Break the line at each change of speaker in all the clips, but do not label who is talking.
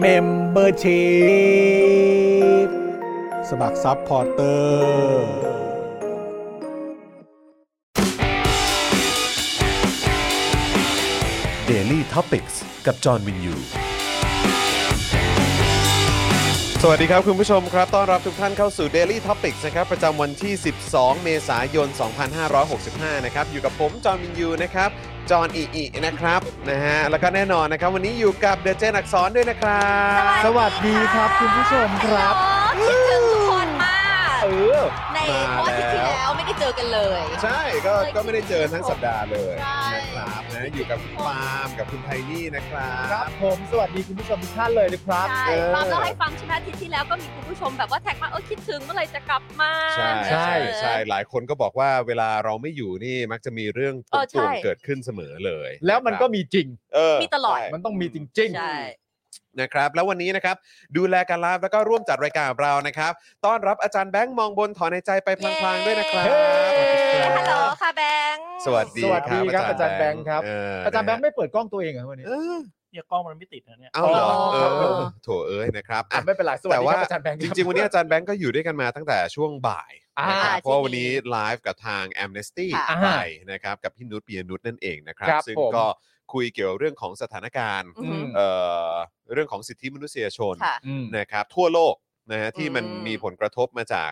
เมมเบอร์ชีพสมัครซัพพอร์เตอร์
Daily t o p i c กกับจอห์นวินยู
สวัสดีครับ คุณผู้ชมครับต้อนรับทุกท่านเข้าสู่ Daily Topics นะครับประจำวันที่ 12 เมษายน 2565 นะครับอยู่กับผมจอห์นวินยูนะครับจอห์นอีอีนะครับนะฮะแล้วก็แน่นอนนะครับ วันนี้อยู่กับเดอะเจนอักษรด้วยนะครับ
สวัสดีครับคุณผู้ชมครับ
โอ้คิดถึงทุกคนมาก
เออ
ในเพ
มา
ราะว่าอาทิตย์ที่
แล้ว
แล้วไม่ได้เจอกันเลย
ใช่ก็ก็ไม่ได้เจอทั้งสัปดาห์เลย
ใช่
นะครับนะอยู่กับคุณปาล์มกับคุณไทนี่นะครับ
ครับผมสวัสดีคุณผู้ชมทุกท่านเลยนะครับ
ใช่
เออ
ความเล่าให้ฟังใช่ไหมอาทิตย์ที่แล้วก็มีคุณผู้ชมแบบว่าแท็กมาเออคิดถึงเมื่อไหร่จะกลับมา
ใช่
ใช่
ใช่ใช่หลายคนก็บอกว่าเวลาเราไม่อยู่นี่มักจะมีเรื่อง
เออ
ต่
ใช่
วงๆเกิดขึ้นเสมอเลย
แล้วมันก็มีจริง
เออ
มีตลอด
ใช่
มันต้องมีจริง
ใช่
นะครับแล้ววันนี้นะครับดูแลการไลฟ์แล้วก็ร่วมจัดรายการกับเรานะครับต้อนรับอาจารย์แบงค์มองบนถอนในใจไปพลางๆ ด้วยนะครับ
เย้
เออ
ฮัลโหลค่ะแบงค์
สวัสดี
สวัสดีครับอาจารย์แบงค์ครับ
เ
ๆ อาจารย์แบงค์ไม่เปิดกล้องตัวเองเหรอวันนี้
เออ
เนี่ยกล้องมันไม่ติดนะเนี่ย
เอาเหรอ
อ๋อ
เออโถเอ้ยนะครับ
อ่ะ
อ่ะ
ไม่เป็นไรสวัส
แต่
ดีค
ว่า
รับอาจารย์แบงค์ค
จ
บ
ริง ๆ วันนี้อาจารย์แบงค์ก็อยู่ด้วยกันมาตั้งแต่ช่วงบ่าย
อ่าน
นะครับ
อ่า
เพราะว่า
ที่
วันนี้ไลฟ์กับทาง Amnesty
ค่ะ
ไปนะครับกับพี่นุชปียนุชนั่นเองนะครับ
ครับ
ซึ่ง
ผม
ก็คุยเกี่ยวเรื่องของสถานการณ์
อือหือ
เอ่อเรื่องของสิทธิมนุษยชน
ค่ะ
อืม
นะครับทั่วโลกนะฮะที่มัน
อืม
มีผลกระทบมาจาก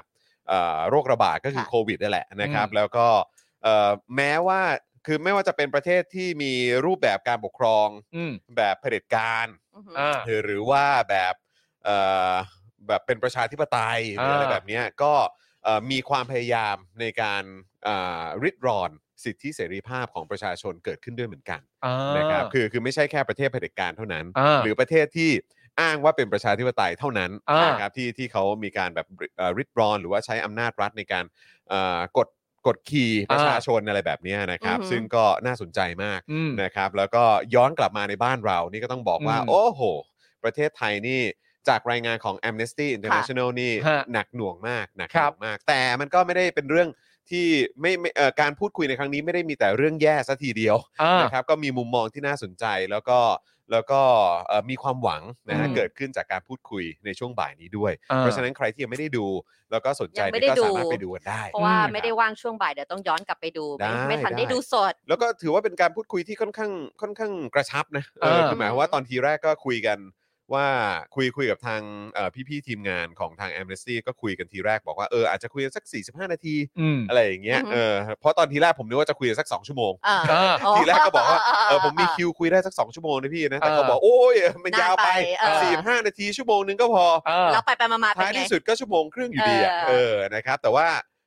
เอ่อโรคระบาดก็คือ
ค่ะ
โควิดนั่นแหละนะครับ
อืม
แล้วก็เอ่อแม้ว่าคือไม่ว่าจะเป็นประเทศที่มีรูปแบบการปกครอง
อืม
แบบเผด็จการ
อือหือ
อ่า
หรือหรือว่าแบบเอ่อแบบเป็นประชาธิปไตยหรืออะไร
อ่า
แบบเนี้ยก็เอ่อมีความพยายามในการอ่าริดรอนสิทธิเสรีภาพของประชาชนเกิดขึ้นด้วยเหมือนกันนะครับคือคือไม่ใช่แค่ประเทศเผด็จการเท่านั้น
อ่า
หรือประเทศที่อ้างว่าเป็นประชาธิปไตยเท่านั้น
อ่าน
นะครับที่ที่เขามีการแบบเอ่อริดรอน หรือว่าใช้อำนาจรัฐในการเอ่อกดกดขี่ประชาชนอะไรแบบเนี้ยนะครับ
อือหือ
ซึ่งก็น่าสนใจมาก
อืม
นะครับแล้วก็ย้อนกลับมาในบ้านเรานี่ก็ต้องบอกว่า
อืม
โอ้โห ประเทศไทยนี่จากรายงานของ Amnesty International นี่
ฮะ
หนักหน่วงมากหนักห
ครั
น่
บ
วงมาก แต่มันก็ไม่ได้เป็นเรื่องที่ไม่ไม่เอ่อการพูดคุยในครั้งนี้ไม่ได้มีแต่เรื่องแย่ซะทีเดียว
อ่า
นะครับก็มีมุมมองที่น่าสนใจแล้วก็แล้วก็เอ่อมีความหวังนะฮะ
อืม
เกิดขึ้นจากการพูดคุยในช่วงบ่ายนี้ด้วย
อ่า
เพราะฉะนั้นใครที่ยังไม่ได้ดู แล้วก็สนใจ
ยังไม่
นี่ก็
ได้ดู
สามารถไปดูกันได้
เพราะว่า
อืม
ไม่ได้ว่างช่วงบ่ายเดี๋ยวต้องย้อนกลับไปดู
ได้
ไม่ไม่ทัน
ได้
ได้ดูสด
แล้วก็ถือว่าเป็นการพูดคุยที่ค่อนข้างค่อนข้างกระชับนะเออ
เออ
คือหมายความว่าตอนทีแรกก็คุยกันว่าคุยคุยกับทางเอ่อพี่ๆทีมงานของทาง Amnesty ก็คุยกันทีแรกบอกว่าเอออาจจะคุยกันสัก 45 นาที
อืม
อะไรอย่างเงี้ย
อือฮึ
เออเพราะตอนทีแรกผมนึกว่าจะคุยกันสัก 2 ชั่วโมง
อ่า
อ่า
อ๋อ
ทีแรกก็บอกว่าเออผมมีคิวคุยได้สัก 2 ชั่วโมงนะพี่นะแต่ก็
เออ
บอกโอ้ยมันยาวไป
นานไปเออ
45 นาทีชั่วโมงนึงก็พอ
อ่า
แล้วไปไปมามาๆเป็น
ท้าย
ไง
ที่สุดก็ชั่วโมงครึ่งอยู่ดีอะ
เอ
เอ
อ
อนะครับแต่ว่า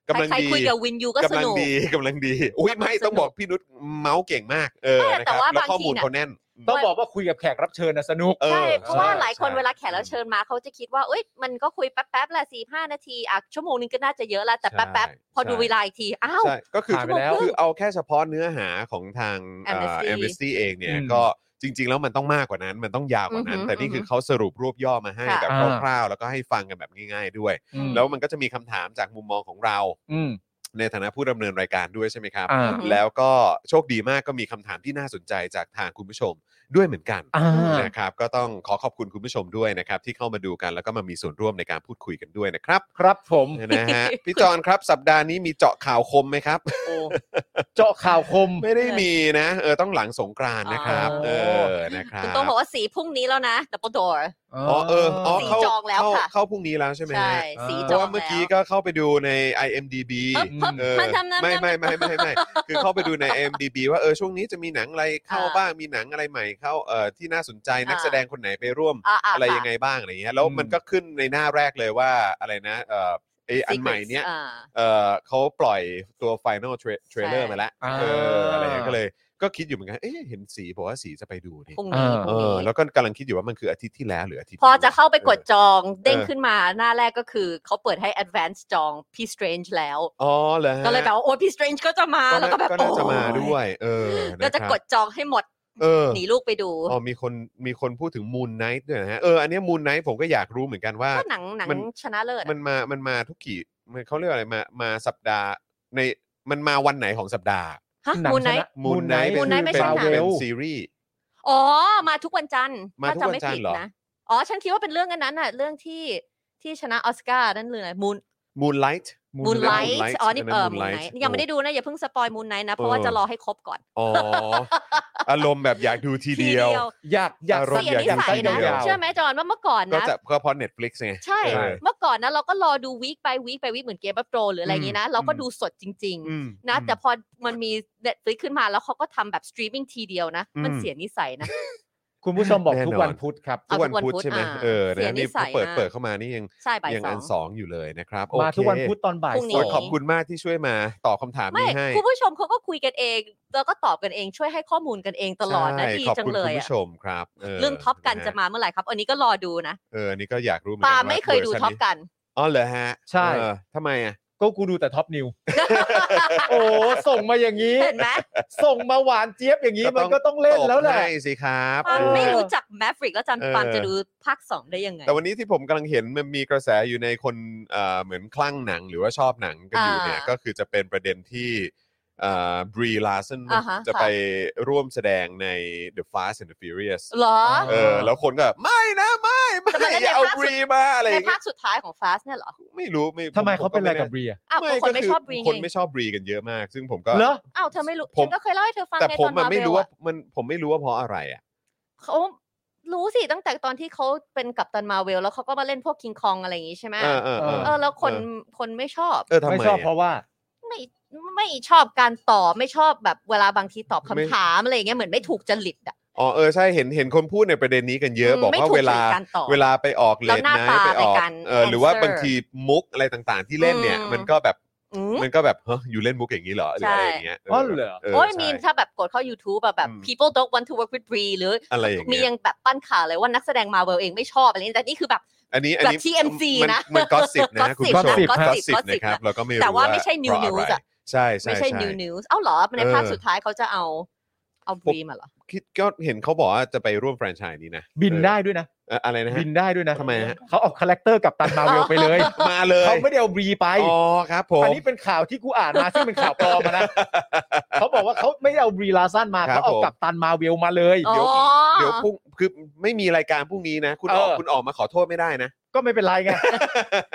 กำลัง
ใคร
ดี
ๆคุยกับวินยูก็ส
กำลัง
นุก
ดี กำลังดี อุ้ยไม่
กำลังสนุก
ต้องบอกพี่นุชเมาส์เก่งมากเออ
ไม่
นะค
แต่
รับ
ว่า
แล้ว
บาง
ข้อมูล
ทีน่ะ
เขาแน่น
ต้องบอกว่าคุยกับแขกรับเชิญนะสนุก
ออ
ใช่เพราะว่าหลายคน
ใช่
เวลาแขกแล้วเชิญมาเขาจะคิดว่าเอ้ยมันก็คุยแป๊บๆละสี่ห้านาทีอ่ะชั่วโมงนึงก็น่าจะเยอะละแต่แป๊บๆพอดูเวลาอีกทีอ้าว
ใช่ก็คือ
ผ่านไปแล้ว
คือเอาแค่เฉพาะเนื้อหาของทางเอ่อ
Amnesty
Amnesty เองเนี่ย
อืม
ก็จริง ๆ แล้วมันต้องมากกว่านั้น มันต้องยาวกว่านั้น
อือหือ
แต่นี่คือเขาสรุปรวบย่อมาให้
ค่ะ
แบบ
อ่า
คร่าวๆแล้วก็ให้ฟังกันแบบง่าย ๆ ด้วย
อืม
แล้วมันก็จะมีคำถามจากมุมมองของเรา
อืม
ในฐานะผู้ดำเนินรายการด้วยใช่ไหมครับ
อ่า
อืม
แล้วก็โชคดีมากก็มีคำถามที่น่าสนใจจากทางคุณผู้ชม ด้วยเหมือนกัน
อ่า
นะครับก็ต้องขอขอบคุณคุณผู้ชมด้วยนะครับที่เข้ามาดูกันแล้วก็มามีส่วนร่วมในการพูดคุยกันด้วยนะครับ
ครับผม
นะฮะ พี่จอนครับสัปดาห์นี้มีเจาะข่าวคมไหมครับ
โอ้เจาะข่าวคม
ไม่ได้มีนะเออต้องหลังสงกรานต์นะครับ
อ๋อ
เออนะครับ
คุณโต้งบอกว่าสีพรุ่งนี้แล้วนะ double door
อ๋อเอออ๋อ
สี
เข้า
จองแล้ว
เข้า
ค่ะ
เข้าพรุ่งนี้แล้วใช่ไหมฮะ
ใช่ สี
เพ
จ
ราะ
อง
ว่าเมื่อกี้ก็เข้าไปดูใน IMDb
แล้วเพิ่ม
เออ
เพิ่มทำน้ำ
ไม่
น้ำ
ไม่ไม่ไม่ไม่ คือเข้าไปดูใน IMDb ว่าเออช่วงนี้จะมีหนังอะไรเข้า
อ่า
บ้างมีหนังอะไรใหม่เข้าเอ่อที่น่าสนใจนัก
อ่า
แสดงคนไหนไปร่วม
อ่าา
อะไรยังไงบ้างอะไรเงี้ยแล้ว
อืม
มันก็ขึ้นในหน้าแรกเลยว่าอะไรนะเอ่อไออันใหม่เนี้ย
อ่า
เออเขาปล่อยตัว Final Tra- Trailer มาแล้ว
อ่า
เอออะไรอย่างเงี้ยก็เลย ก็คิดอยู่เหมือนกันเอ๊ะเห็นสีบอกว่าสีจะไปดูนี่
พรุ่งนี้พ
เอ
รุ่ง
อ
นี้
แล้วก็กำลังคิดอยู่ว่ามันคืออาทิตย์ที่แล้วหรืออาทิตย์
พอจะเข้าไปกด
ออ
จองเด้ง
เออ
ขึ้นมาหน้าแรกก็คือเขาเปิดให้ advance จองพี่ strange แล้ว
อ๋อเหรอฮะ
ก็เลยแบบว่า โอ้ยพี่ strange ก็จะมา
ก็
แล้ว
น่า
ก็แบบ
ก็น่าจะมา
โอ้
ด้วย เออน
ก็จะ
ครับ
กดจองให้หมด
เออ
หนีลูกไปดู
อ๋อมีคนมีคนพูดถึงมู n ไนท์ด้วยนะฮะเอออันเนี้มู n ไนท์ผมก็อยากรู้เหมือนกันว่า
ก็หนังหนัง
มัน
ชนะเลิศอะ
มันมามันมาทุกกี่มันเขาเรียกอะไรมามาสัปดาห์ในมันมาวันไหนของสัปดาห์
ฮะ
หนัง
มูนไน
ชะ
มู
Moon
นไนท์
Knight
เป็น
Moon Knight ไม่ใช่
เป็น
หนัง
เป็นซีรีส์
อ๋อ มาทุกวันจันทร์
มาทุก
ถ้จำ
วันจันทร์
ไม่ผิด
เหรอ
นะอ๋อ ฉันคิดว่าเป็นเรื่องอันนั้นน่ะ เรื่องที่ที่ชนะออสการ์นั่นเลยมูน
มูนไลท์
มูนไล
Moonlight
ท์อ๋อนี่เออมูนไน
Moonlight
ยังไม่ได้ดูนะ อย่าเพิ่งสปอยมูนไนนะ เพราะว่าจะรอให้ครบก่อน
อ๋อ อารมณ์แบบอยากดูทีเดียว
อยากอยาก
อารมณ์
เสีย
อากอ
นิ
ยาก
สัยนะ
ได้ยาว
เชื่อไหมจอนว่าเมื่อก่อน
ก็
นะ
จะก็เพราะ Netflix ไง
ใช่
ใช่
เมื่อก่อนนะเราก็รอดูวีคไปวีคไปวีคเหมือนเกมบัฟโตรหรืออะไรอย่างงี้นะ เราก็ดูสดจริง
อืม
ๆ นะ แต่พอมันมี Netflix ขึ้นมาแล้วเขาก็ทำแบบสตรีมมิ่งทีเดียวนะ มัน
อืม
เสียนิสัยนะ
คุณผู้ชมบอก
แน่นอน
ทุกวันพุธครับ
ทุกวัน
เอาทุกวัน
พุธ
พุธ
ใช่ไหม
อ่า
เออนะ
เสียนิ
นี่
สัย
เปิด
มาก
เปิดเข้ามานี่ยัง
ใช่บ่าย
ยัง
สอ
อั
ง
นสองอยู่เลยนะครับโอ
มา
เค
ทุกวันพุธตอนบ่าย
พรุ่งนี้
ส
โอ้
อย ง
ขอบคุณมากที่ช่วยมาตอบคำถาม
ไม่
นี้ให้
คุณผู้ชมเขาก็คุยกันเอง แล้วก็ตอบกันเองช่วยให้ข้อมูลกันเองตลอดนะ
ใช่
ดี
ขอบ
จัง
คุณ
เล
คุณ
ยอะ
ผู้ชมครับ
เรื่องท็อปกัน
ฮ
จะมาเมื่อไหร่ครับ อันนี้ก็รอดูนะ
เอออันนี่ก็อยากรู้เหมือนกั
ปาน ไม่
ว่า
เคยดู
วอร์ชัน
ท็อป
นี้
กัน
อ๋อเหรอฮะ
ใช่
เออทำไมอ่ะ
ก็กูดูแต่ท็อปนิว โอ้ส่งมาอย่างนี้
เห็นไหม
ส่งมาหวานเจี๊ยบอย่างนี้
ก็ต้
มั
อ
น
ง
ก็ต้องเล่นแล้วแหละ
ตบให้สิครับ
ปาน
เออ
ไม่รู้จักแมฟริกแล้วจัน
เออ
ปานจะดูภาคสองได้ยังไง
แต่วันนี้ที่ผมกำลังเห็นมันมีกระแสอยู่ในคนเอ่อเหมือนคลั่งหนังหรือว่าชอบหนังกันอยู่
อ่า
เนี่ยก็คือจะเป็นประเด็นที่บรีลาสัน
อ่าฮะ
จะ
ค่ะ
ไปร่วมแสดงใน The Fast and the Furious
เหรอ
เออแล้วคนก็แบบไม่นะไม่ไม่
แต่มันก็
อย่าเอา
ในภาค
บ
สุด
รีมาอะไรอ
ใน
ย่าง
ภา
เงี้ย
คสุดท้ายของฟาสเนี่ยเหรอ
ไม่รู้ไม่
ทำไมเขาเป็นอะไรกับ
บรี
เบียร์
อ้าวก็คนไม่ชอบรี
ค
ไง
นไม่ชอบบรีกันเยอะมาก ซึ่งผมก็
เหรอ
อ้าวเธอไม่รู้
ผม
ฉันก็เคยเล่าให้เธอฟัง
แต่
ไง
ผ
ต
ม
อน
มัน
มาเว
ไม่
ล
รู้ว่า
อะ
มันผมไม่รู้ว่าเพราะอะไรอ่ะ
เขารู้สิตั้งแต่ตอนที่เขาเป็นกัปตันมาเวลแล้วเขาก็มาเล่นพวกคิงคองอะไรอย่างงี้ใช่ไหม
เออเออเออ
เออแล้วคนคนไม่ชอบ
เออทำไม
ไม่ชอบเพ
ะ
ราะว่า
ไม่ไม่ชอบการตอบไม่ชอบแบบเวลาบางทีตอบคำ
ไม่
ถามอะไรอย่างเงี้ยเหมือนไม่ถูกจริตอ่ะ
อ๋อเออใช่เห็นเห็นคนพูดในประเด็นนี้กันเยอะ
ม
บอก
ไม่
ว่า
ถูก
เวลา
จริตการตอบ
เวลาไปออกเล
แล้
ท
วหน้า
ไน
ตา
ท์ไปออก
ในการ
เออหรือว่า
answer
บางทีมุกอะไรต่างๆ ที่เล่นเนี่ย
อืม
มันก็แบบ
อืม
มันก็แบบเฮ้ยอยู่เล่นมุกอย่างนี้เหรอหรือ
ใช่
อะไรอย่างเงี้ย
อ๋อเหรอ
โอ้ยมี
ใช่
ถ้าแบบกดเข้า YouTube แบบแบบ
อืม
people don't want to work with Bree หรือ
อะไรอย่าง
มี
เงี้ย
ยังแบบปั้นข่าวเลยว่านักแสดงมาเวลเองไม่ชอบอะไรอย่างเงี้ยแต่นี่คือแบบ
อันนี้อันนี้
แบบ TMZ
มั
นะ
มันก็สิบ นะ
gossip
คุณผู้ชม
นะ
ก็
gossip
สิบ
gossip
นะครับ
นะ
เราก็ไม่รู้
แต่ว่าไม่ใช่ new
เพราะอะไร
news อะ
ใช่ใช่
ไม่ใช่
ใช่
new news เอ้าเหรอในภาค
เออ
สุดท้ายเขาจะเอาเอา Bree มาเหรอ
คิดก็เห็นเขาบอกว่าจะไปร่วมแฟรนไชส์นี้นะ
บินได้ด้วยนะ
เอออะไรนะฮะ
บินได้ด้วยนะ
ทำไมฮะ
เขาเอาคาแรคเตอร์กับตันมาเวลไปเลย
มาเลย
เขาไม่ได้เอาบรีไป
อ๋อครับผม
อันนี้เป็นข่าวที่กูอ่านมาซึ่งเป็นข่าวปลอม อะนะเขาบอกว่าเขาไม่ได้เอาบรีลาสันมาเขาเอากับตันมาเวลมาเลย
อ๋อ
เดี๋ยวเดี๋ยวพรุ่งคือไม่มีรายการพรุ่งนี้นะ คุณออก
เออ
คุณออกมาขอโทษไม่ได้นะ
ก็ไม่เป็นไร ไง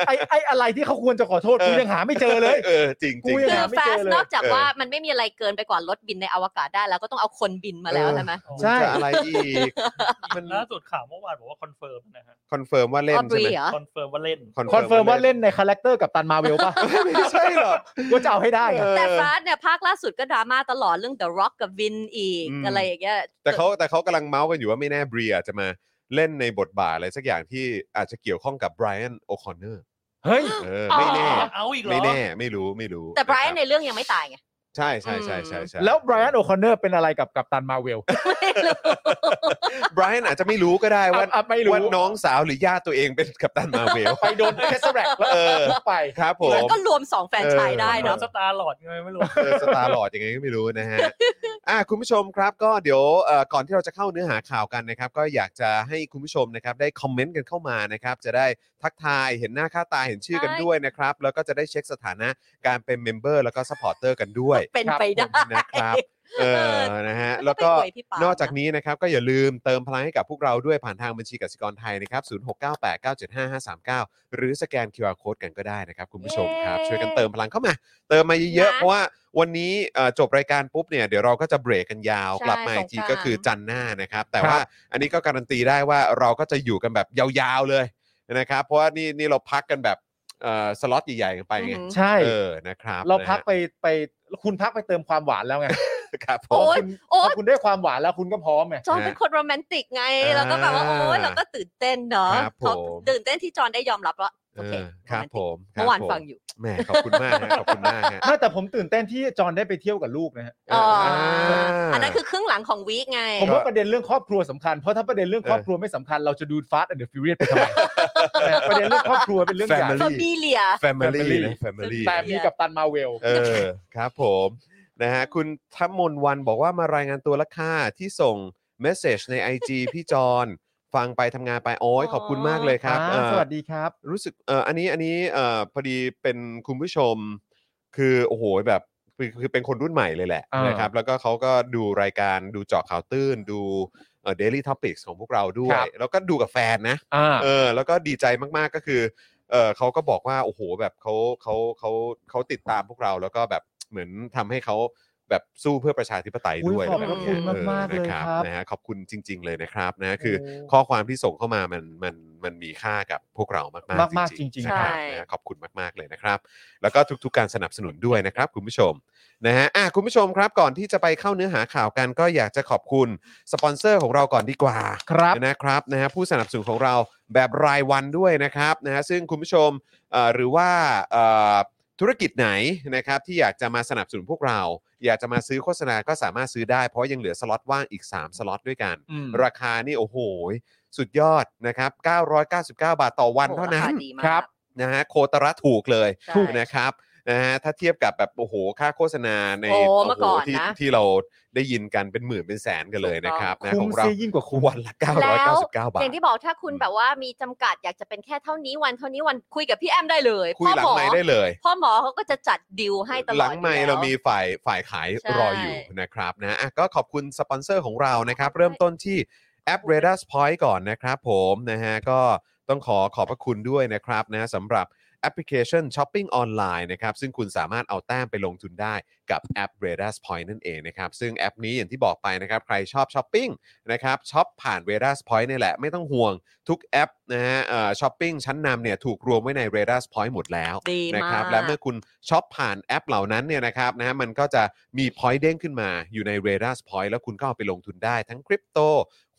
ไอ้ไอ้อะไรที่เขาควรจะขอโทษ
เออ
กูยังหาไม่เจอเลย
เออจริงจ
กู
ริง
ยั
คือ
หาไม่เจอ
fast
เลย
นอกจาก
เออ
ว่ามันไม่มีอะไรเกินไปกว่ารถบินในอวกาศได้แล้วก็ต้องเอาคนบินมาแล้วใช่ไหม
ใช่
จะอะไรอีก มัน
ล่าสุดข่าวเมื่อวานบอกว่าคอนเฟิร์มนะฮะ
คอนเฟิร์มว่าเล่น
อ๋อ
ใช่ไหม
Brie เหรอ
คอนเฟิร์มว่าเล่น
คอนเฟิร์มว่าเล่นในคาแรคเตอร์กับตันมาเวลป่ะ
ไม่ใช่หรอก
กูจะเอาให้ได้ไง
เออ
แต่ฟาสเนี่ยภาคล่าสุดก็ดราม่าตลอดเรื่อง The Rock กับวินอีก
อืม
อะไรอย่างเงี้ย
แต่เขาแต่เขากำลังเมาส์กันอยู่ว่าไม่แน่บรีอาจจะมาเล่นในบทบาทอะไรสักอย่างที่อาจจะเกี่ยวข้องกับไบรอันโอคอนเนอร์
เฮ้ย
เออไม่แน่
อ๋อ
เอาอีกเหรอ
ไม่แน่ไม่รู้ไม่รู้
แต่ไบรอัน
นะค
ในเรื่องยังไม่ตายไง
ใช่ใช่ใช่ใช่ใช่
แล้วไบรอันโอคอนเนอร์เป็นอะไรกับกับตันมาเวล
ไบรอันอาจจะไม่รู้ก็ได้ว่า
อ่ะอ่ะไม่รู้
ว่าน้องสาวหรือญาติตัวเองเป็นกัปตันมาเวล
ไปโดนแคสแรกแล้ว
เออ
ไป
ครับผม
มันก็รวมสองแฟรนไชายได้
เหมือ
เนาะ
นสตาร์หลอดไงไม่รู้
เออสตาร์หลอดยังไงก็ไม่รู้ นะฮะ อ่ะคุณผู้ชมครับก็เดี๋ยวเอ่อก่อนที่เราจะเข้าเนื้อหาข่าวกันนะครับ ก็อยากจะให้คุณผู้ชมนะครับได้คอมเมนต์กันเข้ามานะครับ จะได้ทักทายเห็นหน้าค่าตาเห็นชื่อกัน
ใช่
ด้วยนะครับ แล้วก็จะได้เช็คสถานะการเป็นเมมเบอร์แล้วก็สปอร์เตอร์กันด้วย
เป็นไปได้
นะครับ เออนะฮะแล้วก็
ไปอวยพี่ปาล์ม
นอกจากนี้นะครับก็อย่าลืมเติมพลังให้กับพวกเราด้วยผ่านทางบัญชีกสิกรไทยนะครับ0698975539 หรือสแกน QR Code กันก็ได้นะครับ คุณผู้ชมครับ ช่วยกันเติมพลังเข้ามา เติมมาเยอะๆ
นะ
เพราะว่าวันนี้เอ่อจบรายการปุ๊บเนี่ยเดี๋ยวเราก็จะเบรกกันยาว
ใช่
กลับมาอีกที
สงกรานต์
ก็คือจันทร์หน้านะครับ แต่ว่าอันนี้ก็การันตีได้ว่าเราก็จะอยู่กันแบบยาวๆเลยนะครับเพราะว่านี่นี่เราพักกันแบบเอ่อสล็อตใหญ่ๆกันไปไง
ใช่
เออนะครับ
เราพัก
นะฮะ
ไปไปคุณพักไปเติมความหวานแล้วไง
ครับผม
โอ๊ย
คุณพอคุณได้ความหวานแล้วคุณก็พร้อมไง
จอห์น
ฮะ
เป็นคนโรแมนติกไง
อ่า
แล้วก็แบบว่า โอ้ยเราก็ตื่นเต้นเนาะ
ครับผม
เขาตื่นเต้นที่จอห์นได้ยอมรับว่าโอเค
เออครับ
โแมนติก
ผม
เมื่อวาน
ครับผ
ฟังอยู่
แหมขอบคุณมากฮะขอบคุณมากฮะ
ไม่แต่ผมตื่นเต้นที่จอห์นได้ไปเที่ยวกับลูกนะฮะ
อ๋ออา อันนั้นคือครึ่งหลังของวีคไง
ผมว่าประเด็นเรื่องครอบครัวสำคัญ เพราะถ้าประเด็นเรื่องครอบครัวไม่สำคัญเราจะดูฟาสต์แอนด์ฟิวเรียสไปทำไมนะฮะประเด็นเรื่องครอบครัวเป็นเรื่องใหญ่
Family
ฟามิเลีย
แฟมิลี่
Family
นะแฟมิลี่
แต่มีกับตันมาเวล
เออครับผมนะฮะคุณทัพมนวันบอกว่ามารายงานตัวละค่าที่ส่งเมสเซจใน IG พี่ จอนฟังไปทำงานไปโอ้ย
อ๋อ
ขอบคุณมากเลยครับเอ่
อ่า
อ
สวัสดีครับ
รู้สึกเอ่ออันนี้อันนี้เอ่อพอดีเป็นคุณผู้ชม คือโอ้โหแบบคือคือเป็นคนรุ่นใหม่เลยแหละ
อ่าน
นะครับแล้วก็เขาก็ดูรายการดูเจาะข่าวตื้นดูเอ่อ daily topics ของพวกเราด้วย แล้วก็ดูกับแฟนนะ
อ่า
เออแล้วก็ดีใจมากๆก็คือเออเขาก็บอกว่าโอ้โหแบบเขาเขาเขาเขาติดตามพวกเราแล้วก็แบบเหมือนทำให้เขาแบบสู้เพื่อประชาธิปไตย
อุ๊ย
ด้ว
ขอ
ยะ
บ
ไรแนี้
คุณมาก
อ
ๆ
อ
เลย
นะครับ นะฮะขอบคุณจริง ๆ เลยนะครับนะคือ
โอ้
ข้อความที่ส่งเข้ามามันมันมันมีค่ากับพวกเรามากๆ
มากๆ
ๆ
จริงๆ
นะครับ
ใช่
นะฮะขอบคุณมากๆเลยนะครับ แล้วก็ทุกๆ การสนับสนุนด้วยนะครับคุณผู้ชมนะฮะอ่ะคุณผู้ชมครับก่อนที่จะไปเข้าเนื้อหาข่าวกันก็อยากจะขอบคุณสปอนเซอร์ของเราก่อนดีกว่า
ครับ
นะครับนะฮะผู้สนับสนุนของเราแบบรายวันด้วยนะครับนะฮะซึ่งคุณผู้ชมเอ่อหรือว่าเอ่อธุรกิจไหนนะครับที่อยากจะมาสนับสนุนพวกเรา อยากจะมาซื้อโฆษณาก็สามารถซื้อได้เพราะยังเหลือสล็อตว่างอีก 3 สล็อตด้วยกัน
อืม
ราคานี่โอ้โห สุดยอดนะครับ 999 บาทต่อวันเท่านั้น
โหรคดีมาก
ครับ
นะฮะโคตรถูกเลย
ใช่
นะครับนะฮะถ้าเทียบกับแบบโอ้โหค่าโฆษณาใน
โอ้เมื่อก่อนนะ
ที่ที่เราได้ยินกันเป็นหมื่นเป็นแสนกันเลยนะครับนะข
คุ้ม
องเรา
ซียิ่งกว่าคุ้ม
วันละ 999 บาท
อย่างที่บอกถ้าคุณ
อืม
แบบว่ามีจำกัดอยากจะเป็นแค่เท่านี้วันเท่านี้วันคุยกับพี่แอมได้เลย
คุยหลัง
พ่อ
ไม
มอ
ค์ได้เลย
พ่อหมอเขาก็จะจัดดิวให้ตลอด
หลังไมค์
อยู่แว
เรามีฝ่ายฝ่ายขาย
ใช่
รออยู่นะครับนะอ่ะก็ขอบคุณสปอนเซอร์ของเรานะครับ เริ่มต้นที่แอป r a d a r Point ก่อนนะครับผมนะฮะก็ต้องขอขอบพระคุณด้วยนะครับนะสำหรับแอปพลิเคชันช้อปปิ้งออนไลน์นะครับซึ่งคุณสามารถเอาแต้มไปลงทุนได้กับแอป r a d a r Point นั่นเองนะครับ ซึ่งแอปนี้อย่างที่บอกไปนะครับ ใครชอบช้อปปิ้งนะครับช้อปผ่าน r a d a r Point นี่แหละไม่ต้องห่วงทุกแอปนะฮะเอ่อช้อปปิ้งชั้นนำเนี่ยถูกรวมไว้ใน r a d a r Point หมดแล้ว
ดีมาก
นะครับและเมื่อ คุณช็อปผ่านแอปเหล่านั้นเนี่ยนะครับนะฮะมันก็จะมี point เด้งขึ้นมาอยู่ใน r a d a r point แล้วคุณก็เอาไปลงทุนได้ทั้งคริปโต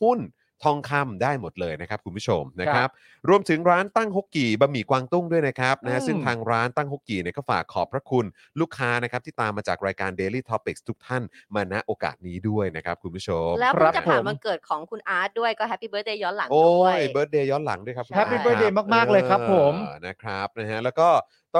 หุ้นทองคำได้หมดเลยนะครับ คุณผู้ชมนะครับรวมถึงร้านตั้งฮกกี่บะหมี่กวางตุ้งด้วยนะครับนะฮะ
อืม
ซึ่งทางร้านตั้งฮกกี่เนี่ยก็ฝากขอบพระคุณลูกค้านะครับที่ตามมาจากรายการ Daily Topics ทุกท่านมาณโอกาสนี้ด้วยนะครับคุณผู้ชม
แล้วเพิ่ง
ครั
จะ
บ
ผ่าน
ผม
วันเกิดของคุณอาร์ตด้วยก็แฮปปี้เบิร์ดเดย์ย้อนหลัง
โอ้
ด้วย
ยเบิร์ดเดย์ย้อนหลังด้วยครับคุณ
Happy
ตา
birthday มากๆเลยครับผม
เออนะครับนะฮะแล้วก็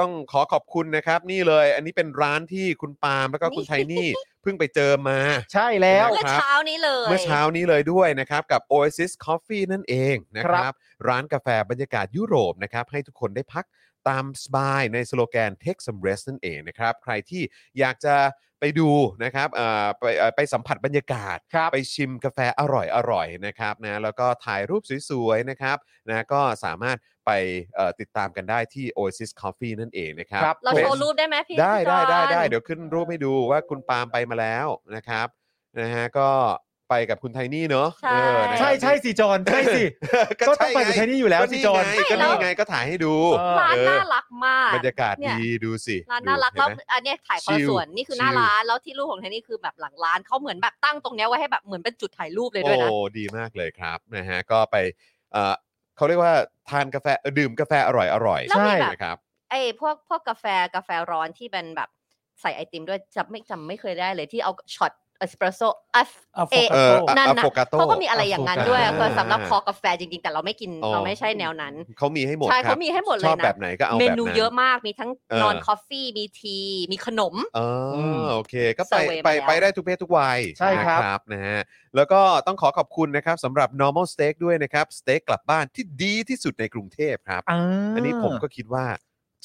ต้องขอขอบคุณนะครับ นี่เลยอันนี้เป็นร้านที่คุณปาล์มแล้วก็คุณไทนี่ เพิ่งไปเจอมา
ใช่แล้ว
เมื่อ
ครับ
เช้านี้เลย
เมื่อเช้านี้เลยด้วยนะครับ กับ Oasis Coffee นั่นเองนะค
ครั
รับ
บ
ร้านกาแฟบรรยากาศยุโรปนะครับ ให้ทุกคนได้พักตามสบายในสโลแกน Take some rest นั่นเองนะครับ ใครที่อยากจะไปดูนะครับเอ่อไปเอ่อไปสัมผัสบรรยากาศ
ครับ
ไปชิมกาแฟอร่อยอร่อยนะครับนะแล้วก็ถ่ายรูปสวยๆนะครับนะก็สามารถไปเอ่อติดตามกันได้ที่ Oasis Coffee นั่นเองนะครับ
ครับ
เรา
ป็
โช
น
ว์รูปได้ไหมพี่
ได้ได้
จอ
ได้
ห์น
ได้เดี๋ยวขึ้นรูปให้ดูว่าคุณปาล์มไปมาแล้วนะครับนะฮะก็ไปกับคุณไทนี่เนอะ
ใช่
เออนะครับ
ใช่ใช่สิจอห์นใช่สิ
ก็
ก็ต้
ใช่
อง
ไง
ไปกับไทนี่อยู่แล้ว
ก็
สิ
นี่
จอห์น
ไงก็นี่ไงก็ถ่ายให้ดู
เออ
ร้าน
เออ
น่ารักมาก
บรรยากาศ
เนี่ย
ดีดูสิ
ร้าน
ดู
น่ารัก
เห็
แล้ว
ไหม
อันเนี้ยถ่ายค
ชิ
นละ
ล
ส่วนนี่คือหน้า
ชิล
ร้านแล้วที่รูปของเทนนี่คือแบบหลังร้านเขาเหมือนแบบตั้งตรงเนี้ยไว้ให้แบบเหมือนเป็นจุดถ่ายรูปเลยด้วยนะ
โอ้ดีมากเลยครับนะฮะก็ไปเอ่อเขาเรียกว่าทานกาแฟเอ่อดื่มกาแฟอร่อยอร่อย
แล้วมีแบบ
นะครับ
ไอ้พวกพวกกาแฟกาแฟร้อนที่เป็นแบบใส่ไอติมด้วยจำไม่จำไม่เคยได้เลยที่เอาช็อตเอสเปรสโซ่เอฟ
อ่ะโฟ
เอ๊ะ
กัส
เออ
โต้
นั่นน่ะ
อะโฟกาโต
เขาก็มีอะไรอย่างนั้นด้วย
อ่า
คือสำหรับคอกาแฟจริงๆ แต่เราไม่กิน
อ๋อ
เราไม่ใช่แนวนั้น
เขามีให้หมด
ใช่
ครั
เขามีให้หมดเล
ช
ย
อบ
นะ
แบบไหนก็เอา
เม
แบบนั้น
นูเยอะมากมีทั้ง
เออ
นอนคอฟฟี่มีทีมีขนม
เอออ
ม
โอเค ก็ไป
Survey
ไป
มาแล้ว
ไปได้ทุกเพศทุกวัย
ใช่ครับ
นะนะฮะแล้วก็ต้องขอขอบคุณนะครับสำหรับ normal steak ด้วยนะครับสเต็กกลับบ้านที่ดีที่สุดในกรุงเทพครับ
อา
อันนี้ผมก็คิดว่า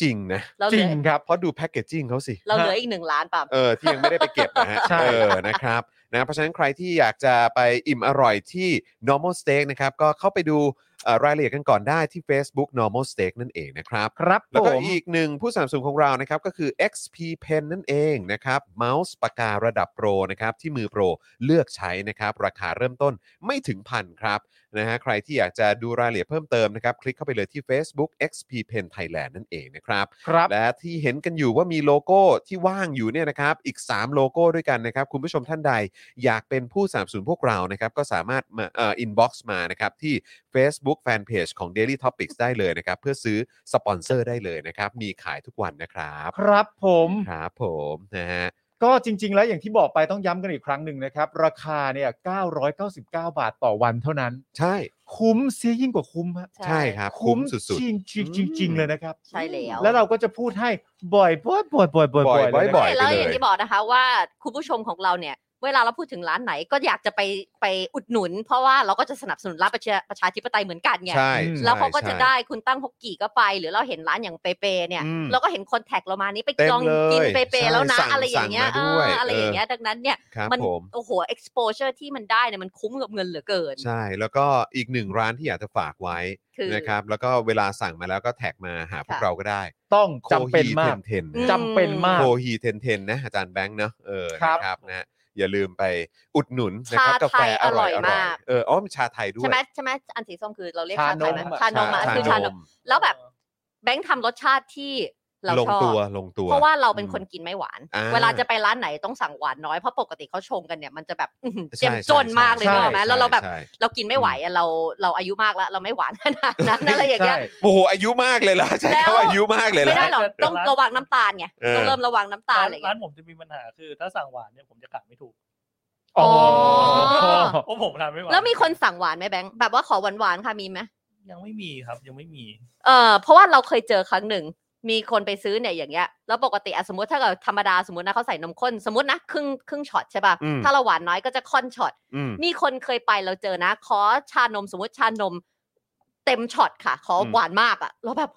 จริงนะ
เราเห
จ
ลื
ริ
อง
ครับ
เพราะดูแพคเกจจิ้งเขาสิ
เราเหลืออีกหนึ่งล้านป่ะ
เออที่ยังไม่ได้ไปเก็บนะฮะ
ใช่
เออนะครับนะเพราะฉะนั้นใครที่อยากจะไปอิ่มอร่อยที่ normal steak นะครับ ก็เข้าไปดูเอ่อรายละเอียดกันก่อนได้ที่ Facebook normal steak นั่นเองนะครับ
ครับ
แล้ว
ผ
ก็
ม
อีกหนึ่งผู้สนับสนุนของเรานะครับ ก็คือ XP Pen นั่นเองนะครับเมาส์ปากการะดับโปรนะครับ ที่มือโปรเลือกใช้นะครับ ราคาเริ่มต้นไม่ถึงพันครับนะฮะใครที่อยากจะดูรายละเอียดเพิ่มเติมนะครับ คลิกเข้าไปเลยที่ Facebook XP Pen Thailand นั่นเองนะครับ
ครับ
และที่เห็นกันอยู่ว่ามีโลโก้ที่ว่างอยู่เนี่ยนะครับ อีก 3 โลโก้ด้วยกันนะครับ คุณผู้ชมท่านใดอยากเป็นผู้สนับสนุนพวกเรานะครับ ก็สามารถมาเอ่ออินบ็อกซ์มานะครับ ที่ Facebook Fanpage ของ Daily Topics ได้เลยนะครับ เพื่อซื้อสปอนเซอร์ได้เลยนะครับ มีขายทุกวันนะครับ
ครับผม
ครับผมนะฮะ
ก็จริง ๆ แล้วอย่างที่บอกไปต้องย้ำกันอีกครั้งหนึ่งนะครับ ราคาเนี่ย999 บาทต่อวันเท่านั้น
ใช่
คุ้มเสียยิ่งกว่าคุ้มฮะ
ใช่
ใช่ครับ คุ้
คุ้
ม
ม
สุด
จริงจริงจริงจริง
อืม
เลยนะครับ
ใช่แล้ว
แล้วเราก็จะพูดให้บ่อยบ่อยบ่อยบ่อยบ่อย
บ่อยบ่อยบ่ ปล่ อย ไปเล
แล้วอย่างที่บอกนะคะว่าคุณผู้ชมของเราเนี่ย เวลาเราพูดถึงร้านไหนก็อยากจะไปไปอุดหนุน เพราะว่าเราก็จะสนับสนุนร้านประชาประชาธิปไตยเหมือนกัน
ๆ
ไง
ใช่
แล้วเขาก็
ใช่
จะ
ใช่
ได้คุณตั้งฮกกี่ก็ไป หรือเราเห็นร้านอย่างเปเปเนี่ย
อืม
เราก็เห็นคนแท็กเรามานี้ไป
เต็ม
ลองกิน
เลย
เปเปแล้วนะ
ใช่สั่ง
อะไรอย่างเงี้ย
สั่งมาด้วย
เอออะไรอย่างเงี้ย
เออ
ดังนั้นเนี่ย
ครับ
มั
ผม
โอ้โห exposure ที่มันได้เนี่ยมันคุ้มกับเงินเหลือเกิน
ใช่ แล้วก็อีกหนึ่งร้านที่อยากจะฝากไว้
คือ
นะครับแล้วก็เวลาสั่งมาแล้วก็แท็กมาหาพวก
ค่ะ
เราก็ได้
ต้อง
โค
จำเป็น
ฮี
มาก
เทนๆนะ
อืม
จำเป็นมาก
โคฮีเทนเทนนะอาจารย์แบงค์เนาะเออ
ครับ
นะครับนะฮะอย่าลืมไปอุดหนุนนะครับ
ชาไทย
กาแฟอร่อยอ
อร่อย
ร่อย
มาก
เอออ๋อมีชาไทยด้วย
ใช่ไหมใช่ไหมอันสีส้มคือเราเรียก
ชา
ชาไทยไหม
นมอะ
ชานมอะคือชานม แล้วแบบแบงค์ทำรสชาติที่เรา
ลง
ชอบ
ตัวลงตัว
เพราะว่าเราเป็นคนกินไม่หวาน
อ่า
เวลาจะไปร้านไหนต้องสั่งหวานน้อย เพราะปกติเขาชงกันเนี่ยมันจะแบบอื้อหือ
ใช่
เจ็มจน
ใช่
มากเลย
ใช่
ใช่ไหม
ใช่
แล้วเราแบบ
ใช่
เรากินไม่ไหวอะเราเราอายุมากแล้วเราไม่หวาน ขนาดนั้นอะไรอย่างเงี้ย
ใช่
โอ้โหอายุมากเลยล่ะใช่
แล้ว
คำว่าอายุมากเลย
ไม่
ล่ะ
ได้หรอก
แต่
ต้อง
ร้าน
ระวังน้ำตาลไง
เออ
ต้องเริ่มระวังน้ำตา
ร้า
ล
น
อะไรอย่าง
ร้า
เงี้
น
ย
ผมจะมีปัญหาคือถ้าสั่งหวานเนี่ยผมจะกะไม่ถูก
อ๋อ
เพราะผมทานไม่หวาน
แล้วมีคนสั่งหวานไหมแบงค์แบบว่าขอหวานหวานๆค่ะมีไหม
ยังไม่มีครับยังไม่มี
เออเพราะว่าเราเคยเจอครั้งหนึ่ง มีคนไปซื้อเนี่ยอย่างเงี้ยแล้วปกติอะสมมติถ้าเกิดธรรมดาสมมตินะเขาใส่นมข้นสมมตินะครึ่งครึ่งช็อตใช่ป่ะ
อืม
ถ้าเราหวานน้อยก็จะค่อนช็อต
อืม
มีคนเคยไปเราเจอนะ ขอชานมสมมติชานม เต็มช็อตค่ะ ขออ
ม
หวานมากอะแล้วแบบ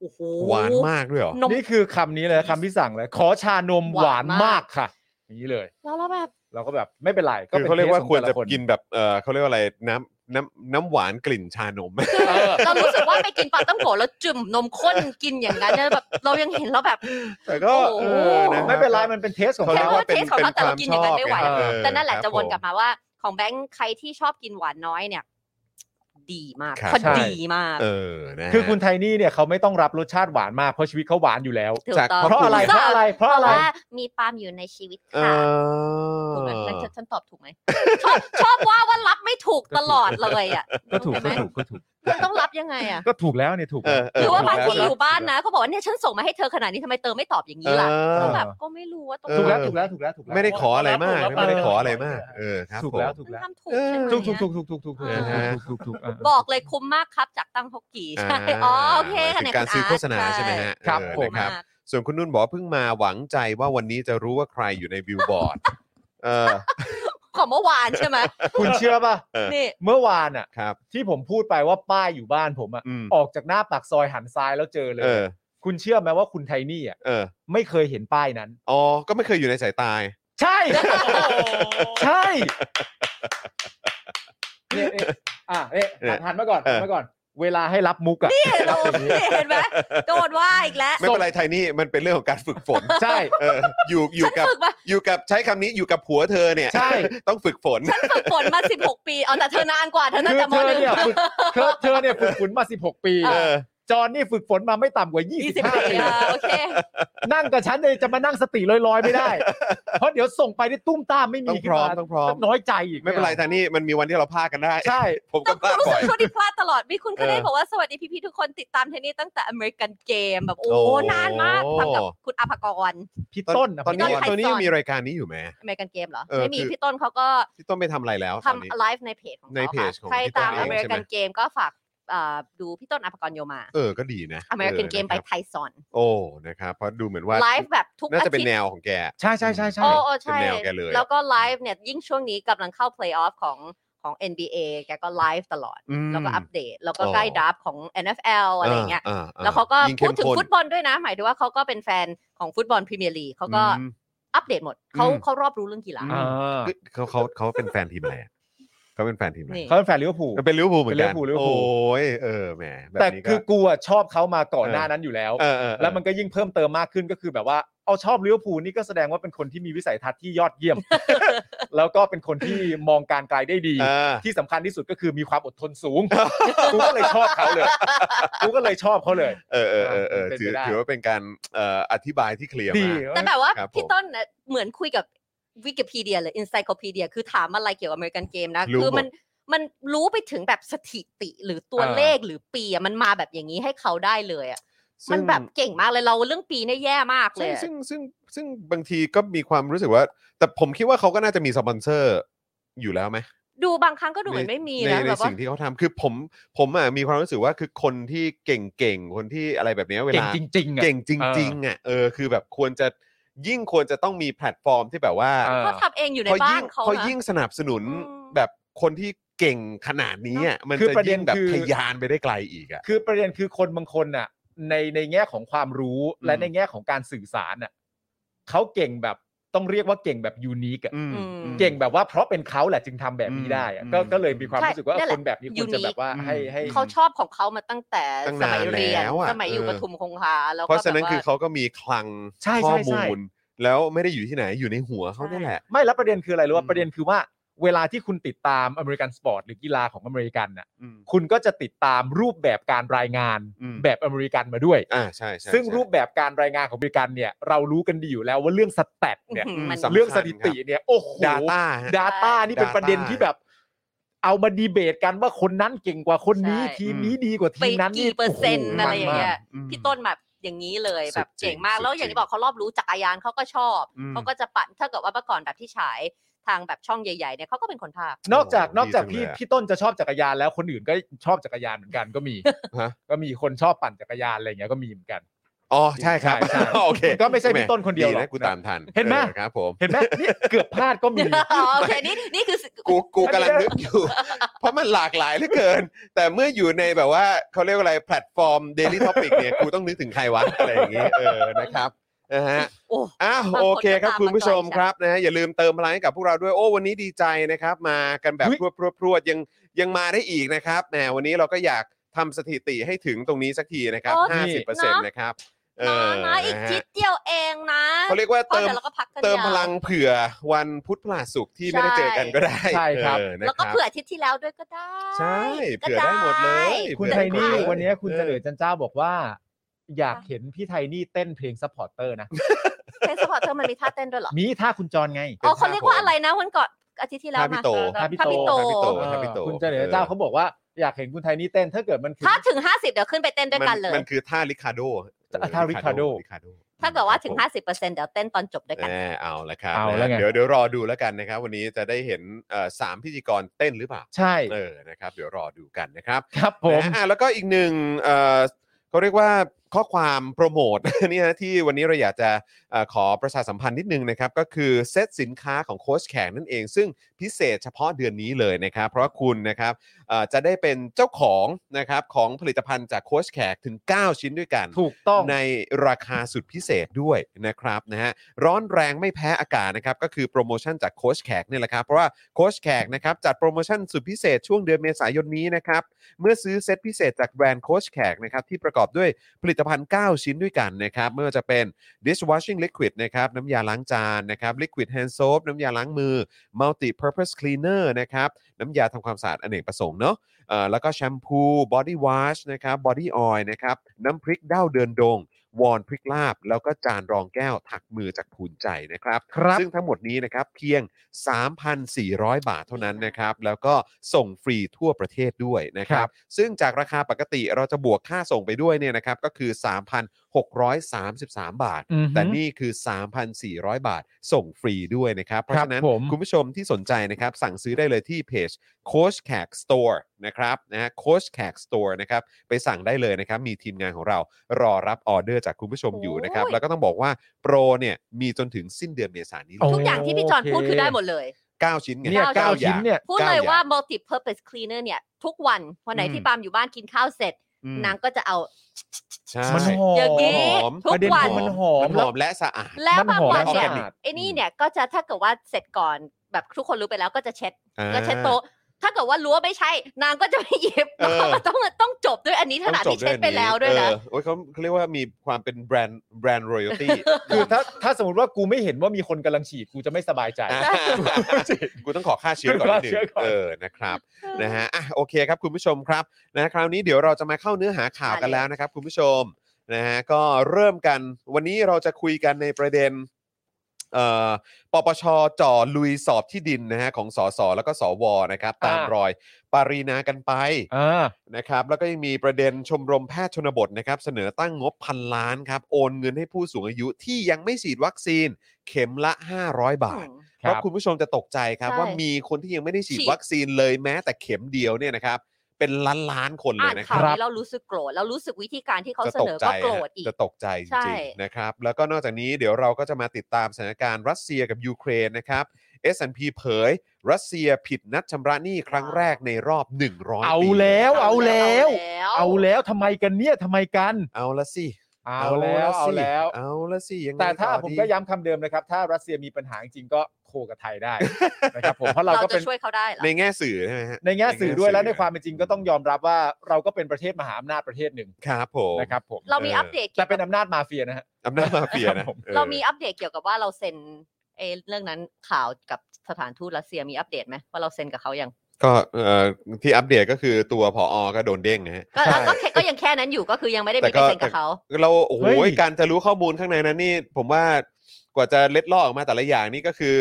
โอ้โห
หวานมากด้วยเหรอ
นม
นี่คือคำนี้เลยคำที่สั่งเลย ขอชานมหวานมากค่ะอย่างนี้เลย
แล้วเราแบบ
เราก็แบบไม่เป็นไรก็
คือ
ป็น
เขาเรียกว่าควรจะ
เทสของแต่ล
กินแบบเออเขาเรียกว่าอะไรน้ำน้ำน้ำหวานกลิ่นชานม
เออ
เรารู้สึกว่าไปกินปลาต้องโกะแล้วจุ่มนมข้นกินอย่างนั้นเนี่ยแบบ เรายังเห็นแล้วแบบ
แต่ก็
โอ้
เอ
โห
อนะ
ไม่เป็นไรมันเป็นเทสของ
เขาเรีย
เขา
กว่าเป็น
เทสของ
เป็น
เขาแต่
ควา
เรา
ม
กิน
ช
อย่าง
อ
นั้
บ
นไม่ไหว
งเออ
แต่นั่นแหละ
ครับ
จะวนกลับ
ผม
มาว่า ของแบงค์ใครที่ชอบกินหวานน้อยเนี่ย ดีมาก
ครับ
พอ
ใช่
ดีมาก
เออนะฮะ
คือคุณไทนี่เนี่ยเขาไม่ต้องรับรสชาติหวานมากเพราะชีวิตเขาหวานอยู่แล้ว
ถูก
จาก
ต้อง
เพราะอะไรเพราะอะไรเพราะอะไร
ว่ามีปาล์มอยู่ในชีวิต
เอ
ค่ะ
อ
ถูกไหมนั่นฉันฉันตอบถูกไหมชอบชอบว่าว่ารับไม่ถูกตลอดเลยอ่ะ
ก็ถูก
เห็นไหม
ก็ถูกก็ถูก
มันต้องรับยังไงอ่ะ
ก็ถูกแล้วเนี่ยถูกแล้ว
เอ
ห
อ
รือว่าบาง
ถู
ที
กแล้ว
อยู่บ้านนะเขาบอกว่าเนี่ยฉันส่งมาให้เธอขนาดนี้ทำไมเธอไม่ตอบอย่างนี้ล่ะ
เออ
ก็แบบก็ไม่รู้ว่าตรง
เออ
ถูกแล้วถูกแล้วถูกแล้วถูกแล้ว
ไม่ได้ขออะไรมาก
รับ
นะ
รับ
ไม่ได้ขออะไร
รับ
มาก เออครับ
ถูกแล้
ผ
ว
ม
ถูก
มัน
แล้ว
ทำถูกใช่ไหม
ถูกถู
เนี่
ก
ย
ถูกถูกถูกถูกถูก
อ่าฮะ
ถูกถูกถูกถูก
บอกเลยคุ้มมากครับจากตั้งฮกกี้ใช่อ๋อโอเค
หมายถึ
ค่ะเนี่ย
งการ
ณ
ซื้อโฆษณา
ร์ต
ใช่ไหมฮะ
ครับ
เออ
ผม
นะครั
มาก
บ ส่วนคุณนุ่นบอกว่าเพิ่งมาหวังใจว่าวันนี้จะรู้ว่าใครอยู่ในบิลบอร์ด เออ
ของเมื่อวานใช่ไหม
คุณเชื่อป่ะ
อ
นี่
เมื่อวานอ่ะ
ครับ
ที่ผมพูดไปว่าป้ายอยู่บ้านผมอ่ะ
อืม
ออกจากหน้าปากซอยหันซ้ายแล้วเจอเลย
เออ
คุณเชื่อไหมว่าคุณไทนี่อ่ะ
เออ
ไม่เคยเห็นป้ายนั้น
อ๋อ ก็ไม่เคยอยู่ในสายตา
ใช่ ใช่เนี่ยเนี่ยอ่ะเนี่ย
เนี่ย
หันหันมาก่อน
เอ
หัน
อ
มาก่อน เวลาให้รับมุกอะ
นี่โดนนี่เห็นไหมโดนว่าอีกแล้ว
ไม่เป็นไรไทยนี่มันเป็นเรื่องของการฝึกฝน
ใช่
เออ อยู่อยู่กับ
ฝึกมา
อยู่กับใช้คำนี้อยู่กับผัวเธอเนี่ย
ใช่
ต้องฝึกฝน
ฉันฝึกฝนมา 16 ปีเอาแต่เธอนานกว่าเธอตั้งแต่ม
เธ
ห
อ
นึ่ง
เนี่ยฝึกเธอเธอเนี่ยฝึกฝนมา 16 ปี
เอ
เออ
จอนนี่ฝึกฝนมาไม่ต่ำกว่า
20 ปี
25 ปี
อ่ะโอเค
นั่งกับฉันเลยจะมานั่งสติลอยๆ ไม่ ได้ เพราะเดี๋ยวส่งไปที่ตุ้มตามไม่มี
ต้อง
ขึ้
พ
น
ร้อม
มา
ต้องพร้อม
น้อยใจอีก
ไม่เป็นไรไทยนี่มันมีวันที่เราพลาดกันได้
ใช่
ผม
ต้
ก็พลา
อง
ด
รู้
บ่อก
สึ
ย
ช่วงที่พลาดตลอด มีคุณ
เออ
ก็ได้บอกว่าสวัสดีพี่ๆทุกคนติดตามเทนนี่ตั้งแต่อเมริกันเกมแบบโอ้
โอ้
นานมากทำกับคุณอภากร
พี่ต้นอะ
ตอนนี้
พี่ต้นไทย
ตอนนี้
สอน
ยังมีรายการนี้อยู่ไหม
อเมริกันเกมเหรอ
เออ
ไม่มี
คือ
พี่ต้นเขาก็
ที่ต้องไปทำอะไรแล้วตอนนี้
ทำไลฟ์ในเพจของ
ใน
เขา
เพ
ค่ะ
จของ
ใคร
พี่ต้น
ตาม
เอง
อ
ใช่ไหม
เมริกันเกมก็ฝากเอ่อดูพี่ต้นอภากรโยมา
เออ ก็ดีนะ
อเมริกันเกมไป
ะครับ
ไทยซอน
โอ้ นะครับ เพราะดูเหมือนว่า
ไลฟ์แบบทุก
น่า
อา
จะเป็น
ทิต
แน
ย์
วของแก
ใช่ใช่ใช่ใช่
โอ้โอ้ใช่
เป็นแนวแกเลยอะ
แล้วก็ไลฟ์เนี่ยยิ่งช่วงนี้กำลังเข้าเพลย์ออฟของข ของ NBA แกก็ไลฟ์ตลอด
อืม
แล้วก็อัปเดต แล้วก็
อ๋อ
ใกล้ดับของ NFL อะไรอย่างเงี้ย
อ่าอ่
แล้วเขาก็
ยิ่
พูดถึ
เข้ม
ง
ข้น
ฟุตบอลด้วยนะ หมายถึงว่าเขาก็เป็นแฟนของฟุตบอลพรีเมียร์ลีกเขาก็
อืม
อัปเดตหมดเขา
อืม
เขารอบรู้เรื่องกีฬา
อ่า
เขาเขาเขาเป็นแฟนทีมอะไรอะเขาเป็นแฟนทีมอะไร
นี่
เขาเป็นแฟนลิเวอร์พูล
เป็นลิเวอร์พูลเหมือนกัน
เป็นลิเวอร์พูลลิเวอร์พูล
โอ้ยเออแหมบบ
แต่
นี้ก็
คือกูอะชอบเขามาก่อน
เออ
หน้านั้นอยู่แล้ว
เออเออเออ
แล้วมันก็ยิ่งเพิ่มเติมมากขึ้นก็คือแบบว่าเอาชอบลิเวอร์พูลนี่ก็แสดงว่าเป็นคนที่มีวิสัยทัศน์ที่ยอดเยี่ย ม แล้วก็เป็นคนที่มองการไกลได้ดี
อ่า
ที่สำคัญที่สุดก็คือมีความอดทนสูง กูก็เลยชอบเขาเลย กูก็เลยชอบเขาเลย
เออเออเออเออ
เป็นไป
ถือ
ได้
ถือว่าเป็นการเอ่ออธิบายที่เคลียร์
ดี
มาก
แต่แบบว่า
ครับผม
พี่ต้นน่ะเหมือนคุยกับวิกิพีเดียหรืออินไซโคพีเดียคือถามอะไรเกี่ยวกับอเมริกันเกมนะ
รู้
คือ
หมด
มันมันรู้ไปถึงแบบสถิติหรือตัว
อ่า
เลขหรือปีอะมันมาแบบอย่างนี้ให้เขาได้เลยอ่ะมัน
ซึ่ง
แบบเก่งมากเลยเราเรื่องปีเนี่ยแย่มากเล
ซึ่
ย
ง
อะ
ซึ่งซึ่งซึ่งบางทีก็มีความรู้สึกว่า แต่ผมคิดว่าเขาก็น่าจะมีสปอนเซอร์อยู่แล้วไหม
ดูบางครั้งก็ดูเหมือนไม่มี
ใน
นะ
ใน
แบบว่า
สิ่งที่เขาทำคือผมผมอ่ะมีความรู้สึกว่าคือคนที่เก่งๆคนที่อะไรแบบเนี้ยเว
เก่ง
ลา
จริงๆอะ
เก่งจ
เออ
ริงๆอ่ะเออคือแบบควรจะยิ่งควรจะต้องมีแพลตฟอร์มที่แบบว่า
อ่า
เขาทำเองอยู่ใน
พอ
บ้า
ยิ่
น
ง
เขา
พอ
นะ
ยิ่งสนับสนุน
อืม
แบบคนที่เก่งขนาดนี้อ่ะมัน
คือ
จะ
ประเด็
ยิ่
น
งแบบ
คือ
ทะยานไปได้ไกลอีกอ่ะ
คือประเด็นคือคนบางคนน่ะ ในในแง่ของความรู้
อืม
และในแง่ของการสื่อสารน่ะเขาเก่งแบบต้องเรียกว่าเก่งแบบยูนิคอะ
อืม
อืม
เก่งแบบว่าเพราะเป็นเขาแหละจึงทำแบบนี้ได้อะ
อืม
ก็ก็เลยมีความ
ใช่
รู้สึกว่า
นั่นแห
ค
ละ
นแบบนี้ควรจะ
unique
แบบว่า
อืม
ให้ให้
เขาชอบของเขามาตั้งแต่
ตั้ง
ส
นาน
มัยเรียน
แล้วอะ
สมัยอยู่
เออ
ปทุมคงคาแล้ว
เพราะ
ก็
ฉะ
แบ
นั้น
บ
คือ
ว่า
เขาก็มีคลัง
ใช่ใช่
ข้อ
ใช่
มูล แล้วไม่ได้อยู่ที่ไหนอยู่ในหัวเขาเนี่ยแหละ
ไม่แล้วประเด็นคืออะไรรู้
อื
ว่าม ประเด็นคือว่าเวลาที่คุณติดตามอเมริกันสปอร์ตหรือกีฬาของอเมริกันน่ะ
อืม
คุณก็จะติดตามรูปแบบการรายงาน
อืม
แบบอเมริกันมาด้วย
อ่าใช่ใช่
ซึ่ง
ใช่
รูปแบบการรายงานของอเมริกันเนี่ย เรารู้กันดีอยู่แล้วว่าเรื่องสแตทเนี่ย
อืมมัน
สำคัญ
เรื่องสถิติเนี่ย โอ้โห
ครับ Data ฮะ
Data นี่เป็น
Data
ประเด็นที่แบบ เอามาดีเบตกันว่าคนนั้นเก่งกว่าคนนี้
ใช่
ทีมนี้ดีกว่าที
ไป
มนั้น
กี่เปอร์เซ็นต์
โโห
อะไรอย่างเงี้
มันม
ย
อืม
พี่ต้นแบบอย่างนี้เลย
สุด
แบบเก่ง
จริง
มาก
สุด
แล้วอย่าง
จริ
ที่
ง
บอกเขารอบรู้จักรยานเขาก็ชอบ
อืม
เขาก็จะปั่นถ้าเกิดว่าเมื่อก่อนแบบที่ฉายทางแบบช่องใหญ่ๆเนี่ยเขาก็เป็นคนภาค
นอกจาก
โอ้โห
นอกจาก
ดีจัง
พี่
เลยอะ
พี่ต้นจะชอบจักรยานแล้วคนอื่นก็ชอบจักรยานเหมือนกันก็มี
ฮะ
ก็มีคนชอบปั่นจักรยานอะไรอย่างเงี้ยก็มีเหมือนกัน
อ๋อใช่ครับ
ใช่ใช่
โอเค
ก็ไม่ใช่พี่ต้นคนเดียวหรอก
นะกูตามทัน
เห็นไหม
ออครับผม
เห็นไหม เนี่ยเกือบพลาดก็ มี
อ๋อโอเคนี่นี่คือสิ่ง
กูกูกำลังนึกอยู่ เพราะมันหลากหลายเหลือเกิน แต่เมื่ออยู่ในแบบว่าเขาเรียกว่าอะไรแพลตฟอร์ม Daily Topic เนี่ย กูต้องนึกถึงใครวะ อะไรอย่างงี้เออนะครับนะฮะ
โอ้
อ้าว
บางคน
โอเคครับ
ก็ตาม
คุณผู้ชม
มาไกล
ครับนะฮะอย่าลืมเติมพลังให้กับพวกเราด้วยโอ้วันนี้ดีใจนะครับ มากันแบบ
อุ๊ย
พรวดพรวดพรวดยังยังมาได้อีกนะครับแหมวันนี้เราก็อยากทำสถิติให้ถึงตรงนี้สักทีนะครับ
โอ้
50%
เนอะ
นะครับเอ
นะ
อ
นะอีก
นะฮะ
ชิดเดียวเองนะ
เขาเรียกว่า
เพราะ
เติม
เดี๋ยวเราก็พักกัน
เติม
ยาว
พลังเผื่อวันพุธพฤหัสศุกร์ที่ไม่ได้เจอกันก็ได้
ใช่ครับ
เออนะ
แล้ว
ค
ก็
รับ
เผื่ออาทิตย์ที่แล้วด้วยก็ได้
ใช่เผื่อ
ก็
ได้หมดเลย
คุณ
เผื่อด้
ไทนี่
หมดเลย
วันนี้คุณ
เออ
เฉลยจันเจ้าบอกว่า อยากเห็นพี่ไทนี่เต้นเพลงซัพพอร์เตอร์นะ
เพลงสปอร์ตเธอมันมีท่าเต้นด้วยเหรอ
มีท่าคุณจรไง
อ๋อเขาเรียกว่าอะไรนะวันก่อนอาทิตย์ที่แล้ว
ท่าพี่
นะ
โต
ท่าพี่
ท่า
โต
พี่โต
ท่าพี่โตท่าพี่
เออ
โต
คุณเฉลยจันเจ้าเขาบอกว่าอยากเห็นคุณไทนี่เต้นถ้าเกิดมันคือ
ถ้าถึง 50 เดี๋ยวขึ้นไปเต้นด้วยกันเลย
มันคือท่าริคาร์โด
ท่าริคาร์โด
ริคร์โด
ถ้าเกิดว่าถึง
ครับ
50%เดี๋ยวเต้นตอนจบด้วย
ผม
กัน
แหมเอาละครับ
เอาแล้วไง
เดี๋ยวเดี๋ยวรอดูแล้วกันนะครับ วันนี้จะได้เห็นเอ่อสามพิธีกรเต้นหรือเปล่า
ใช่
เออนะครับ เดี๋ยวรอดูกันนะครับ
ครับผม
นะอ่ะแล้วก็อีกหนึ่งเอ่อเขาเรียกว่าข้อความโปรโมท เนี่ยนะที่วันนี้เราอยากจะเอ่อขอประชาสัมพันธ์นิดนึงนะครับ ก็คือเซตสินค้าของโค้ชแขกนั่นเอง ซึ่งพิเศษเฉพาะเดือนนี้เลยนะครับ เพราะว่าคุณนะครับ เอ่อจะได้เป็นเจ้าของนะครับของผลิตภัณฑ์จากโค้ชแขกถึง 9 ชิ้นด้วยกัน
ถูกต้อง
ในราคาสุดพิเศษด้วยนะครับนะฮะร้อนแรงไม่แพ้อากาศนะครับก็คือโปรโมชั่นจากโค้ชแขกเนี่ยแหละครับ เพราะว่าโค้ชแขกนะครับจัดโปรโมชั่นสุดพิเศษช่วงเดือนเมษายนนี้นะครับ เมื่อซื้อเซตพิเศษจากแบรนด์โค้ชแขกนะครับที่ประกอบด้วยผลิตภัณฑ์ 9 ชิ้นด้วยกันนะครับไม่ว่าจะเป็น dishwashing liquid นะครับน้ำยาล้างจานนะครับ liquid hand soap น้ำยาล้างมือ multi purpose cleaner นะครับน้ำยาทำความสะอาดอเนกประสงค์เนาะ เอ่อแล้วก็แชมพูบอดี้วอชนะครับบอดี้ออยล์นะครับน้ำพริกด้าวเดินดง วอนพริกลาบ แล้วก็จานรองแก้วถักมือจากภูนใจนะครับ
ครับ
ซึ่งทั้งหมดนี้นะครับเพียง 3,400 บาทเท่านั้นนะครับ แล้วก็ส่งฟรีทั่วประเทศด้วยนะครับ ซึ่งจากราคาปกติเราจะบวกค่าส่งไปด้วยเนี่ยนะครับก็คือ 3,633 บาท
อือฮึ
แต่นี่คือ 3,400 บาท ส่งฟรีด้วยนะครับ เพราะฉะนั้น
ผม
คุณผู้ชมที่สนใจนะครับ สั่งซื้อได้เลยที่เพจ Coach c a g Store นะครับนะฮะ Coach c a g Store นะครับ ไปสั่งได้เลยนะครับ มีทีมงานของเรารอรับออเดอร์จากคุณผู้ชมอยู่นะครับ
โอ้ย
แล้วก็ต้องบอกว่าโปรเนี่ยมีจนถึงสิ้นเดือนเมษายนนี้เล
โอ้
ทุกอย่างที่พี่จอนพูดคือได้หมดเลย
9 ชิ้นไง
เนี่ย
เก้า
เก้า
9อ
ชิ้
ย่าน ง
เนี่ย
พูดเลย
เก้าอย่าง
ว่า multi purpose cleaner เนี่ย ทุกวันวันไหน
อืม
ที่ปาล์มอยู่บ้านกินข้าวเสร็จ
อืม
นางก็จะเอา
ใช่
มันหอ
อย่าง
ม
นี้
หอม
ทุ
ป
ก
ระเด็น
วัน
คือมันหอม
มันหอมและสะอาด
และบา
มัน
ง
หอม
วัน
และ
เนี่
อ
ย
อร์แกนิก
ไอ้นี่เนี่ยก็จะถ้าเกิดว่าเสร็จก่อนแบบทุกคนรู้ไปแล้วก็จะเช็ด ก็เช็ดโต๊ะถ้าเกิดว่ารั้วไม่ใช่ นางก็จะไม่เย็บ
เออ
นางก็ ต้องต้องจบด้วยอันนี้ขนาดที่เช็ดไปแล้วด้วยนะ
เออโอ้ยเขาเขาเรียกว่ามีความเป็นแบรนด์แบรนด์รอยัล ตี้
คือถ้าถ้าสมมติว่ากูไม่เห็นว่ามีคนกำลังฉีดกูจะไม่สบายใจ
อ่ะ กูต้องขอฆ่าเชื้อก่อนนิดนึง
ฆ่าเชื้อก่อน
เออนะครับนะฮะอ่ะโอเคครับคุณผู้ชมครับนะคราวนี้เดี๋ยวเราจะมาเข้าเนื้อหาข่าวกัน
มาเลย
แล้วนะครับคุณผู้ชมนะฮะก็เริ่มกันวันนี้เราจะคุยกันในประเด็นเอ่อปปชจ่อลุยสอบที่ดินนะฮะของสสแล้วก็สวนะครับ ตามรอยปารีนากันไป
อ่า
นะครับแล้วก็ยังมีประเด็นชมรมแพทย์ชนบทนะครับเสนอตั้งงบพันล้านครับ โอนเงินให้ผู้สูงอายุที่ยังไม่ฉีดวัคซีน เข็มละ 500 บาท เพ
ครับ
ราะคุณผู้ชมจะตกใจครับ
ใช่
ว่ามีคนที่ยังไม่ได้ฉีด
ฉีด
วัคซีนเลยแม้แต่เข็มเดียวเนี่ยนะครับ เป็นล้านล้านๆคนเล
อ่าย น
นะค
ข่าว
รับ
นี้เรารู้สึกโกรธเรารู้สึกวิธีการที่เขา
จะตก
เสนอ
ใจ
ก็โกรธ
ฮะ
อีก
จะตกใจจ
ใช่
ริงๆนะครับ แล้วก็นอกจากนี้เดี๋ยวเราก็จะมาติดตามสถานการณ์รัสเซียกับยูเครนนะครับ S&P เผย รัสเซียผิดนัดชำระหนี้ครั้งแรกในรอบ 100ปี
เอาแล้วเอาแล้ว เอา
เอาแล้ว
แล้วทำไมกันเนี่ยทำไมกัน
เอาละสิ
เอาแล้วเอา
สิ
แล้ว
เอาละสิยังไง
แต่ถ้า
ต่อ
ผม
ดี
ก็ย้ำคำเดิมนะครับ ถ้ารัสเซียมีปัญหาจริงๆก็โคกับไทย ได้ นะครับผมเพราะเรา
เรา
ก็
จะ
เป็น
ช่วยเขาได้เหรอ
ในแง่สื่อใช่ไหมฮะ
ในแง่สื่อด้วยและในความเป็นจริงก็ต้องยอมรับว่าเราก็เป็นประเทศมหาอำนาจประเทศหนึ่ง
ครับผม
นะครับผม
เรามีอัปเดต
แต่
เกี่ยว
เป็
กัน
อำนาจมาเฟียนะฮะ
อำนาจมาเฟียนะ
ครับผม
ออบ
เรามีอัปเดตเกี่ยวกับว่าเราเซ็นเออเรื่องนั้นข่าวกับสถานทูตรัสเซียมีอัปเดตไหมว่าเราเซ็นกับเขายัง
ก็เอ่อที่อัปเดตก็คือตัวผอก็โดนเด้งนะฮะ
ก็แล้วก็แค่ก็ยังแค่นั้นอยู่ก็คือยังไม่ได้
แต่
มี
ก็
ไปเซ็นกับเขา
เราโอ้โห
เฮ้ย
การจะรู้ข้อมูลข้างในนั้นนี่ ผมว่ากว่าจะเล็ดลอดออกมาแต่ละอย่างนี่ก็คือ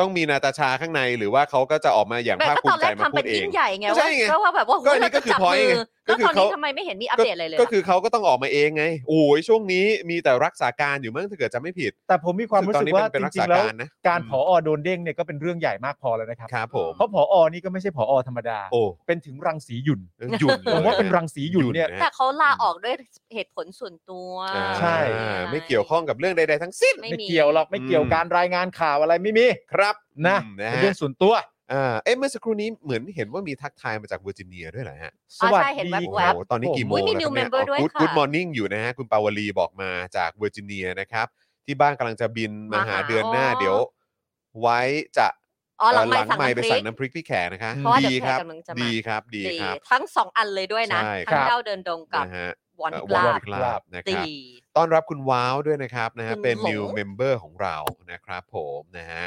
ต้องมีนาตาชาข้างในหรือว่าเขาก็จะออกมาอย่าง
แบบ
ภาค
ก็
ภู
ต
มิใจ
อนแรก
มา
ทำ
พู
เป็
ด
น
เอ
ยิ่
ง
งใหญ่ไง
ใช่
ว่า
ไง
ก็ว่าแบบว่า
ก็
โอ้
อั
ย
นนี้
เรา
ก็
จะ
คือ
จับ
point
มือ
ไงก็
แล้ว
คือ
ตอน
เขา
นี้ทำไมไม่เห็นมีอัปเดตอะไรเลย
ก็
ล่ะ
คือเขาก็ต้องออกมาเองไงโอ้ยช่วงนี้มีแต่รักษาการอยู่มั้งถ้าเกิดจะไม่ผิด
แต่ผมมีความรู้
ตอน
สึก
นี้
ว่า
เป็นเป็น
จ
รักษา
ริ
ง
ๆแล้ว
การนะ
การผอโดนเด้งเนี่ยก็เป็นเรื่องใหญ่มากพอแล้วนะครับ
ครับผม
เพราะผอนี่ก็ไม่ใช่ผอธรรมดา
โอ้
เป็นถึงรังสีหยุ่น
หยุ่นลย
ผมว่าเป็นรังสีหยุ่นเนี่ย
ะ
แต่เขาลาออกด้วยเหตุผลส่วนตัว
อ่า
ใช่
ไม่เกี่ยวข้องกับเรื่องใด ๆ ทั้งสิ้น
ไม่
ไม่
มี
เกี่ยวหรอกไม่เกี่ยว
อืม
การรายงานข่าวอะไรไม่มี
ครับ
นะ
อืม
เป็
นะ
นเรื่องส่วนตัว
อ่าเอ๊ะเมื่อสักครู่นี้เหมือนเห็นว่ามีทักทายมาจากเวอร์จิเนียด้วยเหรอฮะ
สวัส
ใช่เห็น
ดี
โอ้โห
แว๊บๆ
ครับ
ตอนนี้กี่โมง
อุ๊ยมี
แล้วครับ
new
เนี่ย
member ด้วย
กู๊ด
ค่ะ
กู๊ดมอร์นิ่งอยู่นะฮะ คุณปาวลีบอกมาจากเวอร์จิเนียนะครับ ที่บ้านกำลังจะบินมา
มา
หา
หา
เดือนหน้า
อ๋อ
เดี๋ยว ไว้จะ
อ๋อหลัง
เอ่อ
ไม้สั่ง
ไมค์ไป
น้ำพริ
สั่ง
ก
น้ำพริกพี่แขกนะคะ
เพราะว่าเดี๋ยว
ดี
แข
ค
ก
รับ
กำลังจะมา
ดีครับดีครับ
ทั้งสองอันเลยด้วยนะ
ใช่
ทั้
ครั
ง
บ
เจ้าเดินดงกับ
นะฮะ
วอน
เอ่อก
ลา
วัน
บ
กลาบนะค
ตี
รับ ต้อนรับคุณว้าวด้วยนะครับนะฮะ
คุณ
เป็น
หลง
new member ของเรานะครับผมนะฮะ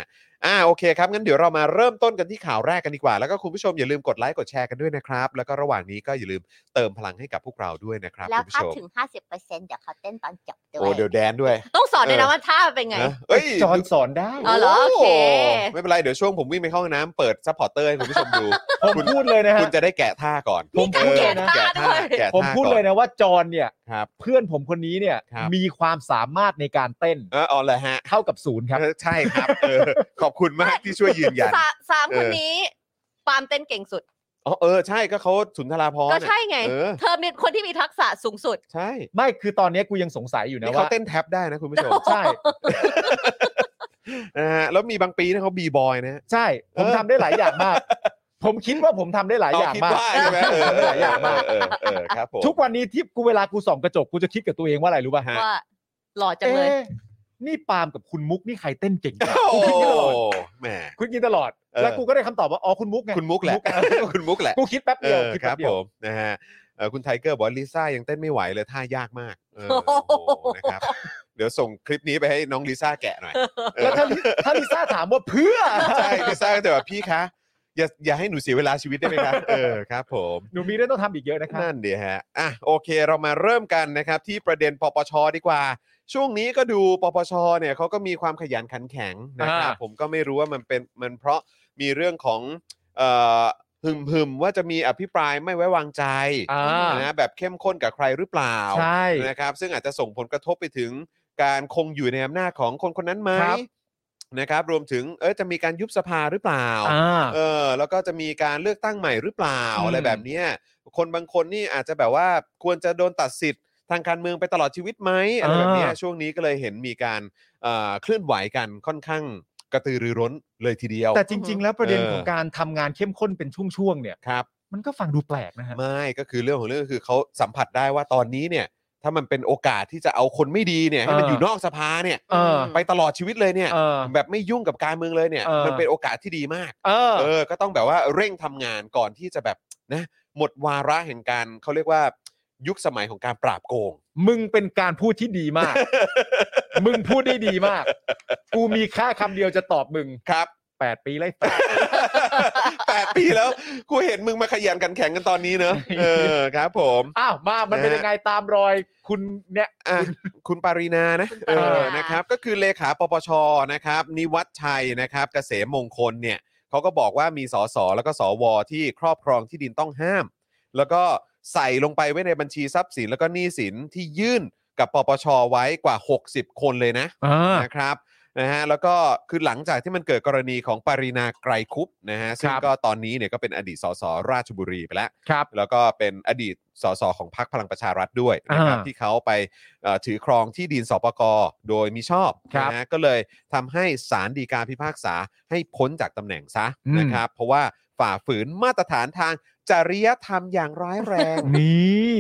อ่าโอเคครับ งั้นเดี๋ยวเรามาเริ่มต้นกันที่ข่าวแรกกันดีกว่า แล้วก็คุณผู้ชมอย่าลืมกดไลค์กดแชร์กันด้วยนะครับ แล้วก็ระหว่างนี้ก็อย่าลืมเติมพลังให้กับพวกเราด้วยนะครับ
แล้ว
คุณผู้
ถ้า
ชม
ถึง 50%เดี๋ยวเขาเต้นตอนจบด้ว
โอ้
ย
เดี๋ยวแดนด้วย
ต้องสอนด้วยนะว่าท่าเป็นไง
นะเอ้ย
จอนสอนได้
อ๋อเหรอโอเค
ไม่เป็นไร เดี๋ยวช่วงผมวิ่งไปเข้าห้องน้ำเปิดซัพพอร์เตอร์ให้คุณผู้ชมดู
ผมพูดเลยนะฮะ
คุณจะได้แกะท่าก่อน
นี่การ
ออ
แกะท่าด้วย
แกะท่า
ผมพูดเลย
ก่อ
นะว่าจอนเนี่ย
ครับ
เพื่อนผมคนนี้เนี่ยมีความสามารถในการเต้น
เออเอาเลยฮะ
เท่ากับศูนย์ครับ
เออใช่ครับเออขอบคุณมากที่ช่วยยืนยัน
สาสาม
เออ
คนนี้ปาล์มเต้นเก่งสุด
อ๋อเออใช่ก็เขาสุนทราภรณ์
ก็
อะ
ใช่ไง
เออ
เธอเป็นคนที่มีทักษะสูงสุด
ใช่
ไม่คือตอนนี้กูยังสงสัยอยู่นะ
นี่เขา
ว่า
เต้นแท็บได้นะคุณผู้ชม
ใช่
นะฮะแล้วมีบางปีนะเขาบีบอยนะฮะ
ใช่ ผม
เออ
ทำได้หลายอย่างมาก ผมคิดว่าผมทำได้หลายอย่าง
คิด
มาก
ว่าใช่ไหมเออเออ
หลายอย่างมาก
เออเออครับผม
ทุกวันนี้ที่กูเวลากูส่องกระจกกูจะคิดกับตัวเองว่าอะไรรู้ป่ะ
ฮะ
ว่าหล่อจังเลย
อ๊ะนี่ปาล์มกับคุณมุกนี่ใครเต้นเก่งกัน
โอ้
กูคิดตลอด
แหม
กูคิดตลอด
เออ
แล้วกูก็ได้คำตอบว่าอ๋อคุณมุกไง
คุณมุกแหละ
เออ
คุณมุกแหละ
กู คิดแป๊บ
เอ
เดียว
อ
คิด
ครั
แป๊
บบ
เดีย
ผ
ว
มนะฮะเออคุณไทเกอร์บอกว่าลิซ่ายังเต้นไม่ไหวเลยท่ายากมากเออ
โอ้
โอ้
โห
โหนะครับเดี๋ยวส่งคลิปนี้ไปให้น้องลิซ่าแกะหน่อยเออ
แล้วถ้าลิถ้าลิซ่าถามว่าเพื่อ
ใช่ลิซ่าก็จะแบบพี่คะอย่าอย่าให้หนูเสียเวลาชีวิตได้ไหมคะเออครับผม
หนูมีเรื่องต้องทำอีกเยอะนะครับ
นั่นดีฮะ อ่ะโอเคเรามาเริ่มกันนะครับที่ประเด็นปปชดีกว่า ช่วงนี้ก็ดูปปชเนี่ยเขาก็มีความขยันขันแข็งนะครับ
อ่า
ผมก็ไม่รู้ว่ามันเป็นมันเพราะมีเรื่องของเอ่อหึมหึมว่าจะมีอภิปรายไม่ไว้วางใจ
อ่า
นะแบบเข้มข้นกับใครหรือเปล่า
ใช่
นะครับซึ่งอาจจะส่งผลกระทบไปถึงการคงอยู่ในอำนาจของคนคนนั้นไหม
ครับ
นะครับรวมถึงเออจะมีการยุบสภาหรือเปล่า
อ่า
เออแล้วก็จะมีการเลือกตั้งใหม่หรือเปล่า
อืม
อะไรแบบเนี้ยคนบางคนนี่อาจจะแบบว่าควรจะโดนตัดสิทธิ์ทางการเมืองไปตลอดชีวิตไหมอะไรแบบเนี้ยช่วงนี้ก็เลยเห็นมีการเอ่อเคลื่อนไหวกันค่อนข้าง กระตือรือร้นเลยทีเดียว
แต่จริง ๆ แล้วประเด็น
เออ
ของการทำงานเข้มข้นเป็นช่วงๆเนี่ย
ครับ
มันก็ฟังดูแปลกนะฮะ
ไม่ก็คือเรื่องของเรื่องก็คือเขาสัมผัสได้ว่าตอนนี้เนี่ย ถ้ามันเป็นโอกาสที่จะเอาคนไม่ดีเนี่ยให้มันอ
เอออ
ยู่นอกสภาเนี่ย
เออ
ไปตลอดชีวิตเลยเนี่ย
เออ
แบบไม่ยุ่งกับการเมืองเลยเนี่ย
เออ
มันเป็นโอกาสที่ดีมาก
เออ
เออ ก็ต้องแบบว่าเร่งทำงานก่อนที่จะแบบนะหมดวาระแห่งการเขาเรียกว่ายุคสมัยของการปราบโกง
มึงเป็นการพูดที่ดีมาก มึงพูดได้ดีมาก กูมีค่าคำเดียวจะตอบมึง
ครับ
แปดปีไล่แฟ น
แปดปีแล้วกูเห็นมึงมาขยันกันแข่งกันตอนนี้เนอะเออครับ ผม
อ้าว มา มันเป็นยังไงตามรอย คุณเนี่ย
อ่ะคุณปารีนานะเอ
คุณปารีนา
อนะครับ ก็คือเลขาปปชนะครับ นิวัฒน์ชัยนะครับเกษมมงคลเนี่ยเขาก็บอกว่ามีสสแล้วก็สวที่ครอบครองที่ดินต้องห้าม แล้วก็ใส่ลงไปไว้ในบัญชีทรัพย์สินแล้วก็หนี้สินที่ยื่นกับปปชไว้กว่า 60 คนเลยนะ
อ่า
นะครับนะฮะแล้วก็คือหลังจากที่มันเกิดกรณีของปรินาไกรคุปต์นะฮะซึ่ง
ครับ
ก็ตอนนี้เนี่ยก็เป็นอดีตสสราชบุรีไปแล้ว
ครับ
แล้วก็เป็นอดีตสสของพรรคพลังประชารัฐด้วยนะครับ
อ่า
ที่เขาไปเอ่อถือครองที่ดินสปกโดยมิชอบ
ครับ
นะฮะก็เลยทำให้ศาลฎีกาพิพากษาให้พ้นจากตำแหน่งซะนะครับเพราะว่าฝ่าฝืนมาตรฐานทางจริยธรรมอย่างร้ายแรง
นี่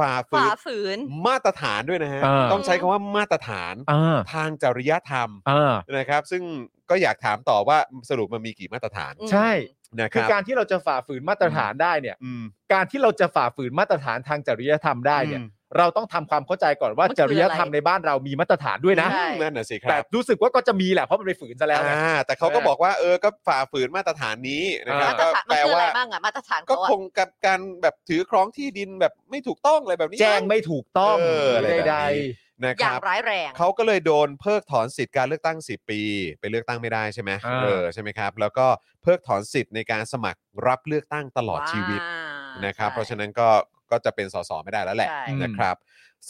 ฝ่าฝื
ฝ่าน ฝืน
มาตรฐานด้วยนะฮะ
อ่า
ต้องใช้คำว่ามาตรฐาน
อ่า
ทางจริยธรรม
อ่า
นะครับซึ่งก็อยากถามต่อว่าสรุปมันมีกี่มาตรฐาน
อืม
ใช่
นะค
คือ
รับ
การที่เราจะฝ่าฝืนมาตรฐานได้เนี่ย
อืม
การที่เราจะฝ่าฝืนมาตรฐานทางจริยธรรมได้เนี่ย
อืม
เราต้องทำความเข้าใจก่อนว่า
มันคือ
จริยธรรมในบ้านเรามีมาตรฐานด้วยนะ
ใช่
นั่นน่ะสิค
แต่
รับ
รู้สึกว่าก็จะมีแหละ เพราะมันไปฝืนซะแล้วไง
อ่าแต่เขาก็บอกว่าเออก็ฝ่าฝืนมาตรฐานนี้นะครับ
มาตร
ก็
ฐาน
แป
มัน
ล
คืออะ
ว่า
ไรบ้างอะมาตรฐาน
ก็
เขาอะ
คงกับการแบบถือครองที่ดินแบบไม่ถูกต้องอะไรแบบนี้
แจ้งไม่ถูกต้อง
เอออะไร
ใ
แบบนี้
ด
นะ
อ
ค
ย่าง
รับ
ร้ายแรง
เขาก็เลยโดนเพิกถอนสิทธิ์การเลือกตั้ง 10 ปี ไปเลือกตั้งไม่ได้ใช่ไหม
อ่า
เออใช่ไหมครับ แล้วก็เพิกถอนสิทธิ์ในการสมัครรับเลือกตั้งตลอดชีวิต นะครับเพราะฉะนั้นก็ก็จะเป็นสสไม่ได้แล้วแหละ
ใช่
นะครับ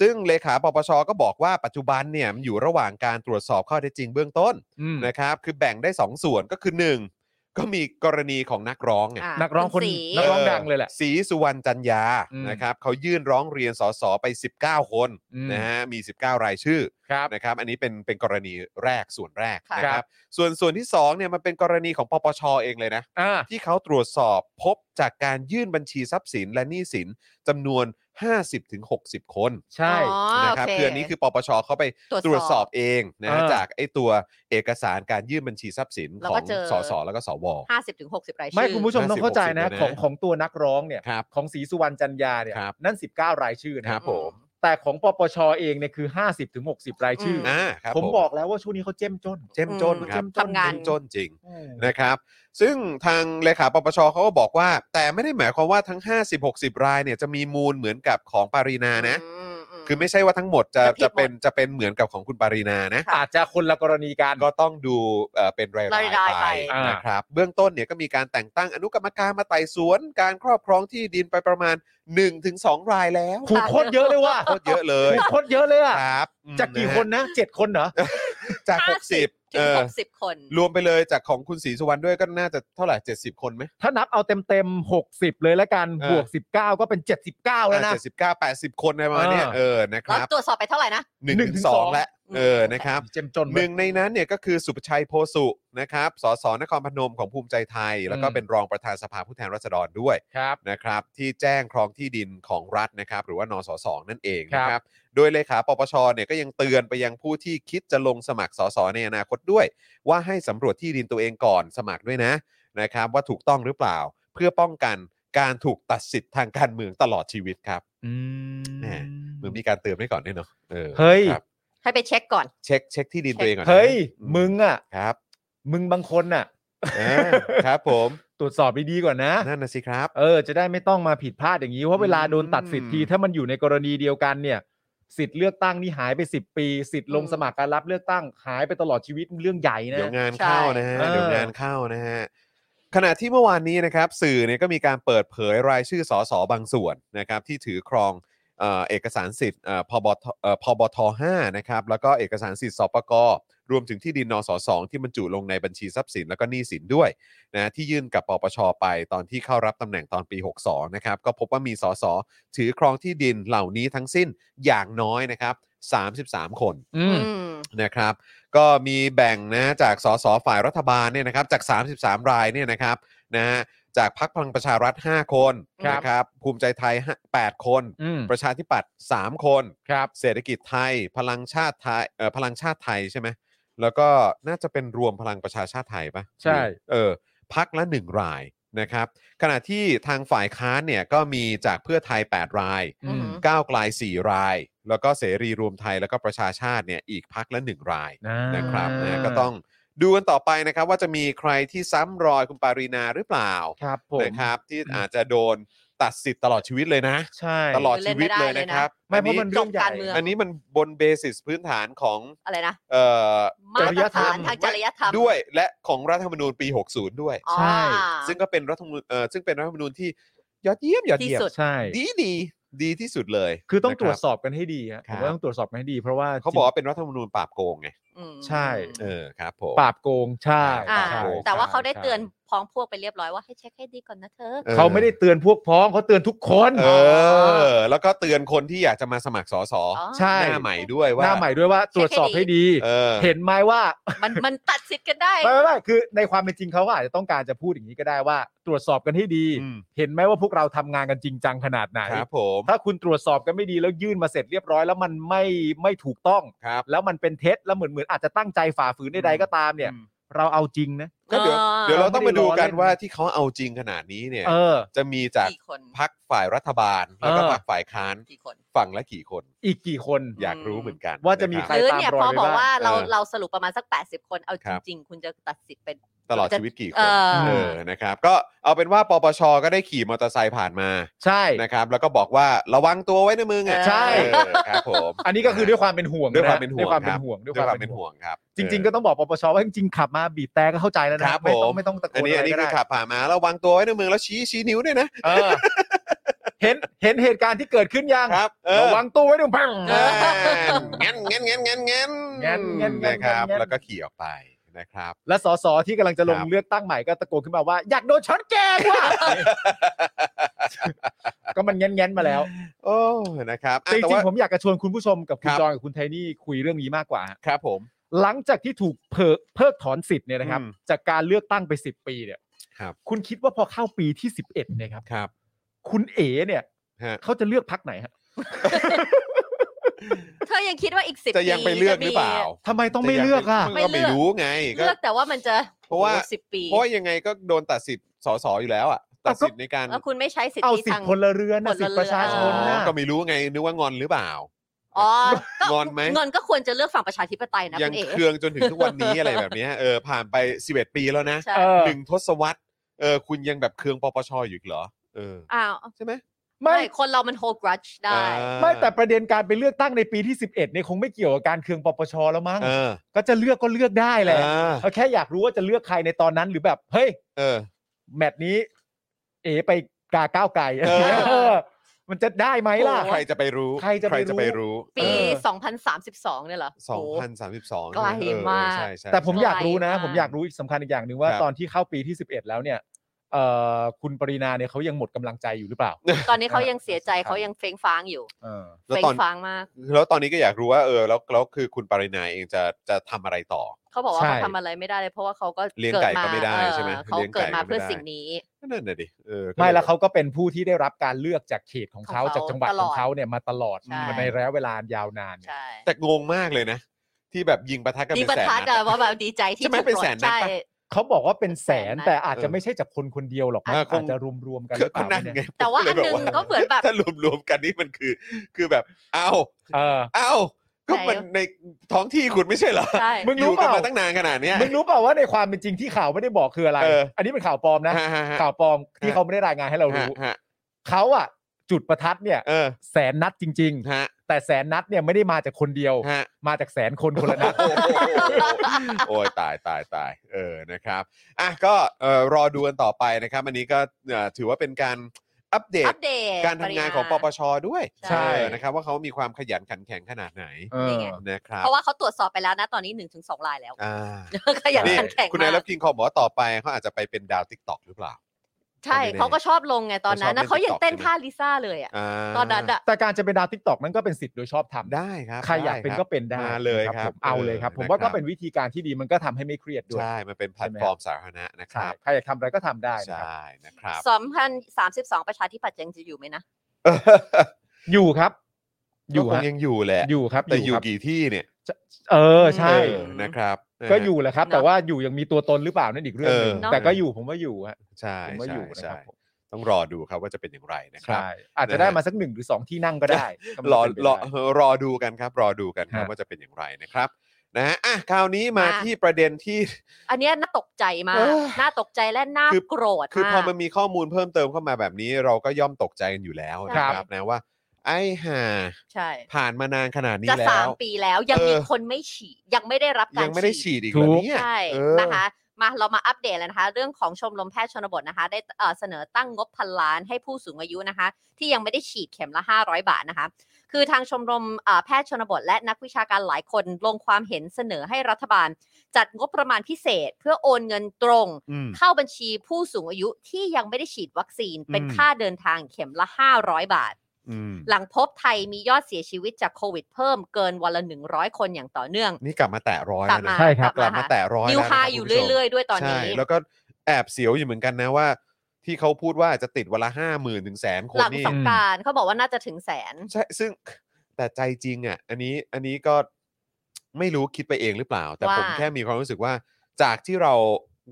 ซึ่งเลขาปปชก็บอกว่าปัจจุบันเนี่ยมันอยู่ระหว่างการตรวจสอบข้อเท็จจริงเบื้องต้น
ๆอืม
นะครับคือแบ่งได้ 2 ส่วนก็คือ 1 ก็มีกรณีของนักร้องไง
อ่ะ
นักร้องคน
ณศ
นักร้องดังเลยแหละ
สีสุวรรณจันยา
อืม
นะครับเขายื่นร้องเรียนสสไป 19 คน
อืม
นะฮะมี 19 รายชื่อ
ครับ
นะครับอันนี้เป็นเป็นกรณีแรกส่วนแรก
ค่ะ
นะครับส่วนส่วนที่2เนี่ยมันเป็นกรณีของปปชเองเลยนะ
อ่า
ที่เขาตรวจสอบพบจากการยื่นบัญชีทรัพย์สินและหนี้สินจำนวน 50-60 คน
ใช่
อ๋อ
นะครับ
โเ
คืออันนี้คือปปชเข้าไปตรวจสอบเองนะ
อ่า
จากไอ้ตัวเอกสารการยื่นบัญชีทรัพย์สิน
แล้
ขอ
วก็
ง
เจอ
สสแล้วก็สว
ห้าสิบถึงหกสิบรายชื่อ
ไม่คุณผู้ชม
50
ต้องเข้าใจนะ
60นะ
ของของตัวนักร้องเนี่ย
ครับ
ของศรีสุวรรณจันยาเนี่ย
ครับ
นั่น 19 รายชื่อนะครับ
ผม
แต่ของปปชเองเนี่ยคือ 50ถึง60 รายชื่ออ
อ่าครับ
ผมบอกแล้วว่าช่วงนี้เขาเจ้มจน
เจ้มจน
อืม
ครับ
ทำงาน
เจ้มจนจริง นะครับซึ่งทางเลขาปปชเขาก็บอกว่า แต่ไม่ได้หมายความว่าทั้ง 50-60 รายเนี่ยจะมีมูลเหมือนกับของปารีนานะ
มม
คือไม่ใช่ว่าทั้งหมดจะ
จะผิด
จะเป็นจะเป็นเหมือนกับของคุณปารีนานะ
อาจจะคนละกรณีกัน
ก็ต้องดูเอ่อเป็นรา
ราร
ยาย ย
ๆไป
ไปนะครับ เบื้องต้นเนี่ยก็มีการแต่งตั้งอนุกรรมการมาไต่สวน การครอบครองที่ดินไปประมาณ 1-2 รายแล้ว
ถูกโคตรเยอะเลยว่ะ
โคตรเยอะเลย
ถูกโคตรเยอะเลยอะ
ครับ
จากกี่คนนะเจ็ดคนเหรอ
จาก
ห้าสิบ
60
ถึ
เอง อ
หกสิบคน
รวมไปเลยจากของคุณศรีสุวรรณด้วยก็น่าจะเท่าไหร่ 70 คนไหม
ถ้านับเอาเต็มๆ60 เลยละกัน
เออ
บวก 19 ก็เป็น 79 แล้วนะ
เจ็ดสิบเก้าแปดสิบคนอะไรประมาณเนี้ย
อ่า
เออนะค
แล้ว
รับ
ตรวจสอบไปเท่าไหร่นะ
หนึ่งถึงสองและเออนะครับ
เจ้มจน
หนึ่งในนั้นเนี่ยก็คือสุประชัยโพสุนะครับ สสนครพนมของภูมิใจไทย แล้วก็เป็นรองประธานสภาผู้แทนราษฎรด้วย
ครับ
นะครับ ที่แจ้งครองที่ดินของรัฐนะครับ หรือว่านสสนั่นเองนะค
ครั
รับ
บ
โดยเลขาปปชเนี่ยก็ยังเตือนไปยังผู้ที่คิดจะลงสมัครสสในอนาคตด้วย ว่าให้สำรวจที่ดินตัวเองก่อนสมัครด้วยนะนะครับ ว่าถูกต้องหรือเปล่าเพื่อป้องกันการถูกตัดสิทธิ์ทางการเมืองตลอดชีวิตครับ
อื
แหม่ เหมือนมีการเตือนไว้ก่อนด้วยเนาะออ
เฮ้ย
ครับ
ให้ไปเช็คก่อน
เช็คเช็คที่ดินตัวเองก่อนนะ
เฮ้ย
อื
มึงอ่ะ
ครับ
มึงบางคนอ่ะ
อ่ าครับผม
ตรวจสอบดีๆก่อนนะ
นั่นนะสิครับ
เออ จะได้ไม่ต้องมาผิดพลาดอย่างนี้ว่าะเวลาโดนตัดสิทธิ์ที
อืม
ถ้ามันอยู่ในกรณีเดียวกันเนี่ย สิทธิ์เลือกตั้งนี่หายไป 10 ปี สิทธิ์ลงสมัครการรับเลือกตั้งหายไปตลอดชีวิตเรื่องใหญ่นะ
เดี๋ยวงานเข้านะฮะ
ใช่
เดี๋ยวงานเข้านะฮะขณะที่เมื่อวานนี้นะครับ สื่อเนี่ยก็มีการเปิดเผยรายชื่อสสบางส่วนนะครับ ที่ถือครองเอ่อเอกสารสิทธิ์เอ่อพบทเอ่อพบท5นะครับ แล้วก็เอกสารสิทธิ์สปกรวมถึงที่ดินนสสที่บรรจุลงในบัญชีทรัพย์สินแล้วก็หนี้สินด้วยนะที่ยื่นกับปปชไปตอนที่เข้ารับตำแหน่งตอนปี 62 นะครับ ก็พบว่ามีสสถือครองที่ดินเหล่านี้ทั้งสิ้นอย่างน้อยนะครับ 33 คน
อืม
อืม
นะครับก็มีแบ่งนะจากสสฝ่ายรัฐบาลเนี่ยนะครับจาก 33 รายเนี่ยนะครับนะฮะจากพักพลังประชารัฐ 5 คน
ครับ
นะครับภูมิใจไทย 8 คน
อืม
ประชาธิปัตย์3 คน
ครับ
เศรษฐกิจไทย พลังชาติไทยเอ่อพลังชาติไทยใช่ไหมแล้วก็น่าจะเป็นรวมพลังประชาชาติไทยปะ
ใช่
เออพักละ 1 รายนะครับขณะที่ทางฝ่ายค้านเนี่ยก็มีจากเพื่อไทย 8 ราย
อืม
ก้าวไกล4 ราย แล้วก็เสรีรวมไทยแล้วก็ประชาชาติเนี่ยอีกพักละ 1 รายนะครับ
อ่า
นะก็ต้องดูกันต่อไปนะครับ ว่าจะมีใครที่ซ้ำรอยคุณปารีนาหรือเปล่า
ครับผม
นะครับ ที่อาจจะโดนตัดสิทธิ์ตลอดชีวิตเลยนะ
ใช่
ตลอดชีวิตเลย
เล่นไม่ได้เลย
นะ
นะครับ
ไม่เพราะมัน
จ
เรื่อบ งใหญ่
การเมืง
อันนี้มันบนเบสิสพื้นฐานของ
อะไรนะ
เอ่อ
มา
จริ
ต
ย
ร
ธรร
ฐาม นทางจริยธรรม
ด้วยและของรัฐธรรมนูญปี 60 ด้วย
อ๋อ
ใช่
ซึ่งก็เป็นรัฐธรรมนูญเอ่อซึ่งเป็นรัฐธรรมนูญที่ยอดเยี่ยมยอดเยี่ยม
ที่สุด
ใช่
ดีดีดีที่สุดเลย
คือต้องตรวจ
นะบ
สอบกันให้ดีฮะ
ค
ผ
รับ
มว่าต้องตรวจสอบกันให้ดี เพราะว่า
เขาบอกว่าเป็นรัฐธรรมนูญปราบโกงไง
อืม
ใช่
เออครับผม
ปราบโกงใช่
อ่า
ใช่
โอเค
แต่ว่าเขาได้
ใช่
เตือนพ้องพวกไปเรียบร้อยว่าให้เช็คให้ดีก่อนนะเธอ
ออ
เขาไม่ได้เตือนพวกพ้องเขาเตือนทุกคน
เออ แล้วก็เตือนคนที่อยากจะมาสมัครสอสอ
อ๋อ
ใช่
หน้าใหม่ด้วยว่า
หน้าใหม่ด้วยว่าตรวจสอบให้ดี
เออ
เห็นไหมว่า
มันมันตัดสิทธิ์กันได้
ไม่ไม่ไม่คือในความเป็นจริงเขาก็อาจจะต้องการจะพูดอย่างนี้ก็ได้ว่า ตรวจสอบกันให้ดี
อืม
เห็นไหมว่าพวกเราทำงานกันจริงจังขนาดไหน
ครับผม
ถ้าคุณตรวจสอบกันไม่ดีแล้วยื่นมาเสร็จเรียบร้อยแล้วมันไม่ไม่ถูกต้อง
ครับ
แล้วมันเป็นเท็จแล้วเหมือนเหมือนอาจจะตั้งใจฝ่าฝืนใดๆก็ตามเนี่ย
อืม
เราเอาจริงนะ
ก็เดี๋ยว
อ่า
เดี๋ยวเราต้องมาดูกัน
ไม่ได้ล้อเล่น
ว่าที่เขาเอาจริงขนาดนี้เนี่ย
เออ
จะมีจาก
กี่คน
พักฝ่ายรัฐบาล แล้วก็
เออ
พักฝ่ายค้าน
กี่คน
ฝั่งละกี่คน
อีกกี่คน
อยากรู้เหมือนกัน
ว่าจะมี
น
ใค
รับ
คือเนี่ย
ตามรอ
พอ
ย
บอก
ไปบ้าง
ว่าเรา
เออ
เราสรุปประมาณสัก 80 คนเอา
ค
จ
รับ
ริง ๆ คุณจะตัดสิทธิ์เป็น
ตลอดชีวิตกี่ค
เอน อ
เออนะครับ ก็เอาเป็นว่าปปชก็ได้ขี่มอเตอร์ไซค์ผ่านมา
ใช่
นะครับ แล้วก็บอกว่าระวังตัวไว้นะมึงอ่ะ
ใช่
เออครับผม
อันนี้ก็คือด้วยความเป็นห่วงะ
ด้วยความเป็นห่วง
ด้วยความเป็น
รับ
ห่วง
ด้วยความเป็นห่วงครับ
จริง ๆ
เอ
ก็ต้องบอกปปชว่าจริงๆขับมาบีบแต่ก็เข้าใจแล้ว
อค
นะ
รับผ
ไม่ต้อ
ม
งไม่ต้องตะโกน
อันนี้
อะ
อัน
ไร
นี้
ก็
คื
ได้
อขับผ่านมาระวังตัวไว้นะมึงแล้วชี้ชี้นิ้วด้วยนะ
เออเห็นเห็นเหตุการณ์ที่เกิดขึ้นยัง
ครับเออ
ระวังตัวไว้ด้วยพัง
เออ
งั้นงั้นงั้นงั้นงั้น
งั้นงั้นงั้นงั้น
นะครับ แล้วก็ขี่ออกไปนะครับ
และสสที่กำลังจะลง
ครับ
เลือกตั้งใหม่ก็ตะโกนขึ้นมาว่า อยากโดน ช้อนแกงว่ะ ก็มันแง้นๆมาแล้ว
โอ้นะครับอ่ะ
จ
แต่
ริง
ว่า
ๆผมอยากจะชวนคุณผู้ชมกับคุ
ค
ณ
รับ
จอยกับคุณไทนี่คุยเรื่องนี้มากกว่าฮะ
ครับผม
หลังจากที่ถูกเพิกเพิกถอนสิทธิ์เนี่ยนะครับ
อืม
จากการเลือกตั้งไป 10 ปีเนี่ย
ครับ
คุณคิดว่าพอเข้าปีที่ 11เนี่ยครับ
ครับ
คุณเอ๋เนี่ย
ฮะ
เขาจะเลือกพักไหนฮะ
เธอยังคิดว่าอีกสิบ
จะยังไปเลือกหรือเปล่า
ทำไมต้องไม่เลือกอ่ะ
มึงก็ไม่รู้ไงก็
เลือกแต่ว่ามันจะ
เพราะว่า
สิบปี
เพราะว่ายังไงก็โดนตัดสิทธิ์สสอยู่แล้วอ่ะตัดสิทธิ์ในการ
แล้วคุณไม่ใช้สิท
เอา
ธิ
สิท
ทาง
ธิ์พลเรือนนะ
พลเรือน
สิทธิประชา
อ๋
ช
อน
นะ
ก็ไม่รู้ไงนึกว่างอนหรือเปล่า
อ๋อก็
งอนไหม
งอนก็ควรจะเลือกฝั่งประชาธิปไตยนะ
ยั
คุ
ง
ณเอ๋
เคืองจนถึงทุกวันนี้อะไรแบบเนี้ยเออผ่านไป 11 ปีแล้วนะ
ใช่
เออ
หนึ่งทศวรรษเออคุณยังแบบเคืองปปชอยู่อีกเหรอ เออ
อ้าว
ใช่ไหม
ไม่
ไม่คนเรามันโฮกรัชได้
อ่า
ไม่แต่ประเด็นการไปเลือกตั้งในปีที่ 11เนี่ยคงไม่เกี่ยวกับการเคืองปปชแล้วมั้ง
เออ
ก็จะเลือกก็เลือกได้แหละ
อ่า
เราแค่อยากรู้ว่าจะเลือกใครในตอนนั้นหรือแบบ เฮ้ย
เออ
แมตช์นี้ เอไปกาก้าวไก่
เออ
เออมันจะได้ไหมล่ะ
โอ้
ใครจะไปรู้
ใครจะไปรู้
รู้
ปี
เออ
2032 เนี่ยเหรอโห
2032
ไกลมา
เออ
ก
ใช่ใช่
แต่ผมอยากรู้นะ
ไกลมาก
ผมอยากรู้อีกสำคัญอีกอย่างหนึ่งว่า
ครับ
ตอนที่เข้าปีที่ 11 แล้วเนี่ยเอ่อคุณปรินาเนี่ยเขายังหมดกำลังใจอยู่หรือเปล่า
ตอนนี้เขายังเสียใจเขายังเฟ้งฟ้างอยู่
เออ
แล้ว
เฟ้ง
ตอน
ฟ้างมาก
แล้วตอนนี้ก็อยากรู้ว่าเออแล้วแล้วคือคุณปรินาเองจะจะทำอะไรต่อ
เขาบอกว่า
ใช่
เขาทำอะไรไม่ได้เลยเพราะว่าเขาก็
เลี้ยงไก่ก็ไม่ได้
เกิา
ใช่ไหม
เออเขา
เลี้ยงไก่
เกิดมา
ก็ไม่
เพื่อ
ได้
สิ่งนี้
นั่นน่ะดิเออ
ไม่แล้วเขาก็เป็นผู้ที่ได้รับการเลือกจากเขตของเขา
ของเขา
จากจังหวัดของเขาเนี่ยมาตลอด
ใช่
ในระยะเวลายาวนานเนี่ย
ใช่
แต่งงมากเลยนะ ที่แบบยิงประทัดกัน
ยิง
เป็น
ประ
แสน
ทัด
นั
อะ
ด
ว่าแบบดีใจที่
ใช่ไหม
ถูก
เป็นแสนนัด
ปลดใช่
ปะ
เขาบอกว่าเป็นแสน
แสนนะ
แต่อาจจะไม่ใช่จากคนคนเดียวหรอก
เออคง
อาจจะรวมๆกันหรือเป
ก็
ล่า
นั่นไง
เนี่ย
แต่ว่า
ผม
อัน
เลย
หนึ
บ
งก็เหมือนแบบ
ถ้ารวมๆกันนี่มันคือ คือแบบเอ้า
เออ
เอ้าก็มันในท้องที่คุณไม่ใช่เหรอ
ใช่
มึง
อ
รู้
ยู่
เป
กัน
ล่า
มาตั้งนานขนาดเนี้ย
มึงรู้เปล่าว่าในความเป็นจริงที่ข่าวไม่ได้บอกคืออะไร
เอออั
อันนี้เป็นข่าวปลอมนะ
ฮะฮะฮะ
ข่าวปลอมที่
ฮะ
เขาไม่ได้รายงานให้เรารู้
ฮะฮะ
เขาอะจุดประทัดเนี่ย
เออ
แสนนัดจริง
ฮะ
ๆ แต่แสนนัดเนี่ยไม่ได้มาจากคนเดียว
ฮะ
มาจากแสนคนคนละนัด
โอ้โหโอ้ยตายตายตายเออนะครับอ่ะก็เอ่อรอดูกันต่อไปนะครับ อันนี้ก็เอ่อถือว่าเป็นการอัปเด
อั
ต
ปเดต
การทำงานของป
ริ
ป
มณ
ชด้วย
ใช่
เออนะครับว่าเขามีความขยันขันแข็งขนาดไหน
เอ
นี่
อ
ไง
นะครับ
เพราะว่าเขาตรวจสอบไปแล้วนะตอนนี้หนึ่งถึงสองลายแล้ว
อ่า
ขยัน
นี่
ขันแข็ง
คุณนาย
มา
รั
ก
บกินคอบอกว่าต่อไปเขาอาจจะไปเป็นดาวทิกตอกหรือเปล่า
ใช่เขาก็ชอบลงไงตอนนั้นนะ
เขาชอ
เขา
บเล่น
ยังเต้น
TikTok
ท่าลิซ่าเลยอ่ะ
า
ตอนนั้นอ่ะ
แต่การจะเป็นดาวทิกตอกนั้นก็เป็นสิทธิ์โดยชอบทำ
ได้ครับ
ใครอยาก
ได้
เป็นก็เป็นได้
มาเลยครับ
ผมเอาเลยครับ ผมว่าก็เป็นวิธีการที่ดีมันก็ทำให้ไม่เครียดด้วย
ใช่ มันเป็นแพลตฟอร์มสาธารณะนะค
ใช่
รับ
ใครอยากทำอะไรก็ทำได้นะครับ
ใช่นะครับ
2032 ประชาธิปัตย์ยังจะอยู่ไหมนะ
อยู่ครับ อ
อยู่ ยู่ค
ฮะ
งยังอยู่แหละ
อยู่ครับ
แต่อยู่
ครับ
กี่ที่เนี่ย
เออใช่
เออนะครับนะฮะ
ก็อยู่แหละครับ
เนอะ
แต่ว่าอยู่ยังมีตัวตนหรือเปล่านั่นอีกเรื่องหนึง
เออ
แต่ก็อยู่ผมว่าอยู่ฮะ
ใช่
ผมว่า
ใช่
อยู่นะค
ใช่
รับผม
ต้องรอดูครับว่าจะเป็นอย่างไรนะครับ
ใช่อาจจะได้มาสักหนึ่งหรือสองที่นั่งก็ได้ก็ไม่
รอ
เป็นไร
รอรอดูกันครับ รอดูกันครับ
ฮะ
ว่าจะเป็นอย่างไรนะครับนะฮะอ่ะคราวนี้มา
อ่ะ
ที่ประเด็นที่
อันเนี้ยน่าตกใจมาก
เออ
น่าตกใจและน่า
คือ
โกรธ
คือพอ
มาก
มันมีข้อมูลเพิ่มเติมเข้ามาแบบนี้ เราก็ย่อมตกใจกันอยู่แล้ว
ครั
นะ
บ
ครับนะว่า ไอ้ห่า
ใช่
ผ่านมานานขนาดนี้
จะ
แล้
สาม
ว
ปีแล้วยังมี
เออ
คนไม่ฉีดยังไม่ได้รับการ
ยังไม่ได้ฉีดอีกเหรอ
ถูก
เนี่ย
ใช่
เออ
นะคะ มาเรามาอัปเดตแล้วนะคะ เรื่องของชมรมแพทย์ชนบทนะคะ ได้เอ่อเสนอตั้งงบพันล้านให้ผู้สูงอายุนะคะ ที่ยังไม่ได้ฉีดเข็มละ 500 บาทนะคะ คือทางชมรมเอ่อแพทย์ชนบท และนักวิชาการหลายคนลงความเห็นเสนอให้รัฐบาล จัดงบประมาณพิเศษ เพื่อโอนเงินตรง
อืม
เข้าบัญชีผู้สูงอายุที่ยังไม่ได้ฉีดวัคซีน เป็น
อืม
ค่าเดินทางเข็มละ 500 บาท
อืม
หลังพบไทยมียอดเสียชีวิตจากโควิดเพิ่มเกินวันละ 100 คนอย่างต่อเนื่อง
นี่กลับมาแตะร้อย
กลั
แล้ว
บมา
นะ
ใช่ครับ
กลับมา
ค่ะ
แตะร้อย
นิว
แล้วนะ
ไฮ
ครับ
อยู่
คุณผู้ชม
เรื่อย ๆ ด้วยตอนนี้
ใช่แล้วก็แอบเสียวอยู่เหมือนกันนะว่า ที่เขาพูดว่าจะติดวันละห้าหมื่นถึงแสนคน
หลัง
นี่
สงกรารเขาบอกว่าน่าจะถึงแสน
ใช่ซึ่งแต่ใจจริงอ่ะ อันนี้อันนี้ก็ไม่รู้คิดไปเองหรือเปล่า แต่ผม
ว่า
แค่มีความรู้สึกว่า จากที่เรา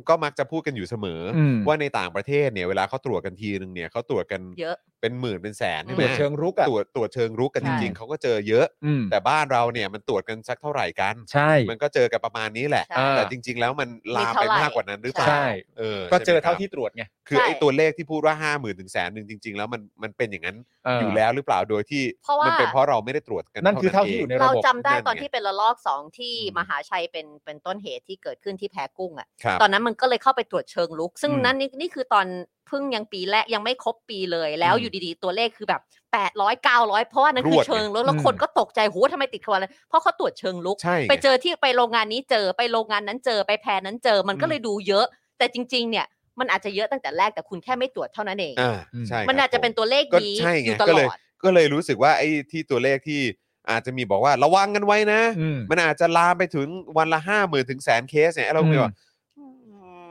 ก็มักจะพูดกันอยู่เสมออ
อืม
ว่าในต่างประเทศเนี่ยเวลาเขาตรวจกันทีนึงเนี่ยเขาตรวจกัน
เยอะ
เป็นหมื่นเป็นแสนใช่ไหม
ตรวจเชิงรุกอ่ะ
ตรวจตรวจเชิงรุกกันจริง ๆเขาก็เจอเยอะ
อืม
แต่บ้านเราเนี่ยมันตรวจกันสักเท่าไหร่กัน
ใช่
มันก็เจอกันประมาณนี้แหละ
ใช่
อ่า
แต่จริง ๆ แล้วมันลามไปมากกว่านั้นหรือเปล่า
ใช่
เออ
ก็เจอ
ใช่ไหมครับ
เท่าที่ตรวจไง
คือ
ใช่
ไอ้ตัวเลขที่พูดว่าห้าหมื่นถึงแสนหนึ่งจริง ๆ แล้วมันมันเป็นอย่างนั้น
เ
อยู่แล้วหรือเปล่าโดยที่
เพราะว่ามั
นเป็นเพราะเราไม่ได้ตรวจกัน
นั่นคือเท่าที่อยู่
ง
ในระ
เรา
บบ
จำได้
นั่นไง
ตอนที่เป็นระลอกสองที่
อืม
มหาชัยเป็นเป็นต้นเหตุที่เกิดขึ้นที่แพกุ้งอ่ะ
ครับ
ตอนนั้นมันก็เลยเข้าไปตรวจเชิงลุก ซึ่ง
อืม
นั่นนี่นี่คือตอนเพิ่งยังปีแรกยังไม่ครบปีเลย แล้วอยู่ดีๆตัวเลขคือแบบ8 0 0 900 เพราะว่านั่นคือเชิงลุกแล้วคนก็ตกใจโหทำไมติดขนาดนั้นเพราะเขาตรวจเชิงลุก
ใช่ไง
ไปเจอที่ไปโรงงานนี้เจอไปโรงงานนั้นเจอไปแพรนั้นเจอมันก็เลยดูเยอะ แต่จริง ๆ เนี่ยมันอาจจะเยอะตั้งแต่แรกแต่คุณแค่ไม่ตรวจเท่านั้นเอง
อ่าใช่
มั
ค
น
รับ
อาจจะเป็น
ผ
ตัวเลข
ก็
นี้
ใช่ไง
อยู่ต
ก็
ล
เลย
อด
มก็เลยรู้สึกว่าไอ้ที่ตัวเลขที่อาจจะมีบอกว่าระวังกันไว้นะ
อืม
มันอาจจะลามไปถึงวันละห้าหมื่นถึงแสนเคสเนี่ยเราไม่ว่าอื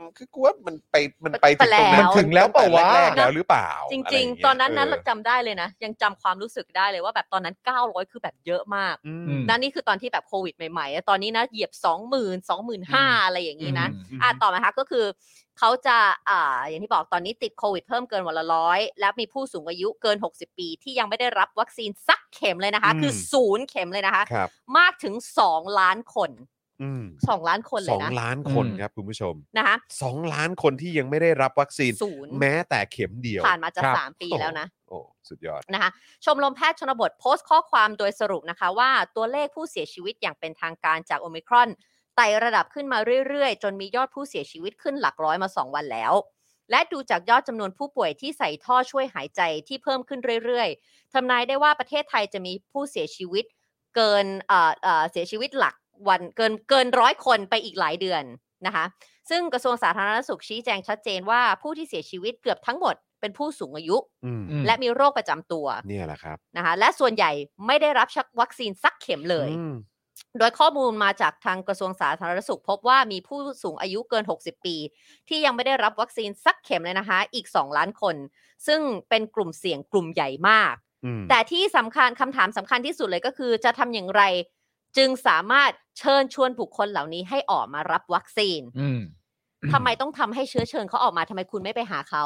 มคือกูว่ามันไปมันไปถึงตรงนั้น
มัน
ถึงแล้วเปล่าวะ
ตั้งแต่แรกๆแล้วหรือเปล่า
จ
ะ
ริง
ไย่า
ๆ ตอนนั้นนั้น
เ
เราจำได้เลยนะ ยังจำความรู้สึกได้เลยว่าแบบตอนนั้น 900 คือแบบเยอะมาก
อืม
ม
นั่นนี่คือตอนที่แบบโควิดใหม่ๆอะตอนนี้นะเหยียบ 20,000 25,000 อะไรอย่างนี้นะ
อืม
อ่ะต่อมาค่ะก็คือเขาจะอ่าอย่างที่บอกตอนนี้ติดโควิดเพิ่มเกินวันละร้อยและมีผู้สูงอายุเกิน 60 ปี ที่ยังไม่ได้รับวัคซีนสักเข็มเลยนะคะ
อืม
คือศูนย์เข็มเลยนะคะ
ครับ
มากถึง 2 ล้านคน
อืม
สองล้านคนเล
สอย ง
นะ
ล้านคน
อืม
ครับคุณผู้ชม
นะคะ
สองล้านคนที่ยังไม่ได้รับวัคซีน
ศูนย์
แม้แต่เข็มเดียว
ผ่านมาจะ
ครับ
สามปีแล้วนะ
โอ้โอ้สุดยอด
นะคะชมรมแพทย์ชนบทโพสต์ข้อความโดยสรุปนะคะว่าตัวเลขผู้เสียชีวิตอย่างเป็นทางการจากโอมิครอนไต่ระดับขึ้นมาเรื่อยๆ จนมียอดผู้เสียชีวิตขึ้นหลักร้อยมา 2 วันแล้ว และดูจากยอดจำนวนผู้ป่วยที่ใส่ท่อช่วยหายใจที่เพิ่มขึ้นเรื่อยๆทำนายได้ว่าประเทศไทยจะมีผู้เสียชีวิตเกินเอ่อเอ่อเสียชีวิตหลักวันเกินเกินร้อยคนไปอีกหลายเดือนนะคะ ซึ่งกระทรวงสาธารณสุขชี้แจงชัดเจนว่าผู้ที่เสียชีวิตเกือบทั้งหมดเป็นผู้สูงอายุ
อืม
อืม
และมีโรคประจำตัว
เนี่ยแหละครับ
นะคะและส่วนใหญ่ไม่ได้รับชักวัคซีนสักเข็มเลย
อืม
โดยข้อมูลมาจากทางกระทรวงสาธารณสุข พบว่ามีผู้สูงอายุเกิน 60 ปี ที่ยังไม่ได้รับวัคซีนสักเข็มเลยนะคะ อีก 2 ล้านคน ซึ่งเป็นกลุ่มเสี่ยงกลุ่มใหญ่มาก
อืม
แต่ที่สำคัญคำถามสำคัญที่สุดเลยก็คือจะทำอย่างไร จึงสามารถเชิญชวนบุคคลเหล่านี้ให้ออกมารับวัคซีน
อืม
ทำไมต้องทำให้เชื้อเชิญเขาออกมาทำไมคุณไม่ไปหาเขา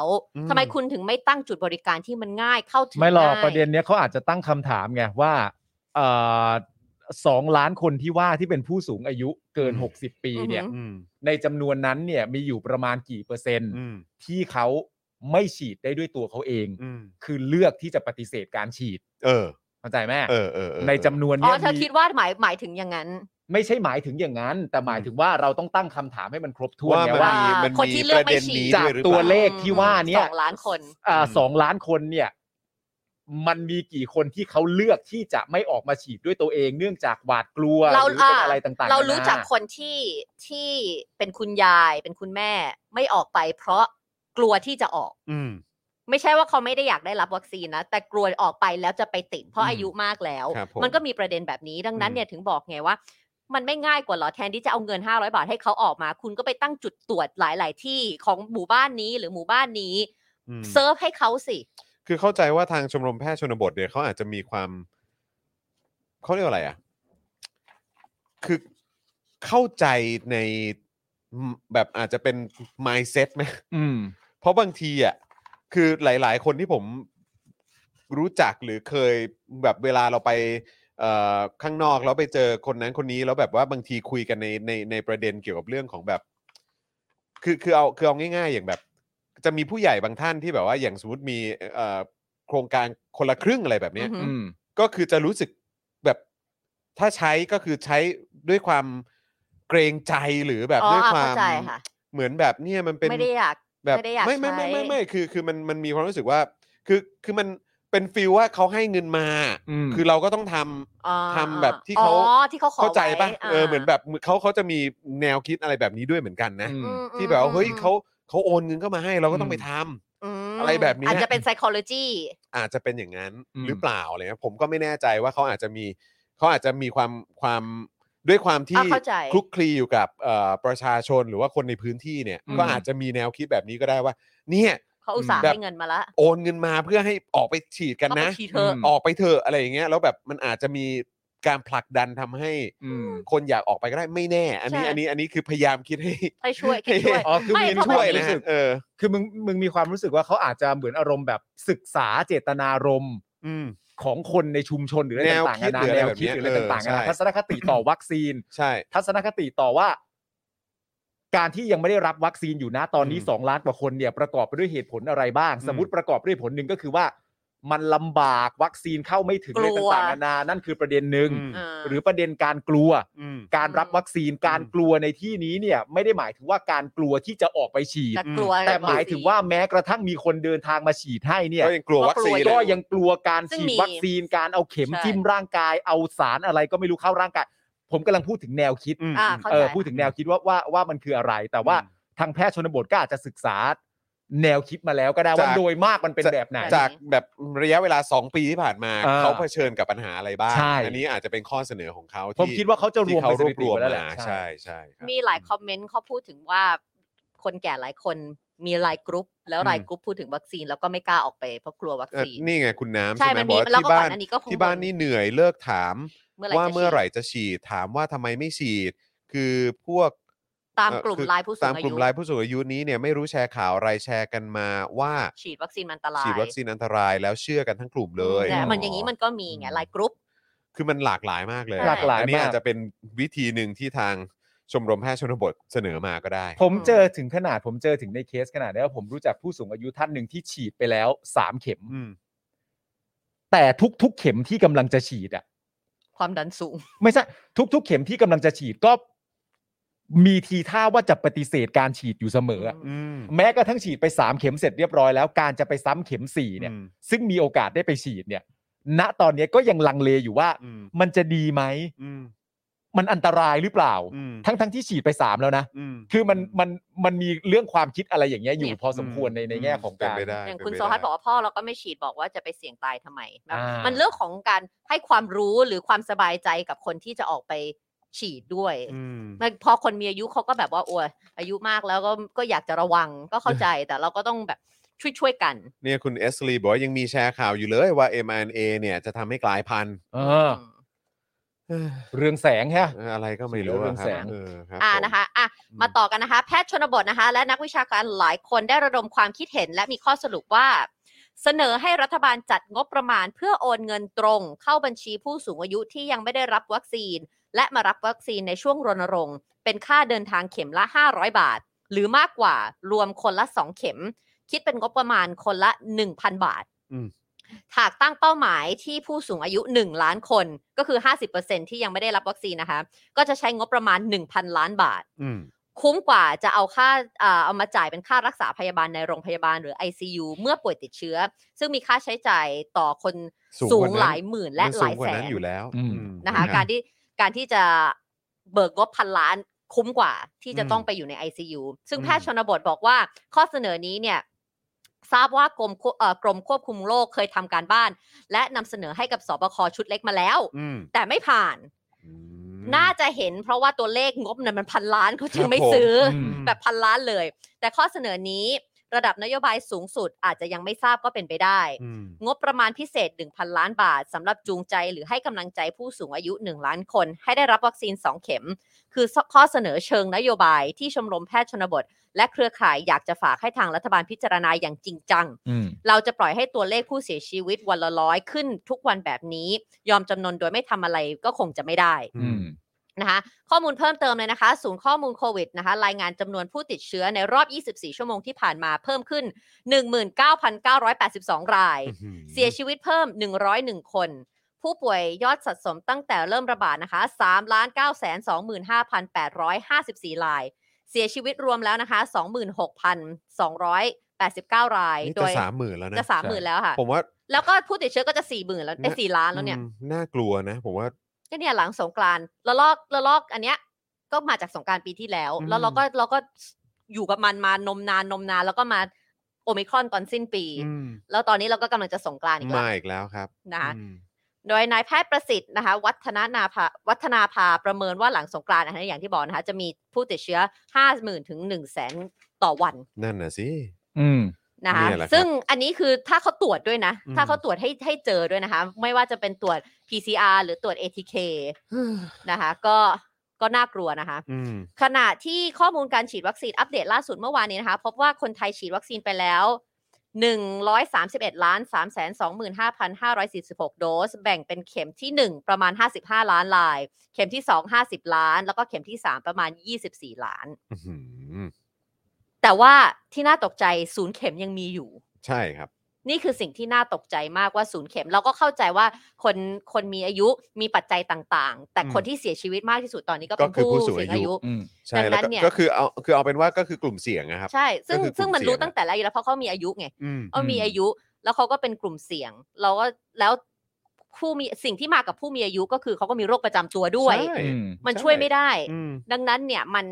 ทำไมคุณถึงไม่ตั้งจุดบริการที่มันง่ายเข้าถึง
ไม่หรอก
ง่าย
ประเด็นเนี้ยเขาอาจจะตั้งคำถามไงว่าเอ่อสองล้านคนที่ว่าที่เป็นผู้สูงอายุเกิน 60 ปีเนี่ย
อือหื
อืม
ในจำนวนนั้นเนี่ยมีอยู่ประมาณกี่เปอร์เซ็นต์
อืม
ที่เขาไม่ฉีดได้ด้วยตัวเขาเอง
อืม
คือเลือกที่จะปฏิเสธการฉีด
เออ
เข้าใจไหม
เออเออเออ
ในจำนวน
อ๋
เนี้
อย เธอ
มี
คิดว่าหมายหมายถึงอย่างนั้น
ไม่ใช่หมายถึงอย่างนั้น แต่หมายถึงว่าเราต้องตั้งคำถามให้มันครบถ้วน
ว่า
ไง
มันมี
ว่า
ว่ามั
มัน
คน
มี
ที่เลื
ป
อก
ระ
ไม่
เด็น
ฉีด
นี้
จา
ด้
ก
วยหรือ
ตั
เป
ว
ล่า
เลขที่ว่าเนี่ย
สองล้านคน
อ่า
อืม
สองล้านคนเนี่ยมันมีกี่คนที่เขาเลือกที่จะไม่ออกมาฉีดด้วยตัวเอง เนื่องจากหวาดกลัวห
เรา
รือเป็น
อ่า
อะไรต่างๆ
เรารู้จัก
น
คนที่ที่เป็นคุณยายเป็นคุณแม่ไม่ออกไปเพราะ กลัวที่จะออก
อืม
ไม่ใช่ว่าเขาไม่ได้อยากได้รับวัคซีนนะ แต่กลัวออกไปแล้วจะไปติดเพราะ
อืม
อายุมากแล้ว
ครับผม
มันก็มีประเด็นแบบนี้ดังนั้น
อืม
เนี่ยถึงบอกไงว่า มันไม่ง่ายกว่าเหรอแทนที่จะเอาเงิน 500 บาทให้เขาออกมา คุณก็ไปตั้งจุดตรวจหลาย ๆ ที่ของหมู่บ้านนี้หรือหมู่บ้านนี้
อืม
เซิร์ฟให้เขาสิ
คือเข้าใจว่าทางชมรมแพทย์ชนบทเนี่ยเขาอาจจะมีความเขาเรียกว่าอะไรอ่ะ คือเข้าใจในอืมแบบอาจจะเป็น mindset ไหม
อืม
เพราะบางทีอ่ะคือหลาย ๆ คนที่ผมรู้จักหรือเคยแบบเวลาเราไปเอ่อข้างนอกแล้วไปเจอคนนั้นคนนี้แล้วแบบว่าบางทีคุยกันในในในประเด็นเกี่ยวกับเรื่องของแบบ คือคือเอาคือเอาง่าย ๆ อย่างแบบ จะมีผู้ใหญ่บางท่านที่แบบว่าอย่างสมมติมีเอ่อโครงการคนละครึ่งอะไรแบบเนี้ย
อือฮึ
อืม
ก็คือจะรู้สึกแบบถ้าใช้ก็คือใช้ด้วยความเกรงใจหรือแบบ
อ๋อ
ด้วย
อ่ะ
ความ
เข้าใจค่ะ
เหมือนแบบเนี่ยมันเป็น
ไม่ได้อยาก
แบบ
ไม่ได้อยาก
ไม่ไม่ไม่
ใช้
ไม่ไม่คือคือมันมันมีความรู้สึกว่า คือคือมันเป็นฟีลว่าเขาให้เงินมา
อืม
คือเราก็ต้องทำ
อ่า
ทำแบบที่เขา
อ๋อที่เขาขอ
เข้าใจปะ
ไว้า
เออเหมือนแบบเขาเขาจะมีแนวคิดอะไรแบบนี้ด้วยเหมือนกันนะ
อืม
อืม
ที่แบบว่าเฮ้ย
อืม
เขาเขาโอนเงินเข้ามาให้เราก็ต้อง
อืม
ไปทำ
ม
อะไรแบบเนี้ย
อาจจะเป็น psychology
อาจจะเป็นอย่างนั้น
อืม
หรือเปล่าอะไรเงี้ยผมก็ไม่แน่ใจว่าเขาอาจจะมีเขาอาจจะมีความความด้วยความที่
อ่ะเข้าใจ
คลุกคลีอยู่กับเอ่อประชาชนหรือว่าคนในพื้นที่เนี่ย
อืม
ก็อาจจะมีแนวคิดแบบนี้ก็ได้ว่า เนี่ย
เขาอุตส่าห์
แบบ
ให้เงินมาละ
โอนเงินมาเพื่อให้ออกไปฉีดกัน
เขาไป
นะ
ทีเธอะ
ม
ออกไปเถอะอะไรอย่างเงี้ยแล้วแบบมันอาจจะมีการผลักดันทำให้
อืม
คนอยากออกไปก็ได้ไม่แน่ อันนี้อันนี้อันนี้คือพยายามคิด ให้
ให้ช่วยคิดช่วย
อ๋อคือ
ไม่
มี
เพราะ
ช่
ช่
ว
วย ย
นะ
นะ
ฮะ
เออ
คือมึงมึงมีความรู้สึกว่าเขาอาจจะเหมือนอารมณ์แบบศึกษาเจตนารมณ์
อืม
ของคนในชุมชนหรืออะไร
แนว
ต่าง
คิด
ๆนานา
หรืออะไร
แนว
แบบเนี้
คิด
ย
หรืออะไรต่าง
เออ
ๆนานา
ใช่
ทัศนคติต่อวัคซีน
ใช่
ทัศนคติต่อว่า การที่ยังไม่ได้รับวัคซีนอยู่นะตอนนี้
อืม
สองล้านกว่าคนเนี่ยประกอบไปด้วยเหตุผลอะไรบ้าง
อืม
สมมติประกอบด้วยผลหนึ่งก็คือว่า มันลำบากวัคซีนเข้าไม่ถึง
กลั
เล
ว
ยต่างๆนานานั่นคือประเด็นหนึ่ง
อืม
เออ
หรือประเด็นการกลัว
อืม
การรับวัคซีนการกลัวในที่นี้เนี่ย ไม่ได้หมายถึงว่าการกลัวที่จะออกไปฉีด
แต่กลัว
แต่หมายถึงว่าแม้กระทั่งมีคนเดินทางมาฉีดให้เนี่ย
ก็ยังกลัววัคซีน
ก็ยังกลัวการ
ซึ่ง
ฉีด
มี
วัคซีนการเอาเข็ม
ใช่
จิ้มร่างกายเอาสารอะไรก็ไม่รู้เข้าร่างกาย ผมกำลังพูดถึงแนวคิด
อืม
อ่าเข้า
เอ
ใจ
อพูดถึงแนวคิดว่าว่าว่ามันคืออะไร แต่ว่าทางแพทย์ชนบทก็อาจจะศึกษา แนวคิดมาแล้วก็ได้ว่า
จาก
โดยมากมันเป็นแบบไหน
จากแบบระยะเวลา 2 ปีที่ผ่านมา
อ่า
เขาเผชิญกับปัญหาอะไรบ้าง
ใช่
อันี้อาจจะเป็นข้อเสนอของเขา
ผม
ที่
คิดว่าเขาจะร
ที่
วม
เขา
เป็
ร
นส
ว
ถิ
บร
ติ
วม
ไว้แล้วแหละ
มา
ใช่
ใช่ใช่ครับ
มีหลายคอมเมนต์เขาพูดถึงว่าคนแก่หลายคนมีไลน์กรุ๊ปแล้วไลน์กรุ๊ปพูดถึงวัคซีนแล้วก็ไม่กล้าออกไปเพราะกลัววัค
เอ่อ
ซีน
นี่ไงคุณน้ำ
ใช่
ใช่ไหม
มัน
บ
มี
อก
แล้ว
ว่าที่บ้า
ก็ก่อน นอันนี้ก็คง
ที่บ้าน
บ่น
นี่เหนื่อยเลิกถาม
เมื่อไหร่
ว่า
จะ
เมื่อ
ฉีด
ไหร่จะฉีดถามว่าทำไมไม่ฉีด คือพวก
ตาม
เอ่อก
ลุ่ม
คือ
ไลน์ผู้สู
ตาม
งอาก
ลุ่
ยุ
มไลน์ผู้สูงอายุนี้เนี่ยไม่รู้แชร์ข่าวอะไรแชร์กันมาว่า
ฉีดวัคซีนมันอันตราย
ฉีดวัคซีนอันตรายแล้วเชื่อกันทั้งกลุ่มเลย
แต่มัน
อ๋อ
อ
อ
ย่างนี้มันก็มีไงไลน์กรุ๊ป
คือมันหลากหลายมากเลย
หลากหลาย
อันนี้
มาก
อาจจะเป็นวิธีหนึ่งที่ทางชมรมแพทย์ชนบทเสนอมาก็ได้
ผมเจอถึงขนาดผมเจอถึงในเคสขนาดนี้ว่าผมรู้จักผู้สูงอายุท่านหนึ่งที่ฉีดไปแล้วสามเข็ม
อืม
แต่ทุก ๆ เข็มที่กำลังจะฉีดอ่ะ
ความดันสูง
ไม่ใช่ทุก ๆ เข็มที่กำลังจะฉีดก็มีทีท่าว่าจะปฏิเสธการฉีดอยู่เสมออะ
อืม
แม้กระทั่งฉีดไปสามเข็มเสร็จเรียบร้อยแล้วการจะไปซ้ำเข็มสี่เนี่ย
อืม
ซึ่งมีโอกาสได้ไปฉีดเนี่ย ณตอนเนี้ยก็ยังลังเลอยู่ว่า
อืม
มันจะดีไหม
อืม
มันอันตรายหรือเปล่า
อืม
ทั้งทั้งที่ฉีดไปสามแล้วนะ
อืม
คือมันมันมันมีเรื่องความคิดอะไรอย่างเงี้ยอยู่
เนี่ย
พอสมควรในในแง่ของ
เป็
กาน ร
ไปได้
อย่างคุณ
เป็
โซ
นไป
ฮัต
ได้
บอกว่าพ่อเราก็ไม่ฉีดบอกว่าจะไปเสี่ยงตายทำไมแบบ
อ่ามั
มันเรื่องของการให้ความรู้หรือความสบายใจกับคนที่จะออกไปฉีดด้วย
อืม
มันพอคนมีอายุเขาก็แบบว่าโอ้ยอายุมากแล้วก็ก็อยากจะระวังก็เข้าใจแต่เราก็ต้องแบบช่วยช่วยๆกัน
เนี่ยคุณเอสลีบอกว่ายังมีแชร์ข่าวอยู่เลยว่า mRNA เนี่ยจะทำให้กลายพันธุ์
เออ เรื่องแสงฮะ
เอออะไรก็ไม่รู้
เรื่อง
อะครับ
แสง
เออครับ
อ่า
ผม
นะคะอ่ะ
อืม
มาต่อกันนะคะ แพทย์ชนบทนะคะ และนักวิชาการหลายคนได้ระดมความคิดเห็น และมีข้อสรุปว่า เสนอให้รัฐบาลจัดงบประมาณ เพื่อโอนเงินตรง เข้าบัญชีผู้สูงอายุที่ยังไม่ได้รับวัคซีน และมารับวัคซีนในช่วงรณรงค์ เป็นค่าเดินทางเข็มละ 500 บาท หรือมากกว่ารวมคนละ 2 เข็ม คิดเป็นงบประมาณคนละ 1,000 บาท
อืม
ถากตั้งเป้าหมายที่ผู้สูงอายุ 1 ล้านคน ก็คือ 50%ที่ยังไม่ได้รับวัคซีนนะคะ ก็จะใช้งบประมาณ 1,000 ล้านบาท
อืม
คุ้มกว่าจะเอาค่าเอ่อเอามาจ่ายเป็นค่ารักษาพยาบาลในโรงพยาบาลหรือ ICU เมื่อป่วยติดเชื้อ ซึ่งมีค่าใช้จ่ายต่อคนสู
ก
ง
ว่นั้น
หลายหมื่นและ
มัน
ห
สู
ลาง ย
กว่
แส
นั้น
น
อยู่แล้ว
อืม
อืม
นะคะ การที่การที่จะเบิกงบพันล้าน คุ้มกว่าที่จะ
อืม
ต้องไปอยู่ใน ICU ซึ่งแพทย์ชนบทบอกว่าข้อเสนอนี้เนี่ยทราบว่ากรมควบเอ่อกรมควบคุมโรคเคยทำการบ้าน และนำเสนอให้กับสบคชุดเล็กมาแล้ว
อืม
แต่ไม่ผ่าน
อืม
น่าจะเห็นเพราะว่าตัวเลขงบเนี่ยมันพันล้านเขาจึง
ครับ
ไม่
ผม
ซื้ออ
ม
แบบพันล้านเลย แต่ข้อเสนอนี้ระดับนโยบายสูงสุดอาจจะยังไม่ทราบก็เป็นไปได้
อืม
งบประมาณพิเศษ 1,000 ล้านบาทสำหรับจูงใจหรือให้กำลังใจผู้สูงอายุ 1 ล้านคน ให้ได้รับวัคซีน 2 เข็ม คือข้อเสนอเชิงนโยบายที่ชมรมแพทย์ชนบท และเครือข่ายอยากจะฝากให้ทางรัฐบาลพิจารณาอย่างจริงจัง
อืม
เราจะปล่อยให้ตัวเลขผู้เสียชีวิตวันละร้อยขึ้นทุกวันแบบนี้ ยอมจำนนโดยไม่ทำอะไรก็คงจะไม่ได้
อืม
นะคะข้อมูลเพิ่มเติมเลยนะคะ ศูนย์ข้อมูลโควิดนะคะรายงานจำนวนผู้ติดเชื้อในรอบ 24 ชั่วโมงที่ผ่านมาเพิ่มขึ้น 19,982 ราย เสียชีวิตเพิ่ม 101 คน ผู้ป่วยยอดสะสมตั้งแต่เริ่มระบาดนะคะ3 9 2 5 8 5 4 ราย เสียชีวิตรวมแล้วนะคะ 26,289 ราย
นี่
โด
จะ
ย
สามหมื่นแล้วนะ
จะสามหมื่นแล้วค่ะ
ผมว่า
แล้วก็ผู้ติดเชื้อก็จะ4ี่หมื่นแล้วไอ้สี่ล้านแล้วเนี่ย
อืมน่ากลัวนะ ผมว่า
ก็เนี่ยหลังสงกรานต์ละลอกละลอกอันเนี้ยก็มาจากสงกรารปีที่แล้ว
อืม
แล้วเราก็เราก็อยู่กับมันมานมนานนมนานแล้วก็มาโอมิครอนตอนสิ้นปี แล้วตอนนี้เราก็กำลังจะสงกรานต์อีกแล้ว
มาอีกแล้วครับ
นะคะ
อืม
โดยนายแพทย์ประสิทธิ์นะคะ วัฒนานาภาวัฒนาภาประเมินว่าหลังสงกรานต์อันนี้อย่างที่บอกนะคะจะมีผู้ติดเชื้อ 5 0,000 ถึง 1 0 0 0 0แสนต่อวัน
นั่นน่ะสิ
อืม
นะคะ
เนี่ยแหละครับ
ซึ่งอันนี้คือถ้าเขาตรวจด้วยนะ
อืม
ถ้าเขาตรวจให้ให้เจอด้วยนะคะ ไม่ว่าจะเป็นตรวจ PCR หรือตรวจ ATK นะคะก็ก็น่ากลัวนะคะ
อืม
ขณะที่ข้อมูลการฉีดวัคซีนอัปเดตล่าสุดเมื่อวานนี้นะคะ พบว่าคนไทยฉีดวัคซีนไปแล้ว 131ล้าน3 2 5 5 4 6 โดส แบ่งเป็นเข็มที่ 1 ประมาณ 55 ล้านลาย เข็มที่ 2 50 ล้าน แล้วก็เข็มที่ 3 ประมาณ 24 ล้าน
อื้อหือ
แต่ว่าที่น่าตกใจศูนย์เข็มยังมีอยู่
ใช่ครับ
นี่คือสิ่งที่น่าตกใจมากว่าศูนย์เข็ม เราก็เข้าใจว่าคนคนมีอายุมีปัจจัยต่างๆ แต่คนที่เสียชีวิตมากที่สุดตอนนี้ก็เป็น
ก็คือผู้
ผู้
สู
สู
ง
ง
อายุ
อายุ
อืม
ใช่
ดังนั้
แล้ว
น
ก็
เนี่ย
ก็คือเอาคือเอาเป็นว่าก็คือกลุ่มเสี่ยงนะครับ
ใช่ ซึ่ง
ก็คือกลุ่ม
ซึ่งมัน
เสี่
รู้
ยงอะ
ตั้งแต่แรกอยู่แล้วเพราะเขามีอายุไง
อืม
เขามี
อืม
อายุ แล้วเขาก็เป็นกลุ่มเสี่ยง เราก็แล้วผู้มีสิ่งที่มากับผู้มีอายุก็คือเขาก็มีโรคประจำตัวด้วย
ใช่
อืม
มันช่วยไม่ได้
อืม
ดังนั้นเนี่ยมัน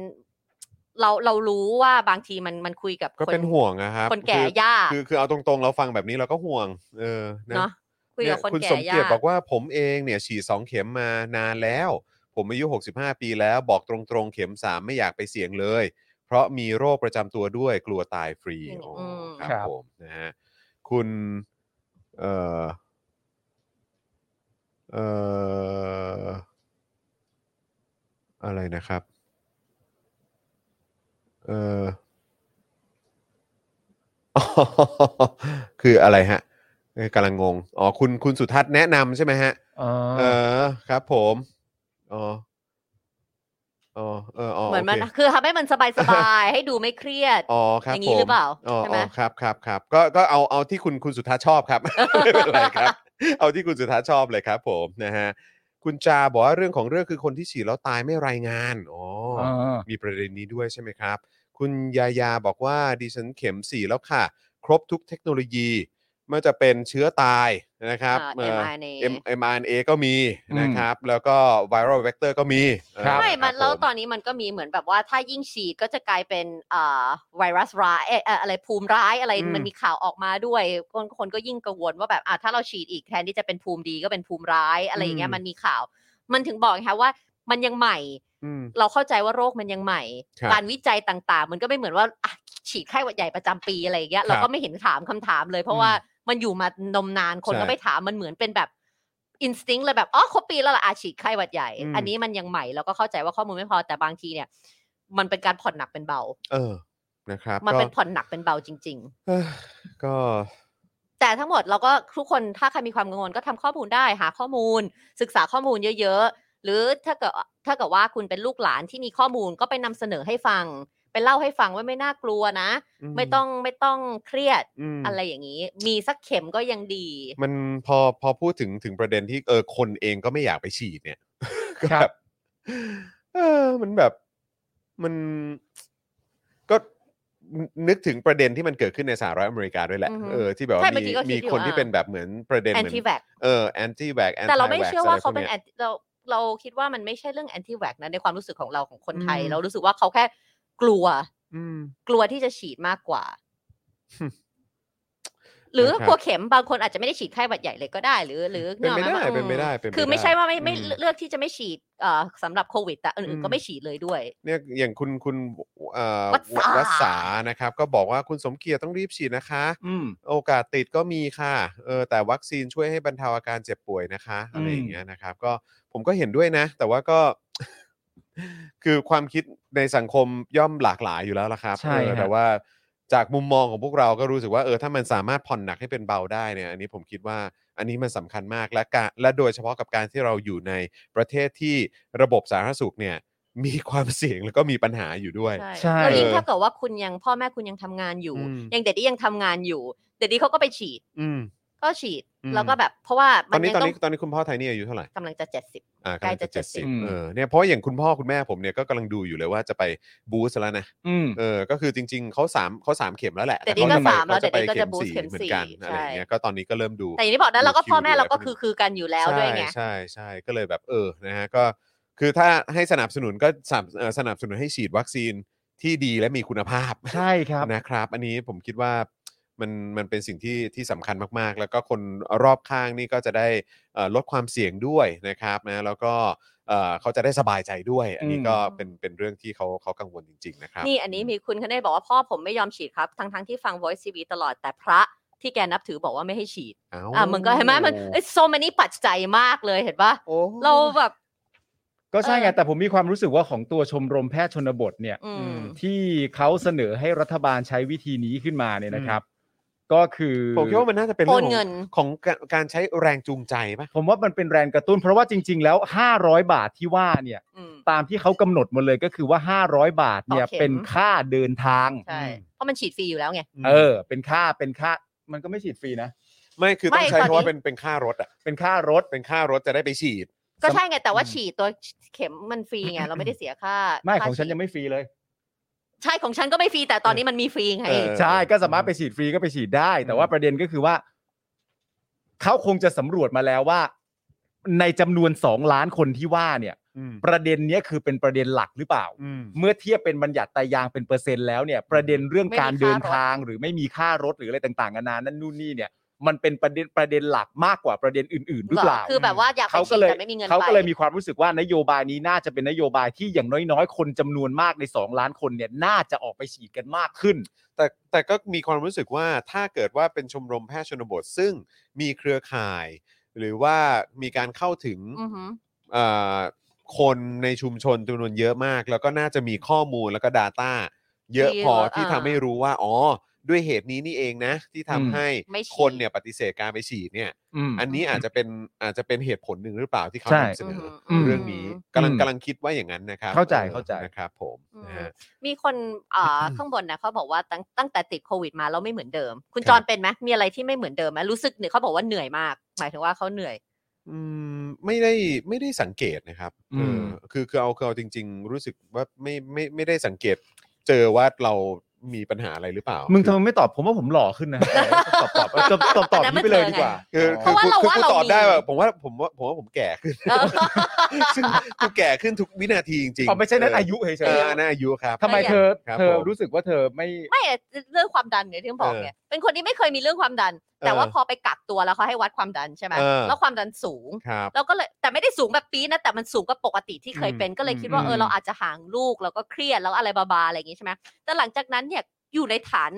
เราเรารู้ว่าบางทีมันมันคุยกับ
ก็
ค
เป็นห่วงนะครับ
คนแก่
อย
า
คือคือเอาตรงๆ เราฟังแบบนี้เราก็ห่วง เออ
เนาะคุยกับ
เนี่
คน
คุณ
แก่
สมเกียร
ยา
ติบอกว่าผมเองเนี่ยฉีดสองเข็มมานานแล้ว ผมอายุ 65 ปีแล้วบอกตรงๆ เข็ม 3 ไม่อยากไปเสี่ยงเลย เพราะมีโรคประจำตัวด้วยกลัวตายฟรีอ๋ออครับ
ครับ
ผมนะฮะคุณเอ่อเอ่ออะไรนะครับ เออ คืออะไรฮะเอ้ยกำลังงง อ๋อ คุณคุณสุทัศน์แนะนำใช่ไหมฮะ
อ่า
เออ ครับผม อ๋อ อ๋อ เออ อ๋อ
เหมือนมัน
โค
คือทำให้มันสบายสบายๆให้ดูไม่เครียด
อ๋อ ครับ
อย่าง
ผ
นี้
ม
หรือเปล่า
อ๋อ
ใช่ไหม
อ๋อครับครับครับ ก็ ก็เอา เอาที่คุณ คุณสุทัศน์ชอบค รับ ไม่เป็นไรครับ เอาที่คุณสุทัศน์ชอบเลยครับ ผม นะฮะ คุณจาบอกว่าเรื่องของเรื่องคือคนที่ฉีดแล้วตายไม่รายงาน อ๋อ
อ่า
มีประเด็นนี้ด้วยใช่ไหมครับ คุณยายาบอกว่าดิฉันเข็ม 4 แล้วค่ะ ครบทุกเทคโนโลยีไม่ว่าจะเป็นเชื้อตายนะครับ
อ่า
เอ่อ
mRNA
M- mRNA ก็มี
อืม
นะครับ แล้วก็ไวรัลเวกเตอร์ก็มี
ครับ
ไม่มันแล้วต
อ
อนนี้มันก็มีเหมือนแบบว่าถ้ายิ่งฉีดก็จะกลายเป็นเอ่อไวรัสร้ายเอ่อเอ่ออะไรภูมิร้ายอะไรมันมีข่าวออกมาด้วย คนคนก็ยิ่งกังวลว่าแบบอ่ะถ้าเราฉีดอีกแทนที่จะเป็นภูมิดีก็เป็นภูมิร้ายอะไรอย่างเงี้ยมันมีข่าว มันถึงบอกไงคะว่ามันยังใหม่
อืม
เราเข้าใจว่าโรคมันยังใหม่
ครับ
การวิจัยต่างๆ มันก็ไม่เหมือนว่าอ่ะฉีดไข้หวัดใหญ่ประจำปีอะไรอย่างเงี้ยเรา
ครั
ก็
บ
ไม่เห็นถามคำถามเลย เพราะว่ามันอยู่มานมนานคน
ใช่
ก็ไม่ถามมันเหมือนเป็นแบบอินสติ้งเลยแบบอ๋อครบปีแล้วล่ะอาฉีดไข้หวัดใหญ่
อืม
อันนี้มันยังใหม่เราก็เข้าใจว่าข้อมูลไม่พอแต่บางทีเนี่ย มันเป็นการผ่อนหนักเป็นเบา
เออนะครับ
มัน
ก็
เป็นผ่อนหนักเป็นเบาจริง
เอ้อก็
ๆ แต่ทั้งหมดเราก็ทุกคนถ้าใครมีความกังวลก็ทำข้อมูลได้หาข้อมูล ศึกษาข้อมูลเยอะๆ หรือถ้าเกิดถ้าเกิดว่าคุณเป็นลูกหลานที่มีข้อมูลก็ไปนำเสนอให้ฟัง ไปเล่าให้ฟังว่าไม่น่ากลัวนะ ไม่ต้องไม่ต้องเครียด
ม
อะไรอย่างนี้ มีสักเข็มก็ยังดี
มันพอพอพูดถึงถึงประเด็นที่เออคนเองก็ไม่อยากไปฉีดเนี่ยก็
ครับ
แบบเออมันแบบมันก็นึกถึงประเด็นที่มันเกิดขึ้นในสหรัฐอเมริกาด้วยแหละ
อือฮึ
เออที่แบบว่า
ใช่เมื่อ
มี
กี้ก็คิด
มี
อยู่
คนที่
อ่ะ
เป็นแบบเหมือนประเด็นเหมือน
anti vax
เออแอนตี้แวก
แต่เราไม่เชื่อว่าเขาเป็น anti เรา เราคิดว่ามันไม่ใช่เรื่องแอนตี้แวกนะในความรู้สึกของเราของคนไทย
อืม
เรารู้สึกว่าเขาแค่กลัว
อืม
กลัวที่จะฉีดมากก ว่า
ฮึ
หรือ
นะครับ
กลัวเข็มบางคนอาจจะไม่ได้ฉีดไข้หวัดใหญ่เลยก็ได้ หรือ หรือ
เป็นไปได้
ยออกห
เป็นไปได้
อืม
เป็นไป
คือไม่ใช่
ได้
ว่าไม่ไม่
อืม
เลือกที่จะไม่ฉีดเอ่อสำหรับโควิดแต่อื่นๆก็
อืม
ไม่ฉีดเลยด้วย
เนี่ยอย่างคุณคุณเอ่อ
วัดสา
วัดสานะครับ ก็บอกว่าคุณสมเกียรติต้องรีบฉีดนะคะ
อืม
โอกาสติดก็มีค่ะเออแต่วัคซีนช่วยให้บรรเทาอาการเจ็บป่วยนะคะอะไรอย่างเงี้ยนะครับ ก็ผมก็เห็นด้วยนะ แต่ว่าก็ คือความคิดในสังคมย่อมหลากหลายอยู่แล้วละครับ
ใช่
เออ
ฮะ
แต่ว่าจากมุมมองของพวกเราก็รู้สึกว่าเออถ้ามันสามารถผ่อนหนักให้เป็นเบาได้เนี่ย อันนี้ผมคิดว่าอันนี้มันสำคัญมากและกะและโดยเฉพาะกับการที่เราอยู่ในประเทศที่ระบบสาธารณสุขเนี่ย มีความเสี่ยงแล้วก็มีปัญหาอยู่ด้วย
ใช่
แล้วยิ่ง
เออ
ถ้าเกิดว่าคุณยังพ่อแม่คุณยังทำงานอยู่
อืม
ยังเด็กที่ยังทำงานอยู่ เด็กที่เขาก็ไปฉีด
อืม
ก็ฉีด
อืม
แล้วก็แบบ เพราะว่า
ต
มั
อน
น
นี้
ยัง
ตอน
ต้อง
นี้ตอนนี้คุณพ่อไทยนี่อายุเท่าไหร่
กำลังจะเจ็ดสิบ
อ่า
ใกล้
กำลังจะ
จะ
เจ็ดสิบ
70
อืม
เออเนี่ยเพราะอย่างคุณพ่อคุณแม่ผมเนี่ยก็กำลังดูอยู่เลยว่าจะไปบูสต์แล้วนะ
อืม
เออก็คือจริง ๆเขาสามเขาสามเข็มแล้วแหละ
แต่นี่ก็
เขจะไป
สามแล้ว
เขจะไป
แต่นี่ก็จะบูสต์
สี่
เข็ม
เหมือนกัน
สี่
อะไรอย่างเงี้ย
ใช่
ก็ตอนนี้ก็เริ่มดู
แต่อย่างที่บอกนะเราก็
มีคิว
พ่อแม่
อยู่
เราก็
แล้ว
คือคือกันอยู่แล้วด้วยไง
ใช่ใช่ใช่ก็เลยแบบเออนะฮะก็คือถ้าให้สนับสนุนก็สนับเอ่อสนับสนุนให้ฉีดวัคซีนที่ดีและมีคุณภาพ
ใช่ครับ
นะครับ อันนี้ผมคิดว่ามันมันเป็นสิ่งที่ที่สำคัญมาก ๆ แล้วก็คนรอบข้างนี่ก็จะได้เอ่อลดความเสี่ยงด้วยนะครับนะแล้วก็เอ่อเขาจะได้สบายใจด้วย อันนี้
อืม
ก็เป็นเป็นเรื่องที่เขาเขากังวลจริง ๆ นะครับ
นี่อันนี้มีคุณคเนศบอกว่าพ่อผมไม่ยอมฉีดครับ ทั้งทั้งๆที่ฟัง voice tv ตลอดแต่พระที่แกนับถือบอกว่าไม่ให้ฉีด
เอ้า
อ่ะมันก็เห็นไหมมันเอ้ย so many ปัจจัยมากเลยเห็นปะ
โอ้
เราแบบ
ก็ใช่ไง
เออ
แต่ผมมีความรู้สึกว่าของตัวชมรมแพทย์ชนบทเนี่ย
อืม
ที่เขาเสนอให้รัฐบาลใช้วิธีนี้ขึ้นมาเนี่ยนะครับ ก็คือ
ผมคิดว่ามันน่าจะเป็น
โอ
เรื่อ
น
งข
เงิ
อง
น
ของการการใช้แรงจูงใจป่ะ
ผมว่ามันเป็นแรงกระตุ้น เพราะว่าจริง ๆ แล้ว 500 บาทที่ว่าเนี่ย
อืม
ตามที่เขากำหนดหมาเลยก็คือว่า 500 บาทเนี่ย
ต่อเข็ม
เป็นค่าเดินทาง
ใช่ เพราะมันฉีดฟรีอยู่แล้วไง
เออ เป็นค่าเป็นค่า มันก็ไม่ฉีดฟรีนะ
ไม่คือต้อง
ไม่
ใช้
ตอน
คำว่า
นี้
เป็นเป็นค่ารถอ่ะ
เป็นค่ารถ
เป็นค่ารถจะได้ไปฉีด
ก็ใช่ไงแต่ว่า
อืม
ฉีดตัวเข็มมันฟรีไงเราไม่ได้เสียค่า
ไม่
ค่า
ของฉัน
ฉีด
ยังไม่ฟรีเลย
ใช่ของฉันก็ไม่ฟรีแต่ตอนนี้มันมีฟรีไง
เออ
ใช่ก็สามารถไปฉีดฟรีก็ไปฉีดได้ แต่ว่าประเด็นก็คือว่า เขาคงจะสำรวจมาแล้วว่า ในจำนวนสองล้านคนที่ว่าเนี่ย
อืม
ประเด็นเนี้ยคือเป็นประเด็นหลักหรือเปล่า
อืม
เมื่อเทียบเป็นบัญญัติตายางเป็นเปอร์เซ็นต์แล้วเนี่ย ประเด็นเรื่อง
ไม่มี
การเดิน
ค่ารถ
ทางหรือไม่มีค่ารถหรืออะไรต่างๆนานานั่นนู่นนี่เนี่ย มันเป็นประเด็นประเด็นหลักมากกว่าประเด็นอื่นๆหรือเปล่า
คือแบบว่าอยากไป
เขา
ฉี
ก็
ด
เลย
แต่ไม่มีเงินไป
เขาก็เลยมีความรู้สึกว่านโยบายนี้น่าจะเป็นนโยบายที่อย่างน้อยๆ คนจำนวนมากใน 2 ล้านคนเนี่ยน่าจะออกไปฉีดกันมากขึ้น
แต่แต่ก็มีความรู้สึกว่าถ้าเกิดว่าเป็นชมรมแพทย์ชนบทซึ่งมีเครือข่าย หรือว่ามีการเข้าถึง
อือหือ
เอ่อคนในชุมชนจำนวนเยอะมาก แล้วก็น่าจะมีข้อมูลแล้วก็ Data เยอะ
ดี
พอ
แล้ว
ที่
อ่า
ทำให้รู้ว่า อ๋อ ด้วยเหตุนี้นี่เองนะ ที่
อืม
ทำให้
ไม่ฉีด
คนเนี่ยปฏิเสธการไปฉีดเนี่ย อันนี้อาจจะเป็นอาจจะเป็นเหตุผลหนึ่งหรือเปล่าที่เขา
ใช่
นำเสนออ
หื
เรื่องนี้กำลังกำลังคิดว่าอย่างนั้นนะครับ
เข้าใจ
ออ
เข้าใจ
นะครับผม
อืม
นะฮะ
มีคนเอ่อ ข้างบนนะเขาบอกว่าตั้งตั้งแต่ติดโควิดมาแล้วไม่เหมือนเดิม คุณ
ครับ
จรเป็นไหมมีอะไรที่ไม่เหมือนเดิมไหมรู้สึกเนี่ยเขาบอกว่าเหนื่อยมาก หมายถึงว่าเขาเหนื่อย
อืมไม่ได้ไม่ได้สังเกตนะครับ
อื
เอ
ม
อคือคือเอาคือเอาจริง ๆ รู้สึกว่าไม่ไม่ไม่ได้สังเกต เจอว่าเรามีปัญหาอะไรหรือเปล่า
มึง
คือ
ทำไมไม่ตอบผมว่าผมหล่อขึ้นนะ ตอบตอบตอบตอบตอบนี้ไปเลยดีกว่า
คือ
เพ
คือ
ราะว่าเรา
คือ
ว่า
กู
เรา
ตอบ
มี
ได้ว่าผมว่าผมว่าผมว่าผมแก่ขึ้น
เอ อ
ซึ่งกูแก่ขึ้นทุกวินาทีจริงๆ
อ๋อไม่ใช่นั่นอายุเฉ
เออย อันนั่นอายุครับ
ๆทำไมเธอ
ครับ
เธอ
ผม
รู้สึกว่าเธอไม่
ไม่อะเรื่องความดันเนี่ยที่ผมบอกเนี่ยเป็นคนที่ไม่เคยมีเรื่องความดัน แต่ว่า
เออ
พอไปกักตัวแล้วเขาให้วัดความดันใช่ไหม
เออ
แล้วความดันสูง
ครับ
เราก็เลยแต่ไม่ได้สูงแบบปี๊ดนะแต่มันสูงกว่าปกติที่เคยเป็น
อืม
ก็เลยคิด
อืม
ว่าเออ
ม
เราอาจจะห่างลูกแล้วก็เครียดแล้วอะไรบาๆอะไรอย่างงี้ใช่ไหมแต่หลังจากนั้นเนี่ยอยู่ในฐาน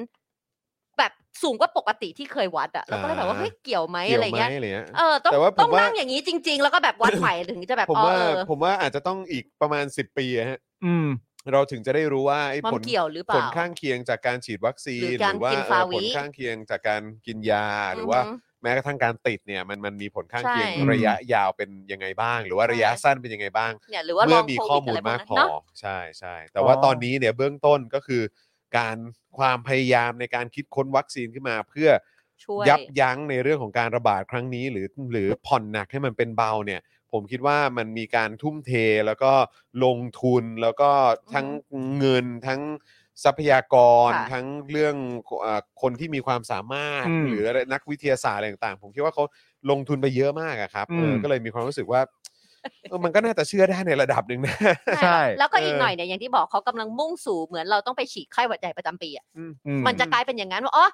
แบบสูงกว่าปกติที่เคยวัดอะเราก็เลยแบบว่าเฮ้ยเกี่ยวไหม
เกี่ย
อะ
ว
ไร
ไหม
เงี้ย
อะไรเงี้ย
เออต้อง
แต่ว่าผม
ต้อง
ว่านั่
นั่งอย่างนี้จริง ๆ แล้วก็ แบบวัดใหม่ถึงจะแบบ
ผม
อ๋อ
ว่า
เออ
ผมว่าอาจจะต้องอีกประมาณ 10 ปีอะฮะ
อืม
เราถึงจะได้รู้ว่าไอ้
มัน
ผล
เกี่ยวหรือเป
ผล
ล่า
ข้างเคียงจากการฉีดวัคซีน
หรือการ
ว่า
กิน
เออ
ฟาวิ
ผลข้างเคียงจากการกินยาหรือว่า
ฮึ
แม้กระทั่งการติดเนี่ยมันมันมีผลข้างเคียง
ใช่
ระยะยาวเป็นยังไงบ้าง หรือว่า
ใช่
ระยะสั้นเป็นยังไงบ้าง
เนี่ยหรือว่าล
เมื่อ
อง
มี
โค
ข้อ
วิด
มูล
อะไรพว
มาก ก
นั้น
พอ
เนาะ
ใช่ใช่แต่ว่า
อ๋อ
ตอนนี้เนี่ยเบื้องต้นก็คือ การความพยายามในการคิดค้นวัคซีนขึ้นมาเพื่อ
ช่วย
ยับยั้งในเรื่องของการระบาดครั้งนี้ หรือหรือผ่อนหนักให้มันเป็นเบาเนี่ย ผมคิดว่ามันมีการทุ่มเทแล้วก็ลงทุนแล้วก็ทั้งเงินทั้งทรัพยากร
ค่ะ
ทั้งเรื่องเออคนที่มีความสามารถ
อืม
หรืออะไรนักวิทยาศาสตร์อะไรต่างๆ ผมคิดว่าเขาลงทุนไปเยอะมากอะครับเออ
ม
ก็เลยมีความรู้สึกว่า เออมันก็น่าจะเชื่อได้ในระดับหนึ่งนะ
ใช่
แล้วก็
เอออี
อีกหน่อยเนี่ยอย่างที่บอกเขากำลังมุ่งสู่เหมือนเราต้องไปฉีดไข้หวัดใหญ่ประจำปีอ่ะ
อื
มันจะกลายเป็นอย่างนั้นว่าอ๋อ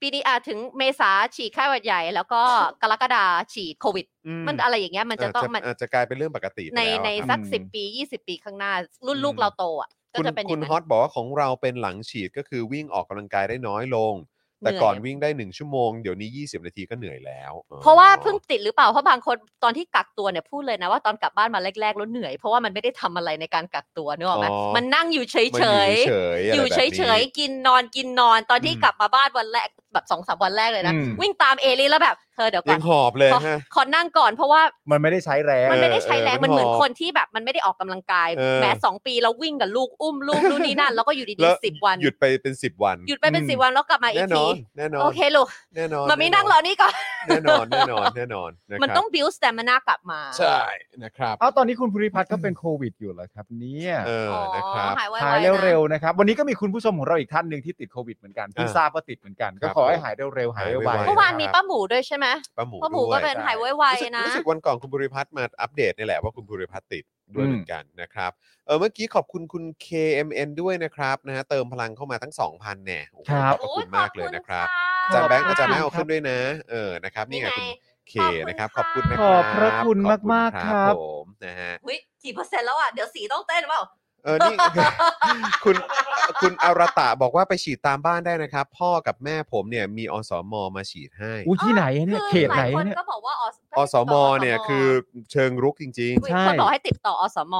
ปีนี้อาจถึงเมษาฉีดไข้หวัดใหญ่ แล้วก็กรกฎาฉีดโควิด มันอะไรอย่างเงี้ยมันจะต้องมัน
อาจจะกลายเป็นเรื่องปกติไป
ใน
แล้วอะ
ใน
ครับ
สักสิบปียี่สิบปีข้างหน้า รุ่น
อืม
ลูกเราโตอ่ะก็
คุณ
จะเป็นอ
คุณ
ย่างนั้น
ฮอตบอกว่าของเราเป็นหลังฉีดก็คือวิ่งออกกำลังกายได้น้อยลง แต่
เหย
ก่อนวิ่งได้หนึ่งชั่วโมงเดี๋ยวนี้ 20 นาทีก็เหนื่อยแล้วออ
เพราะว่าเพิ่งติดหรือเปล่าเพราะบางคนตอนที่กักตัวเนี่ยพูดเลยนะว่าตอนกลับบ้านมาแรกๆแล้วเหนื่อยเพราะว่ามันไม่ได้ทำอะไรในการกักตัวนึกออกไหมมันนั่งอยู่เฉย
มัน
เฉย
เฉยๆะไร
อยู่
แบบ
เ
นี้
ฉยๆ กินนอนกินนอนตอนที่
อืม
กลับมาบ้านวันแรกแบบสองสามวันแรกเลยนะ
อืม
วิ่งตามเอลี่แล้วแบบเธอเดี๋ยวก่
ยั
อน
งหอบเลย
ขอ
ฮะ
ขอนั่งก่อนเพราะว่า
มันไม่ได้ใช้แรง
มันไม่ได้ใช้
เออ
แรง
เออ
มันเหมือน
มันหอบ
คนที่แบบมันไม่ได้ออกกำลังกาย
เออ
แม้สองปีแล้ววิ่งกับลูกอุ้มลูกนู่นนี่นั่น แล้วก็อยู่ดี
แล้ว
ๆสิบวัน
หยุดไปเป็น 10 วัน
หยุดไปเป็น
อืม
สิบวันแล้วกลับมาอี
แน่น
กที
อนแน่นอน
โอเคลูก
แน่นอน
มันไม่
แ
นั่งรอนี่ก่อน
แน่นอนแน่นอนแน่นอนนะครับ
มันต้อง build stamina กลับมา
ใช่นะครับ
เอ้าตอนนี้คุณภูริพัฒน์ก็เป็นโควิดอยู่เหรอครับเนี่ย
เออ
อ๋อ
นะครับ
หายไว
หาย
ๆนะ
เร็วๆนะครับ วันนี้ก็มีคุณผู้ชมของเราอีกท่านหนึ่งที่ติดโควิดเหมือนกันเพิ่ง
อ่า
ทราบว่าติดเหมือนกัน
ค
ก็
รับ
ขอให้หายเร็วๆหาย
หา
ไวย
ไวๆ
เมื่อวานมีป้าหมูด้วยใช่ไหม
ป้าหมู
ป้าหมู
ด้ว
ก็
ย
เป็นหายไว
รู้สึก
ๆนะ
รู้สึกวันก่อนคุณภูริพัฒน์มาอัปเดตนี่แหละว่าคุณภูริพัฒน์ติดด้วยเหมือนกันนะครับเออเมื่อกี้ขอบคุณคุณ KMN ด้วยนะครับนะฮะเติมพลังเข้ามาทั้ง 2,000แน่โอ้โห
ครั
ข
บ
อบพระคุณมากเลยนะครับอาจา
โอ้ยขอบคุณค่ะ
รย์แบงค์อาจารย์แม่เอาขึ้นด้วยนะเออนะครับนี่ไง
นี่ไง
คุณเค
ขอบคุณ
นะครับ ข
ค่ะ
อบคุณนะค
ข
รับ
อบพระคุณมาก
ขอณ
ๆครับ
ผมนะฮะ
เฮ้ยกี่เปอร์เซ็นต์แล้วอ่ะ เดี๋ยวสีต้องเต้นเปล่า
เออนี่ คุณคุณอรตะบอกว่าไปฉีดตามบ้านได้นะครับ พ่อกับแม่ผมเนี่ยมีอสมมาฉีดให้
อุ้ยที่ไหนอะเนี่ยเข
คือ
ต
ห
ไหน
ลายค
อะ
น
เนี่ย
ก็บอกว่าอส
อสมเนี่ยคือเชิงรุกจริง ๆ
อุ๊ย
ใช่
คนบอกให้ติดต่ออสม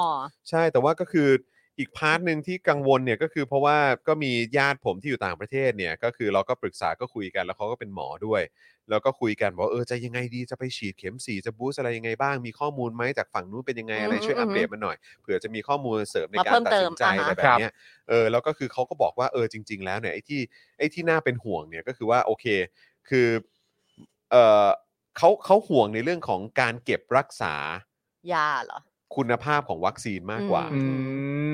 ใช่แต่ว่าก็คืออีกพาร์ทหนึ่งที่กังวลเนี่ยก็คือเพราะว่าก็มีญาติผมที่อยู่ต่างประเทศเนี่ยก็คือเราก็ปรึกษาก็คุยกันแล้วเขาก็เป็นหมอด้วย แล้วก็คุยกันบอกว่าเออจะยังไงดีจะไปฉีดเข็มสี่จะบูสต์อะไรยังไงบ้างมีข้อมูลไหมจากฝั่งนู้นเป็นยังไงอะไร
อืม
ช่วยอัปเดตมาหน่อยเผื่อจะมีข้อมูลเสริมใน
มา
การ
เพิ่ม
ตัด
เติ
สิ
ม
นใจอะ
อ่าฮะ
ไรแบบเนี้ยเออแล้วก็คือเขาก็บอกว่าเออจริง ๆ แล้วเนี่ยไอ้ที่ไอ้ที่น่าเป็นห่วงเนี่ยก็คือว่าโอเค คือเออเขาเขาห่วงในเรื่องของการเก็บรักษาย
าเหรอ
คุณภาพของวัคซีนมากกว่า
อื
อื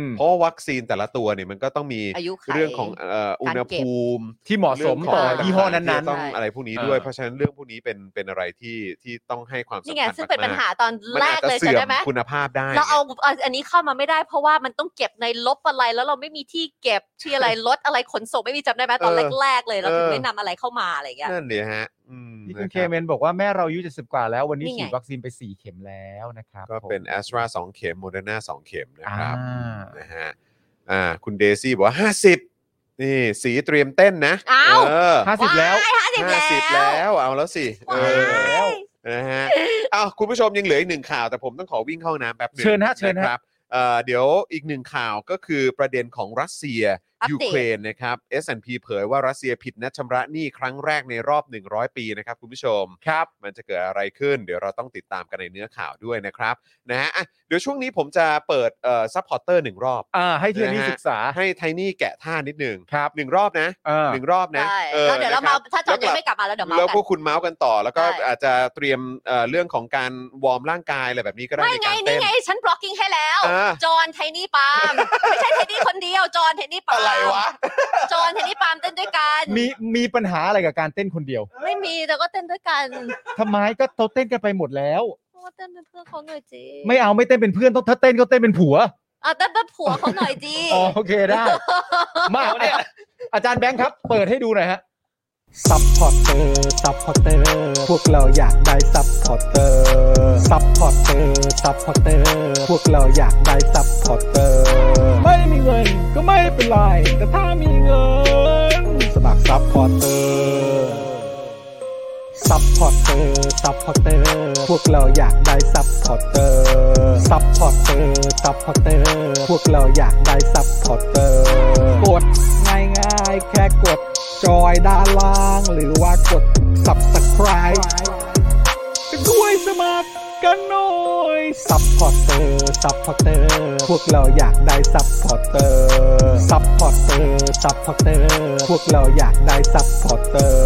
ม
เพราะว่าวัคซีนแต่ละตัวเนี่ยมันก็ต้องมี
อายุไข
เรื่องของเอ่ออุณหภูมิ
ที่เหมาะสมต่อ
เรื่งขง
ยี่ห้อ
ที่
นั้น
จะต้อง
ใช่
อะไรพวกนี้ด้วย
เออ
เพราะฉะนั้นเรื่องพวกนี้เป็นเป็นอะไรที่ที่ต้องให้ความสำคัญ
นี่ไง ซึ่งเป็นปัญหาม ตอน
กๆมัน
แร
อาจ
ก
จะ
เลย
เสื่อ
จำได้
ม
ไหม
คุณภาพได้
เราเอาอันนี้เข้ามาไม่ได้เพราะว่ามันต้องเก็บในลบอะไร แล้วเราไม่มีที่เก็บที่อะไรรถอะไรขนส่งไม่มีจำได้ไหมตอนแรกๆเลยเราถึงไม่นำอะไรเข้ามาอะไรอย่างเงี้ย
นั่นเลยฮะอืม
ๆที่คุณ
นะ
เค
ครับ
เมนบอกว่าแม่เราอายุเจ็ดสิบกว่าแล้ววันนี้
นี่ไง
ฉีดวัคซีนไปสี่เข็มแล้วนะครับ
ก็เป็น
ผม
แอสตราสองเข็มโมเดอร์นาสองเข็มนะครับ
อ่า
นะฮะอ่าคุณเดซี่บอกว่าห้าสิบนี่สีเตรียมเต้นนะ
อ้าว
เออ
ห้าสิบแล้ว
ห้าสิบ
ห้าสิบ
แล้ว
แล้วเอาแล้วสิเออ
ว้าย
นะฮะ อ้าวคุณผู้ชมยังเหลืออีกหนึ่งข่าวแต่ผมต้องขอวิ่งเข้าห้องน้ำแป๊บหนึง
เชิญฮะเชิญฮะ
ครับเอ่อเดี๋ยวอีกหนึ่งข่าวก็คือประเด็นของรัสเซีย
อัปเดต
ยูเครนนะครับ S&P เผยว่ารัสเซียผิดนัดชำระหนี้ครั้งแรกในรอบ 100 ปีนะครับคุณผู้ชม
ครับ
มันจะเกิดอะไรขึ้น เดี๋ยวเราต้องติดตามกันในเนื้อข่าวด้วยนะครับนะฮะอ่ะเดี๋ยวช่วงนี้ผมจะเปิดเอ่อซัพพอร์เตอร์หนึ่งรอบ
อ่าให้เทียนนี่
นะฮะ
ศึกษา
ให้ไทนี่แกะท่านิดหนึ่ง
ครับ
หนึ่งรอบนะ
เออ
หนึ่งรอบนะ
ใช่
ออ
แล้วเดี๋ยวเรา
นะค
มา
บ
ถ้าจอน
แล้ว
ยัง
กลับ
ไม่กลับมาแล้วเดี๋ยวมา
แล้วพ
กั
วน กคุณเมาส์กันต่อ แล้วก็
ใช่
อาจจะเตรียมเอ่อเรื่องของการวอร์มร่างกายอะไรแบบนี้ก็ได้
ไม่
ใน
ไง
การเต้
นี่
น
ไงฉัน blocking ให้แล้ว
อ่า
จอห์นไทนี่ปาล์มไม่ใช่ไทนี่คนเดียว จอห์นไทนี่ปาล์ม
อะไรวะ
จอห์นเทนนี่ปาล์มเต้นด้วยกัน
มีมีปัญหาอะไรกับการเต้นคนเดียว
ไม่มีแต่ก็เต้นด้วยกัน
ทำไมก็เขาเต้นกันไปหมดแล้ว
โอ้เต้นเป็นเพื่อนเขาหน่อยจี
ไม่เอาไม่เต้นเป็นเพื่อนต้องถ้าเต้นก็เต้นเป็นผัว
อ่ะเต้นเป็นผัวเขาหน่อยจี
อ๋อโอเค ได้ มา
เอาเนี่ย
อาจารย์แบงค์ครับ เปิดให้ดูหน่อยฮะ
ซัพพอร์เตอร์ ซัพพอร์เตอร์ พวกเราอยากได้ซัพพอร์เตอร์ ซัพพอร์เตอร์ ซัพพอร์เตอร์ พวกเราอยากได้ซัพพอร์เตอร์ ไม่มีเงินก็ไม่เป็นไร แต่ถ้ามีเงิน สมัครซัพพอร์เตอร์ ซัพพอร์เตอร์ ซัพพอร์เตอร์ พวกเราอยากได้ซัพพอร์เตอร์ ซัพพอร์เตอร์ ซัพพอร์เตอร์ พวกเราอยากได้ซัพพอร์เตอร์ กดง่ายง่ายๆแค่กด จอยด้านล่าง หรือว่ากด subscribe ด้วยสมัครกันหน่อย ซัพพอร์เตอร์ ซัพพอร์เตอร์ พวกเราอยากได้ซัพพอร์เตอร์ ซัพพอร์เตอร์ ซัพพอร์เตอร์ พวกเราอยากได้ซัพพอร์เตอร์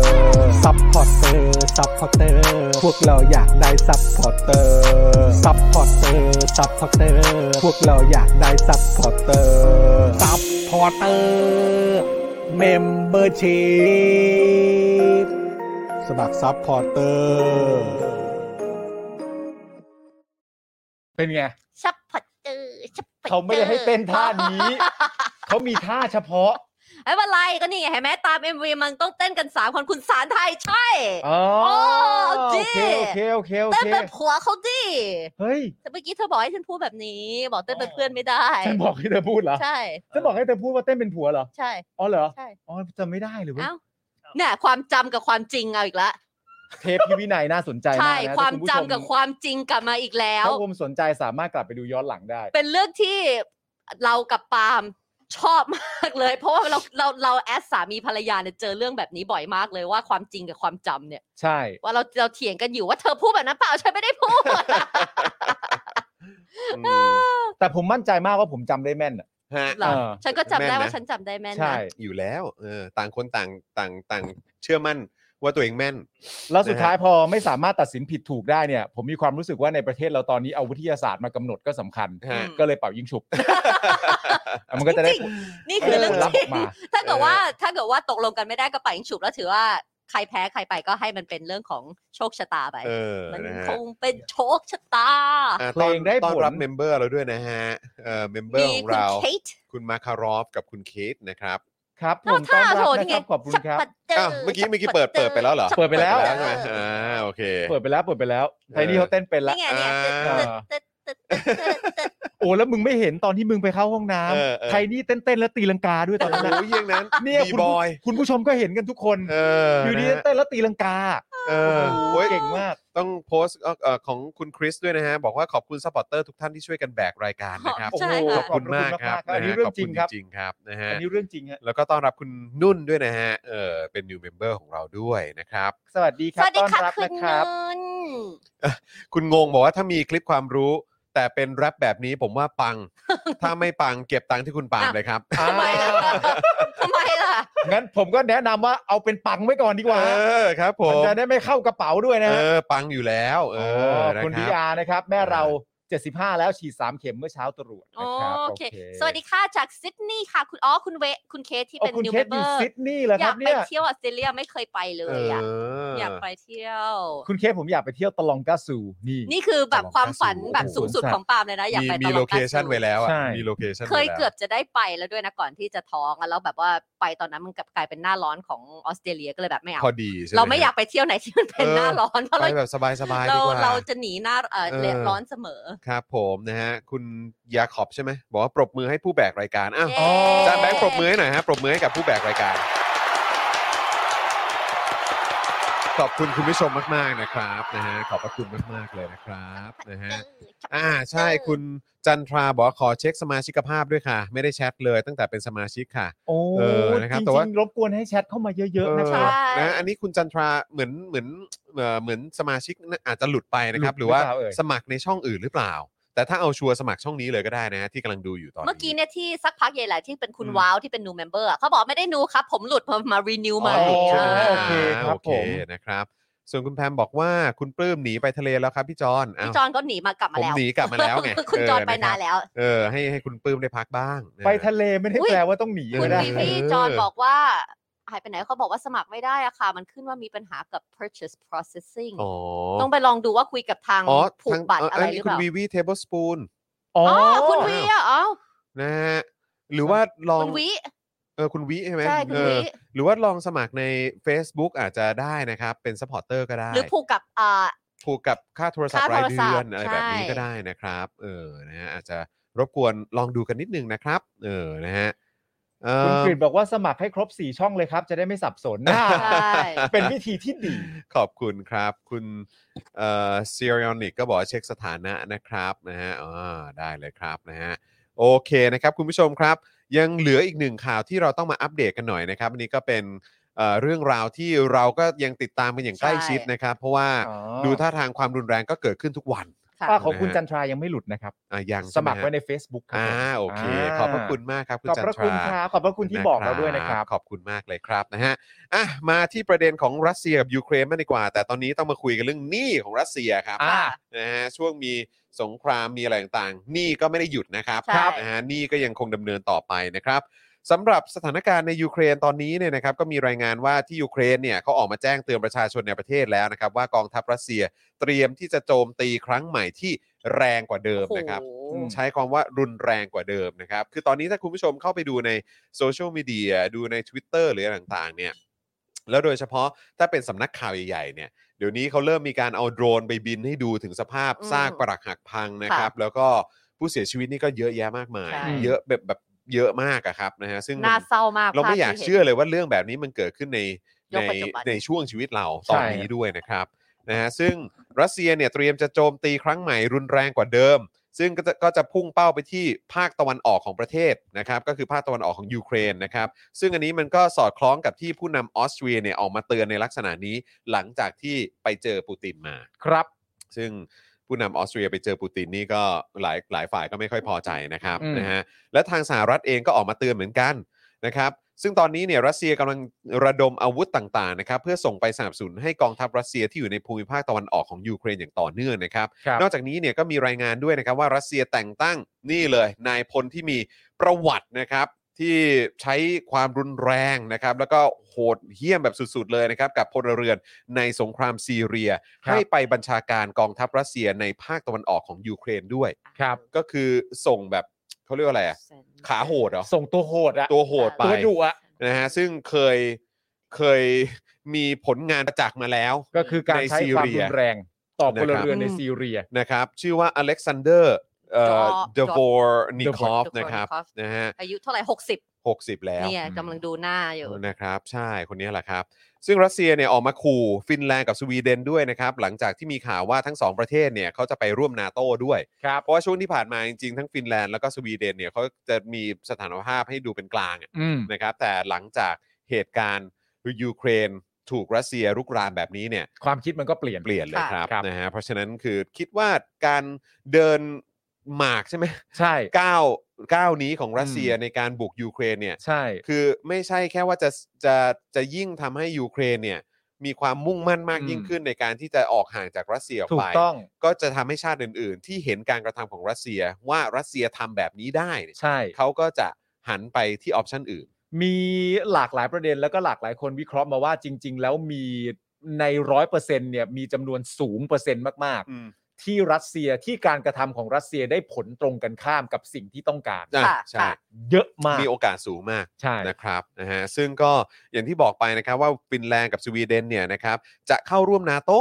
ซัพพอร์เตอร์ ซัพพอร์เตอร์ พวกเราอยากได้ซัพพอร์เตอร์ ซัพพอร์เตอร์ ซัพพอร์เตอร์ พวกเราอยากได้ซัพพอร์เตอร์ ซัพพอร์เตอร์ เมมเบอร์ชีพสมัครซัพพอร์เตอร์
เป็นไง
ชับพัดเจอชับพัดจอ
เขาไม่ได้ให้เต้นท่านี้ เขามีท่าเฉพาะ
ไม่เป็นไรก็นี่ไงเห็นไหมตาม MV มันต้องเต้นกันสามคนคุณสารไทยใช่
อ๋อ
โอ
โอ
เค
เคโอเคโอเคโอ
เต้น
เค
เป็นผัวเขาดิ
เฮ้ย
แต่เมื่อกี้เธอบอกให้ฉันพูดแบบนี้ บอกเต้นเป็นเพื่อนไม่ได้
ฉันบอกให้เธอพูดเหรอ
ใช่
ฉันบอกให้เธอพูดว่าเต้นเป็นผัวเหรอ
ใช่
อ๋อเหรอ
ใช่
อ๋อจำไม่ได้เลยเว้ย
เอ้าเนี่ยความจำกับความจริงเอาอีกแล้ว
เทปพี่วินัยน่าสนใจ
ใช่
มากนะ
ความ
ถ้ณผู้
จำ
ช
กับความจริงกลับมาอีกแล้ว
ถ้าคุณผู้ชมสนใจสามารถกลับไปดูย้อนหลังได้
เป็นเรื่องที่เรากับปาล์มชอบมากเลย เพราะว่าเราเราเราแอดสามีภรรยาเนี่ยเจอเรื่องแบบนี้บ่อยมากเลยว่าความจริงกับความจำเนี่ย
ใช่
ว่าเราเราเถียงกันอยู่ว่าเธอพูดแบบนั้นเปล่าฉันไม่ได้พูด
อืม
แต่ผมมั่นใจมากว่าผมจำได้แม่นอะ
ฮะ
เหรอ
เออ
ฉันก็จำได้
แม่นนะ
ว่าฉันจำได้แม่น
ใช่
นะ
อยู่แล้วเออต่างคนต่างต่างต่างเชื่อมั่นว่าตัวเองแม่น
แล้วสุด
นะฮะ
ท้ายพอไม่สามารถตัดสินผิดถูกได้เนี่ย ผมมีความรู้สึกว่าในประเทศเราตอนนี้เอาวิทยาศาสตร์มากำหนดก็สำคัญ
ฮะ
อืม
ก็เลยเป่ายิ งฉุบ มันก็จะได้
จริงๆนี่คือเรื่องจ
รับ
ริ
อง อกมา
ถ้าเกิดว่าถ้าเกิดว่าตกลงกันไม่ได้ก็ไปยิงฉุบแล้วถือว่าใครแพ้ใครไปก็ให้มันเป็นเรื่องของโชคชะตาไป
เออ
มัน
นะฮะ
คงเป็นโชคชะตา
อ่ะ
เพลงได้ผล
ต้อนรับเมมเบอร์เราด้วยนะฮะเออเมมเบอ
มี
ร์ของ
คุณ
เรา
เคท
คุณมาคารอฟกับคุณเคทนะครับ
ครับผ
เล่าม
ต้อ
ท่าน
รับ
โทน
นะ
ไง
ครับขอบคุณครับ
สัปดา
อ้าว
ห์
เมื่อกี้เมื่อกี้เปิดเปิดไปแล้วเหรอ
สั
เปิดไปแล้ว
ใช่ไหมอ่าโอเค
เปิดไปแล้วเปิดไปแล้วไทนี่เขาเต้นเป็นละ
นี่ไงเนี่ย
อ่า
ตึ๊ดตึ๊ดตึ๊ดตึ๊ดตึ๊ด
โอ้แล้วมึงไม่เห็นตอนที่มึงไปเข้าห้องน้ำ
เออเออ
ไทนี่เต้นๆแล้วตีลังกาด้วยตอน
โอ้
นั้น
โห
นะ
เยี่ยงนั้น
เนี่ย
บี
คุ
บ
ณผู้
อย
คุณผู้ชมก็เห็นกันทุกคน
เออ
อยู่ดี
นะฮะ
เต้นแล้วตีลังกา
เออโอ้ย
เก่งมาก
ต้องโพสต์เอ่อเอ่อของคุณคริสด้วยนะฮะ บอกว่าขอบคุณซัพพอร์ตเตอร์ทุกท่านที่ช่วยกันแบกรายการนะครับ
โอ้โห
ใช่
ขอ
ค่ะ
บคุณมากครับ
อันนี้
ะฮะ
เรื่อง
ขบ
จริ
คุ
ง
ณ
ครับ
จริงๆครับนะฮะ
อันนี้เรื่องจริงฮะ
แล้วก็ต้อนรับคุณนุ่นด้วยนะฮะเออเป็น new member ของเราด้วยนะครับ
สวัสดีค
ส
รับ
วัสดี
ต้อน
ค่ะ
รับ
คุณ
นะ
นุ
ครับ
น
คุณงงบอกว่าถ้ามีคลิปความรู้ แต่เป็นแรปแบบนี้ผมว่าปัง ถ้าไม่ปังเก็บตังค์ที่คุณปังเลยครับ
ทำไมล่ะ ทำไมล่ะ
งั้นผมก็แนะนำว่าเอาเป็นปังไว้ก่อนดีกว่า
เออครับผม
มันจะได้ไม่เข้ากระเป๋าด้วยนะ
เอ
ฮะ
อ ปังอยู่แล้ว เออนะ
คุณ
ค
พิ
รับ
ยานะครับ แม่เรา 75 แล้วฉีด 3 เข็มเมื่อเช้าตรวจนะครับ
โอเค สวัสดีค่ะจากซิดนีย์ค่ะ คุณอ๋อคุณเวคุณเคสที่
โอ้
เป็น
คุณ
นิว
เค
เม
ส
ม
อ
เบอยู่ ร์
ซิดนีย์เหรอ
อ
ค
ยา
รั
ก
บ
ไป
เนี่ย
เที่ยวออสเตรเลียไม่เคยไปเล
เอย อ
อ่ะ
อ
อยากไปเที่ยว
คุณเคสผมอยากไปเที่ยวตะลองกาซูนี่
นี่คือแบบความฝัน
โอ้โห
แบบสูงสุดของปาล์มเลยนะ อยาก
มี
ไป
มี
ตะ
โล
อง
เค
กา
ชัน
ซู
ไว้แล้วอ่ะ
ใช่
มีโลเคชัน
เคยเกือบจะได้ไปแล้วด้วยนะก่อนที่จะท้องอะแล้วแบบว่าไปตอนนั้นมันกลับกลายเป็นหน้าร้อนของออสเตรเลียก็เลยแบบไม่เอา
พอดีใช่ห
เราไม่อยากไปเที่ยวไหนที่มันเป็น
เออ
หน้าร้อนเพราะ
ไป
เรา
แบบสบายๆ
เรา
ดีกว่า
เราจะหนีหน้าเออ
เออ
ร้อนเสมอ
ครับผมนะฮะ คุณยาขอบใช่ไหม บอกว่าปรบมือให้ผู้แบกรายการอ้าว
เย้
จานแบงค์ปรบมือให้หน่อยฮะ ปรบมือให้กับผู้แบกรายการ ขอบคุณคุณผู้ชมมากๆนะครับนะฮะ ขอบพระคุณมากๆเลยนะครับนะฮะ อ่าใช่คุณจันทราบอกว่าขอเช็คสมาชิกภาพด้วยค่ะ ไม่ได้แชทเลยตั้งแต่เป็นสมาชิกค่ะ
โอ้
เออนะครับ
จ
แต่ว่า
ริงๆรบกวนให้แชทเข้ามาเยอะๆนะค
ใช่
รับ
นะอันนี้คุณจันทราเหมือนเหมือนเอ่อเหมือนสมาชิกน่ะอาจจะหลุดไปนะครับ
ห
ห
ลุด
รือว่า
หรือเปล่าเอ่ย
สมัครในช่องอื่นหรือเปล่า แต่ถ้าเอาชัวร์สมัครช่องนี้เลยก็ได้นะฮะที่กำลังดูอยู่ตอนนี้
เมื่อกี้เนี่ยที่สักพักใหญ่แหละที่เป็นคุณ
อืม
ว้าวที่เป็นนูเมมเบอร์เขาบอกไม่ได้นูครับ ผมหลุดผมมารีนิว
อ๋อ
มา
หลุดใช่ไหม
เอ
โอ
อ
เคครับ
อ่าโอเค
ผม
นะครับ ส่วนคุณแพมบอกว่าคุณปลื้มหนีไปทะเลแล้วครับพี่จอนอ้าว
พี่จอนก็หนีมากลับมา
ผม
แล้ว
หนีกลับมาแล้วไง
คุณจอนไป
เะครับ
นานแล้ว
เออให้ให้คุณปลื้มได้พักบ้างนะ
ไปทะเลไม่ได้
อุ๊ย
แปลว่าต้องหนี
คุ
ก็
ณ
ได้
พี่
เออ
พี่จอนบอกว่าหายไปไหนเขาบอกว่าสมัครไม่ได้อะค่ะ มันขึ้นว่ามีปัญหากับ purchase processing
อ๋อ
ต้องไปลองดูว่าคุยกับทาง
อ๋อ
ผูกบัตรอะไร
น
ห
นี้
รือ
คุ
เป
ณ
ล่า
วีวีเทเบิลสปูน
อ๋อ
อ๋อคุณ
วิ
วีอ่ะเอ้า
นะฮะหรือว่าลอง
คุณวี
เออคุณวีใช่ไหม
ใช่คุณ
เออ
วี
หรือว่าลองสมัครใน Facebook อาจจะได้นะครับ เป็นซัพพอร์เตอร์ก็ได้
หรือผูกกับอ่า
ผูกกับค่าโทรศัพ
ค่าร
ท์าย
โทร
เดื
ศัพท์
อนอะไรแบบนี้
ใช่
ก็ได้นะครับ เออนะฮะอาจจะรบกวนลองดูกันนิดนึงนะครับ เออนะฮะเอ
คุณ
อก
ริดบอกว่าสมัครให้ครบ 4 ช่องเลยครับ จะได้ไม่สับสนนะ
ใช่
เป็นวิธีที่ดี
ขอบคุณครับ คุณเอ่อซีเรียนิกก็บอกว่าเช็คสถานะนะครับนะฮะอ่าได้เลยครับนะฮะ โอเคนะครับคุณผู้ชมครับ ยังเหลืออีกหนึ่งข่าวที่เราต้องมาอัปเดตกันหน่อยนะครับอันนี้ก็เป็นเอ่อเรื่องราวที่เราก็ยังติดตามกันอย่างใกล้ชิดนะครับ เพราะว่า
อ๋อ
ดูท่าทางความรุนแรงก็เกิดขึ้นทุกวัน
ค่ะ
ป้าของคุณจันทรายังไม่หลุดนะครับ
อ่ะยัง
สมัคร
ใช่หฮะ
ไว้ใน Facebook ครับ
อ่า
ผม
โอเค
า
ขอบพระคุณมากครับคุณ
ขอบ
จัน
พระ
ท
คุณ
รา
ครับขอบพระคุณที่บอกเราด้วยนะครับ
ขอบคุณมากเลยครับนะฮะอ่ะมาที่ประเด็นของรัสเซียกับยูเครนมากดีกว่า แต่ตอนนี้ต้องมาคุยกันเรื่องหนี้ของรัสเซียครับ
อ่า
นะฮะช่วงมีสงครามมีอะไรต่างๆหนี่ก็ไม่ได้หยุดนะครับ
ใช่
นะฮะหนี่ก็ยังคงดำเนินต่อไปนะครับสำหรับสถานการณ์ในยูเครนตอนนี้เนี่ยนะครับก็มีรายงานว่าที่ยูเครนเนี่ยเขาออกมาแจ้งเตือนประชาชนในประเทศแล้วนะครับว่ากองทัพรัสเซียเตรียมที่จะโจมตีครั้งใหม่ที่ แรงกว่าเดิมนะครับ
โอ้โห
ใช้ความว่ารุนแรงกว่าเดิมนะครับ คือตอนนี้ถ้าคุณผู้ชมเข้าไปดูในโซเชียลมีเดียดูใน Twitter หรืออะไรต่างๆเนี่ยแล้วโดยเฉพาะถ้าเป็นสำนักข่าวใหญ่ๆเนี่ยเดี๋ยวนี้เขาเริ่มมีการเอาโดรนไปบินให้ดูถึงสภาพ
อืม
ซากปรักหักพังนะ
ค่ะ
ครับ แล้วก็ผู้เสียชีวิตนี่ก็เยอะแยะมากมาย
ใช่
เยอะแบบแบบเยอะมากอะครับนะฮะซึ่ง
น่าเศร้ามาก
เราไม่
ภพ
อยาก
ที่ห็น
เชื่อเลยว่าเรื่องแบบนี้มันเกิดขึ้นใน
โล
ใน
กปัจจุบัน
ในช่วงชีวิตเราตอนนี้ด้วยนะครับ นะฮะซึ่งรัสเซียเนี่ยเตรียมจะโจมตีครั้งใหม่รุนแรงกว่าเดิม ซึ่งก็จะก็จะพุ่งเป้าไปที่ภาคตะวันออกของประเทศนะครับก็คือภาคตะวันออกของยูเครนนะครับซึ่งอันนี้มันก็สอดคล้องกับที่ผู้นำออสเตรียเนี่ยออกมาเตือนในลักษณะนี้หลังจากที่ไปเจอปูตินมา
ครับ
ซึ่งผู้นำออสเตรียไปเจอปูตินนี่ก็หลายหลายฝ่ายก็ไม่ค่อยพอใจนะครับ
อืม
นะฮะและทางสหรัฐเองก็ออกมาเตือนเหมือนกันนะครับ ซึ่งตอนนี้เนี่ยรัสเซียกำลังระดมอาวุธต่างๆนะครับเพื่อส่งไปสนับสนุนให้กองทัพรัสเซียที่อยู่ในภูมิภาคตะวันออกของยูเครนอย่างต่อเนื่องนะครับ
ครับ
นอกจากนี้เนี่ยก็มีรายงานด้วยนะครับว่ารัสเซียแต่งตั้งนี่เลยนายพลที่มีประวัตินะครับที่ใช้ความรุนแรงนะครับแล้วก็โหดเหี้ยมแบบสุดๆเลยนะครับกับพลเรือนในสงครามซีเรีย
ครับ
ให้ไปบัญชาการกองทัพรัสเซียในภาคตะวันออกของยูเครนด้วย
ครับ
ก็คือส่งแบบเขาเรียกว่าอะไรอะขาโหดเหรอ
ส่งตัวโหดอะ
ตัวโหดไป
ตัวดุอะ
นะฮะซึ่งเคยเคยมีผลงานประจักษ์มาแล้ว
ก็คือการใช้ความรุนแรง ต่อพล
นะครับ
เรือนใน
อืม
ซีเรีย
นะครับ ชื่อว่าอเล็กซานเดอร์เดวอร์นิคอฟ
Dvornikov
นะครับนะฮะ
อายุเท่าไหร่หกสิบ
หกสิบแล้ว
เนี่ยกำลังดูหน้าอยู่
นะครับ ใช่คนนี้แหละครับ ซึ่งรัสเซียเนี่ยออกมาขู่ฟินแลนด์กับสวีเดนด้วยนะครับ หลังจากที่มีข่าวว่าทั้งสองประเทศเนี่ยเขาจะไปร่วมนาโต้ด้วย
ครับ
เพราะว่าช่วงที่ผ่านมาจริงๆ ทั้งฟินแลนด์แล้วก็สวีเดนเนี่ยเขาจะมีสถานภาพให้ดูเป็นกลางอะ
อืม
นะครับแต่หลังจากเหตุการณ์ยูเครนถูกรัสเซียรุกรานแบบนี้เนี่ย
ความคิดมันก็เปลี่ยน
เปลี่ยนเลย
ค่ะ
ครับ
ครับ
นะฮะเพราะฉะนั้นคือคิดว่าการเดินหมากใช่ไหม
ใช่
ก้าวก้าวนี้ของรัสเซียในการบุกยูเครนเนี่ย
ใช่
คือไม่ใช่แค่ว่าจะจะจะยิ่งทำให้ยูเครนเนี่ยมีความมุ่งมั่นมาก
อืม
ยิ่งขึ้นในการที่จะออกห่างจากรัสเซียออก
ถู
ไป
กต้อง
ก็จะทำให้ชาติอื่น ๆ ที่เห็นการกระทำของรัสเซียว่ารัสเซียทำแบบนี้ได้เนี่ย
ใช่
เขาก็จะหันไปที่ออปชันอื่น
มีหลากหลายประเด็นแล้วก็หลากหลายคนวิเคราะห์มาว่าจริง ๆ แล้วมีในร้อยเปอร์เซ็นต์เนี่ยมีจำนวนสูงเปอร์เซ็นต์มาก ๆ ที่รัสเซียที่การกระทำของรัสเซียได้ผลตรงกันข้ามกับสิ่งที่ต้องการ
อ่ะ
ค่ะ
ใช่
ค่ะ
เยอะมาก
มีโอกาสสูงมาก
ใช่
นะครับนะฮะซึ่งก็อย่างที่บอกไปนะครับว่าฟินแลนด์กับสวีเดนเนี่ยนะครับจะเข้าร่วมนาโต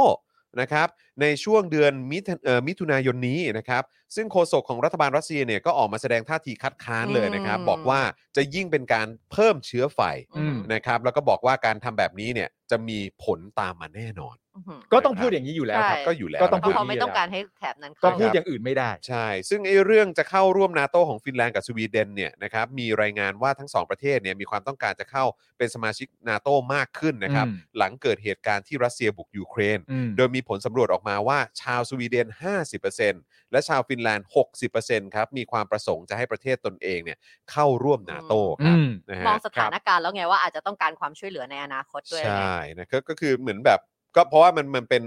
นะครับในช่วงเดือนมิถุนเอ่อมิถุนายนนี้นะครับซึ่งโฆษกของรัฐบาลรัสเซียเนี่ยก็ออกมาแสดงท่าทีคัดค้านเลยนะครับ
อืม
บอกว่าจะยิ่งเป็นการเพิ่มเชื้อไฟ
อืม
นะครับแล้วก็บอกว่าการทำแบบนี้เนี่ยจะมีผลตามมาแน่นอน
อื้อหือ
ก็ต้องพูดอย่างนี้อยู่แล้วครับ
ใช่
ก็อยู่แล้ว
ก็ต้อง
นะค
เพ
รั
ราะ
บ
พูด
เขาไม่ต้องการให้แถบนั้น
ก็
เข้า
พูดอย่างอื่นไม่ได้
ใช่ ซึ่งไอ้เรื่องจะเข้าร่วมนาโตของฟินแลนด์กับสวีเดนเนี่ยนะครับ มีรายงานว่าทั้งสองประเทศเนี่ยมีความต้องการจะเข้าเป็นสมาชิกนาโตมากขึ้นนะครับ
อืม
หลังเกิดเหตุการณ์ที่รัสเซียบุกยูเครน
อืม
โดยมีผลสำรวจออกมาว่าชาวสวีเดน 50%และชาวฟินแลนด์ 60%ครับ มีความประสงค์จะให้ประเทศตนเองเนี่ยเข้าร่วมนาโตค
อื
รับ
ม
นะฮะ
มองสถานการณ์แล้วไงว่าอาจจะต้องการความช่วยเหลือในอนาคตด้วย
ใช
ไง่
นะครับก็คือเหมือนแบบก็เพราะว่ามันมันเป็น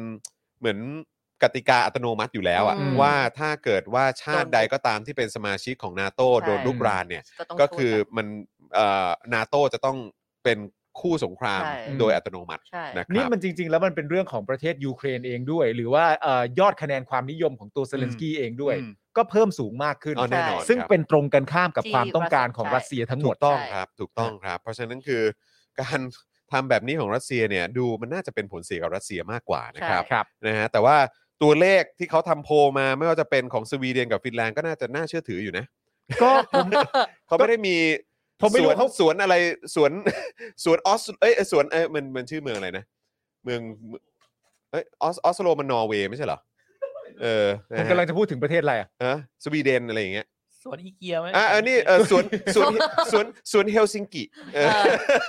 เหมือนกติกาอัตโนมัติอยู่แล้วอะ
อืม
ว่าถ้าเกิดว่าชาติใดก็ตามที่เป็นสมาชิกของนาโตโดนลุกรานเนี่ย
ก็ต้อง
ก็
ช่วย
คือมันนาโตจะต้องเป็นคู่สงคราม
ใช่
โดยอัตโนมัติ
ใช่
นะค
นี่
รับ
มันจริง ๆ แล้วมันเป็นเรื่องของประเทศยูเครนเองด้วย หรือว่าเอ่อยอดคะแนนความนิยมของตัวเซเลนสกี้เองด้วย
อืม
ก็เพิ่มสูงมากขึ้น
อ๋อแน่นอน
ซึ่ง
ครับ
เป็นตรงกันข้ามกับความต้องการของรัสเซียทั้งหม
ถู
ด
กต้อง
ใช่
ครับถูกต้องครับ เพราะฉะนั้นคือการ ทำแบบนี้ของรัสเซียเนี่ยดูมันน่าจะเป็นผลเสียกับรัสเซียมากกว่านะครับ
ครับ
นะฮะแต่ว่าตัวเลขที่เขาทำโพลมาไม่ว่าจะเป็นของสวีเดนกับฟินแลนด์ก็น่าจะน่าเชื่อถืออยู่นะ
ก็ผม
เขาไม่ได้มี
ผมไม่
สว
รู้
น
เขา
สวนอะไรสวน สวนออสเอ้ยสวนเอ้ยมันมันชื่อเมืองอะไรนะ เมืองเอ้ยออสออสโลมันนอร์เวย์ไม่ใช่เหรอเออนะ
ผม
ฮะ
กำลังจะพูดถึงประเทศอะไรอ่ะ
ฮะสวีเดนอะไรอย่างเงี้ย
สวนอีเกียไหม
อ่ะอันนี้เอ่อสวนสวนสวนสวนเฮลซิงกิเออ
เออ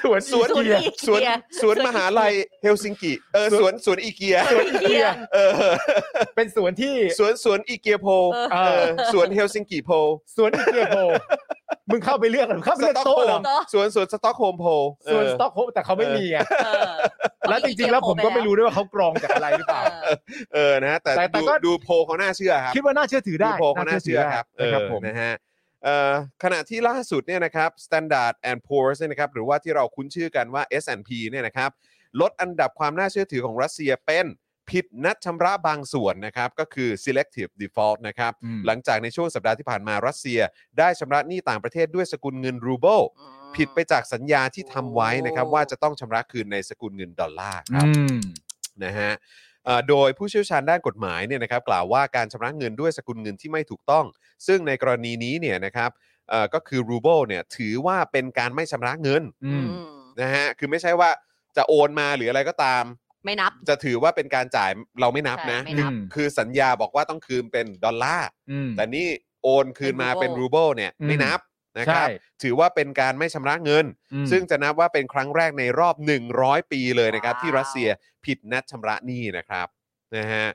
สวน
สวน
สวนอีเกีย
สวนสวนมหาลัยเฮลซิงกิเออสวนสวนอีเกีย
สวนอีเกีย
เออ
เป็นสวนที่
สวนสวนอีเกียโพ
เอ่
เอ
อ
อสวนเฮลซิงกิโพ
สวนอีเกียโพ มึงเข้าไปเลือกเหรอเข้า
ส
ไปเลือก
ต็อก
โต๊ะ
โฮ
เหรอ
มสวนสวนสต็อกโฮมโพเอ
สวน
อ
สต็อกโฮล์มแต่เขาไม่
เออ
มีไง
เออ
แล้วจริง ๆ แล้วผมก็ไม่รู้ด้วยว่าเขากรองจากอะไรหรือเปล่า
เออ
เออนะฮะแต่
แต่แต่
ดู
ก็
ดูโพลเขาน่าเชื่อครับ
คิดว่าน่าเชื่อถือได้
ดูโพลเขาน่าเชื่อครับ
น่าเชื่อ
เอ
ถือได้นะครับ
อ
ผม
นะฮะเอ่อขณะที่ล่าสุดเนี่ยนะครับ Standard and Poor's เนี่ยนะครับหรือว่าที่เราคุ้นชื่อกันว่า S&P เนี่ยนะครับลดอันดับความน่าเชื่อถือของรัสเซียเป็น ผิดนัดชำระบางส่วนนะครับก็คือ selective default นะครับ
อืม
หลังจากในช่วงสัปดาห์ที่ผ่านมารัสเซีย ได้ชำระหนี้ต่างประเทศด้วยสกุลเงินรูเบิล
อืม
ผิดไปจากสัญญาที่ทำไว้นะครับ
โอ้
ว่าจะต้องชำระคืนในสกุลเงินดอลลาร์ครับ นะฮะเอ่อโดยผู้เชี่ยวชาญด้านกฎหมายเนี่ยนะครับกล่าวว่าการชำระเงินด้วยสกุลเงินที่ไม่ถูกต้อง ซึ่งในกรณีนี้เนี่ยนะครับเอ่อก็คือรูเบิลเนี่ยถือว่าเป็นการไม่ชำระเงิน
อืม
อืม
นะฮะคือไม่ใช่ว่าจะโอนมาหรืออะไรก็ตาม
ไม่นับ
จะถือว่าเป็นการจ่ายเราไม่นับนะ
ใช่ไม่นับ
คือคือสัญญาบอกว่าต้องคืนเป็นดอลลาร์
อืม
แต่นี่โอนคืนมาเป็นรูเบิลเนี่ยไม่นับนะครับ
ใช่
ถือว่าเป็นการไม่ชำระเงิน
อืม
ซึ่งจะนับว่าเป็นครั้งแรกในรอบ 100 ปีเลยนะครับ
ว้าว
ที่รัสเซียผิดนัดชำระหนี้นะครับนะฮะ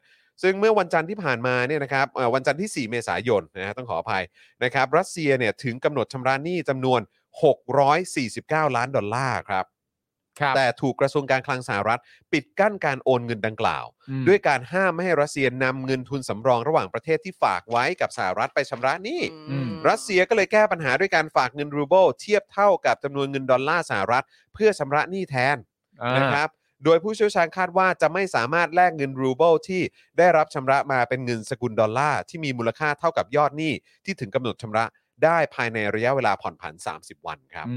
ซึ่งเมื่อวันจันทร์ที่ผ่านมาเนี่ยนะครับเอ่อวันจันทร์ที่ 4 เมษายนนะฮะต้องขออภัยนะครับรัสเซียเนี่ยถึงกำหนดชำระหนี้จำนวน 649 ล้านดอลลาร์ครับ
ครับ
แต่ถูกกระทรวงการคลังสหรัฐ ปิดกั้นการโอนเงินดังกล่าว
อืม
ด้วยการห้ามไม่ให้รัสเซียนำเงินทุนสำรองระหว่างประเทศที่ฝากไว้กับสหรัฐไปชำระหนี้
อืม
รัสเซียก็เลยแก้ปัญหาด้วยการฝากเงินรูเบิลเทียบเท่ากับจำนวนเงินดอลลาร์สหรัฐ เพื่อชำระหนี้แทน
อ่า
นะครับ โดยผู้เชี่ยวชาญคาดว่าจะไม่สามารถแลกเงินรูเบิลที่ได้รับชำระมาเป็นเงินสกุลดอลลาร์ที่มีมูลค่าเท่ากับยอดหนี้ที่ถึงกำหนดชำระได้ภายในระยะเวลาผ่อนผัน 30 วันครับ
อื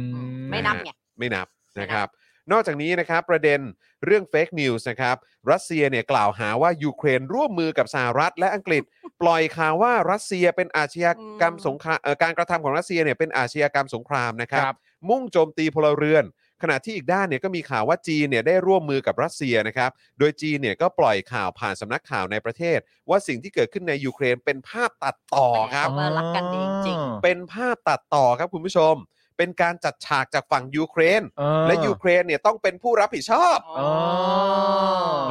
ม
ไม่นับไง
ไม่นับ
ไม่นับ
นะครับ นอกจากนี้นะครับประเด็นเรื่องเฟกนิวส์นะครับรัสเซียเนี่ยกล่าวหาว่ายูเครนร่วมมือกับสหรัฐและอัง กฤษ ปล่อยข่าวว่ารัสเซียเป็นอาชญากรรมสงครามเอ่อการกระทำของรัสเซียเนี่ยเป็นอาชญากรรมสงครามนะครับ
ครับ
มุ่งโจมตีพลเรือน ขณะที่อีกด้านเนี่ยก็มีข่าวว่าจีนเนี่ยได้ร่วมมือกับรัสเซียนะครับ โดยจีนเนี่ยก็ปล่อยข่าวผ่านสำนักข่าวในประเทศ ว่าสิ่งที่เกิดขึ้นในยูเครนเป็นภาพตัดต่อครับ
ว่ารักกันดีจริง
เป็นภาพตัดต่อครับคุณผู้ชม เป็นการจัดฉากจากฝั่งยูเครน
อ่า
และยูเครนเนี่ยต้องเป็นผู้รับผิดชอบ
อ๋อ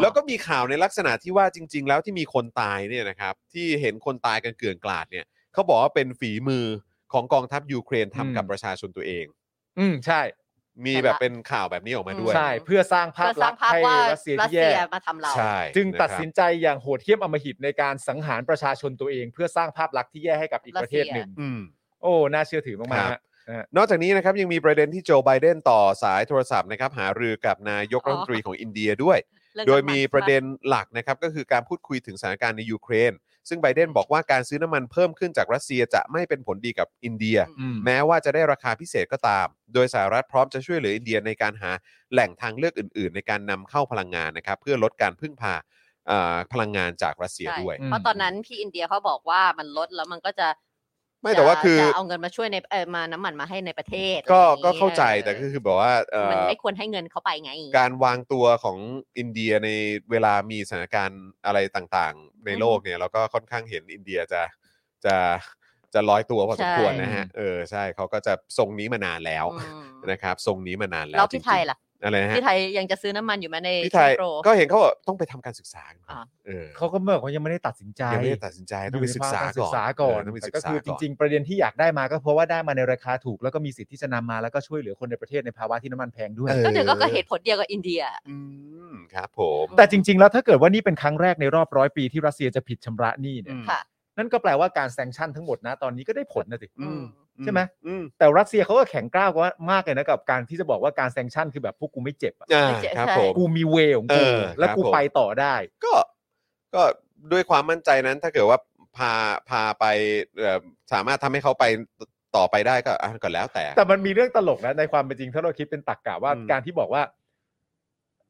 แล้วก็มีข่าวในลักษณะที่ว่าจริง ๆ แล้วที่มีคนตายเนี่ยนะครับ ที่เห็นคนตายกันเกลื่อนกลาดเนี่ยเขาบอกว่าเป็นฝีมือของกองทัพยูเครนทำกับ
อืม
ประชาชนตัวเอง
อืมใช่
มี
เห็นละ
แบบเป็นข่าวแบบนี้ออกมาด้วย
ใช่ เพื่อสร้างภา
เพื่อ
พ
ส
ลั
ร้าก ง
ษณ์
ภาพ
ให้
ว่า
รัสเซีย
รัส
ที่แย่
เซียมาทำเรา
ใช่
จึง
นะครับ
ตัดสินใจอย่างโหดเหี้ยมอำมหิตในการสังหารประชาชนตัวเอง เพื่อสร้างภาพลักษณ์ที่แย่ให้กับอีกประเทศหนึ่ง
อืม
โอ้ น่าเชื่อถือ
ค
มา
รับ
กๆฮะนะฮะ
นอกจากนี้นะครับยังมีประเด็นที่โจไบเดนต่อสายโทรศัพท์นะครับหารือกับนายกรัฐมนตรีของอินเดียด้วย
เรื่อง
โดย
น้ำน
มี
ใช่ไ
ประเด็นหลักนะครับก็คือการพูดคุยถึงสถานการณ์ในยูเครน ซึ่งไบเดนบอกว่าการซื้อน้ำมันเพิ่มขึ้นจากรัสเซียจะไม่เป็นผลดีกับอินเดีย
อืม
แม้ว่าจะได้ราคาพิเศษก็ตาม โดยสหรัฐพร้อมจะช่วยเหลืออินเดียในการหาแหล่งทางเลือกอื่น ๆ ในการนำเข้าพลังงานนะครับเพื่อลดการพึ่งพาเอ่อพลังงานจากรัสเซีย
ใช่
ด้วย
เพราะตอนนั้นพี่อินเดียเขาบอกว่ามันลดแล้วมันก็จะ
ไม่แต่ว่า
จะ
คือ
จะเอาเงินมาช่วยในเออมาน้ำมันมาให้ในประเทศ
ก็
อะไรอย่งงี้
ก็เข้าใจ
ออ
แต่ก็คือแบบว่าเอ่อ
มันไม่ควรให้เงินเขาไปไง
การวางตัวของอินเดียในเวลามีสถานการณ์อะไรต่างๆ ใน
อืม
โลกเนี่ยเราก็ค่อนข้างเห็นอินเดียจะจะจะลอยตัวพอสมควรนะฮะเออใช่เขาก็จะทรงนี้มานานแล้ว
อืม
นะครับทรงนี้มานานแล้ว
แล้วพี่ไทยล่ะ
จริงๆอะไรนะฮะ
พี่ไทยยังจะซื้อน้ำมันอยู่ไหมใน
พี่ไทย
โปร
ก็เห็นเขาบอกต้องไปทำการศึกษาก่อน
อ่ะ
เออ
เขาก็เมื่อเขายังไม่ได้ตัดสินใจ
ยังไม่ได้ตัดสินใจต้องไปศึกษา
ยู่ในภ
ก่อ
วะศึ
น
กษาก่อน
เต้องไป
แต่
ศึ
ก็
กษา
คือจ
ก่อน
ริง ๆ ประเด็นที่อยากได้มาก็เพราะว่าได้มาในราคาถูกแล้วก็มีสิทธิ์ที่จะนำมาแล้วก็ช่วยเหลือคนในประเทศในภาวะที่น้ำมันแพงด้วย
ออ
ก็เดี๋ยวก็เกิดเหตุผลเดียวกับอินเดีย
อืมครับผม
แต่จริง ๆ แล้วถ้าเกิดว่านี่เป็นครั้งแรกในรอบร้อยปีที่รัสเซียจะผิดชำระหนี้เนี่ย
ค่ะ
นั่นก็แปลว่าการแซงชั่นทั้งหมดนะตอนนี้ก็ได้ผลนะสิ
อืม
ใช่ไหม
อืม
แต่รัสเซียเขาก็แข็งกล้าวกว่ามากเลยนะกับการที่จะบอกว่าการแซงชั่นคือแบบพวกกูไม่เจ็บอะ
อ่า
ไม่ใช่
ครับ
ใช่
ผม
กูมีเวของกู
เออ
แล้ว
ครับ
กู
ผม
ไปต่อได้
ก็ก็ด้วยความมั่นใจนั้นถ้าเกิดว่าพาพาไปเอ่อสามารถทำให้เขาไปต่อไปได้ก็อ่ะก็แล้วแต่
แต่มันมีเรื่องตลกนะในความเป็นจริงถ้าเราคิดเป็นตรกกะว่า
อืม
การที่บอกว่า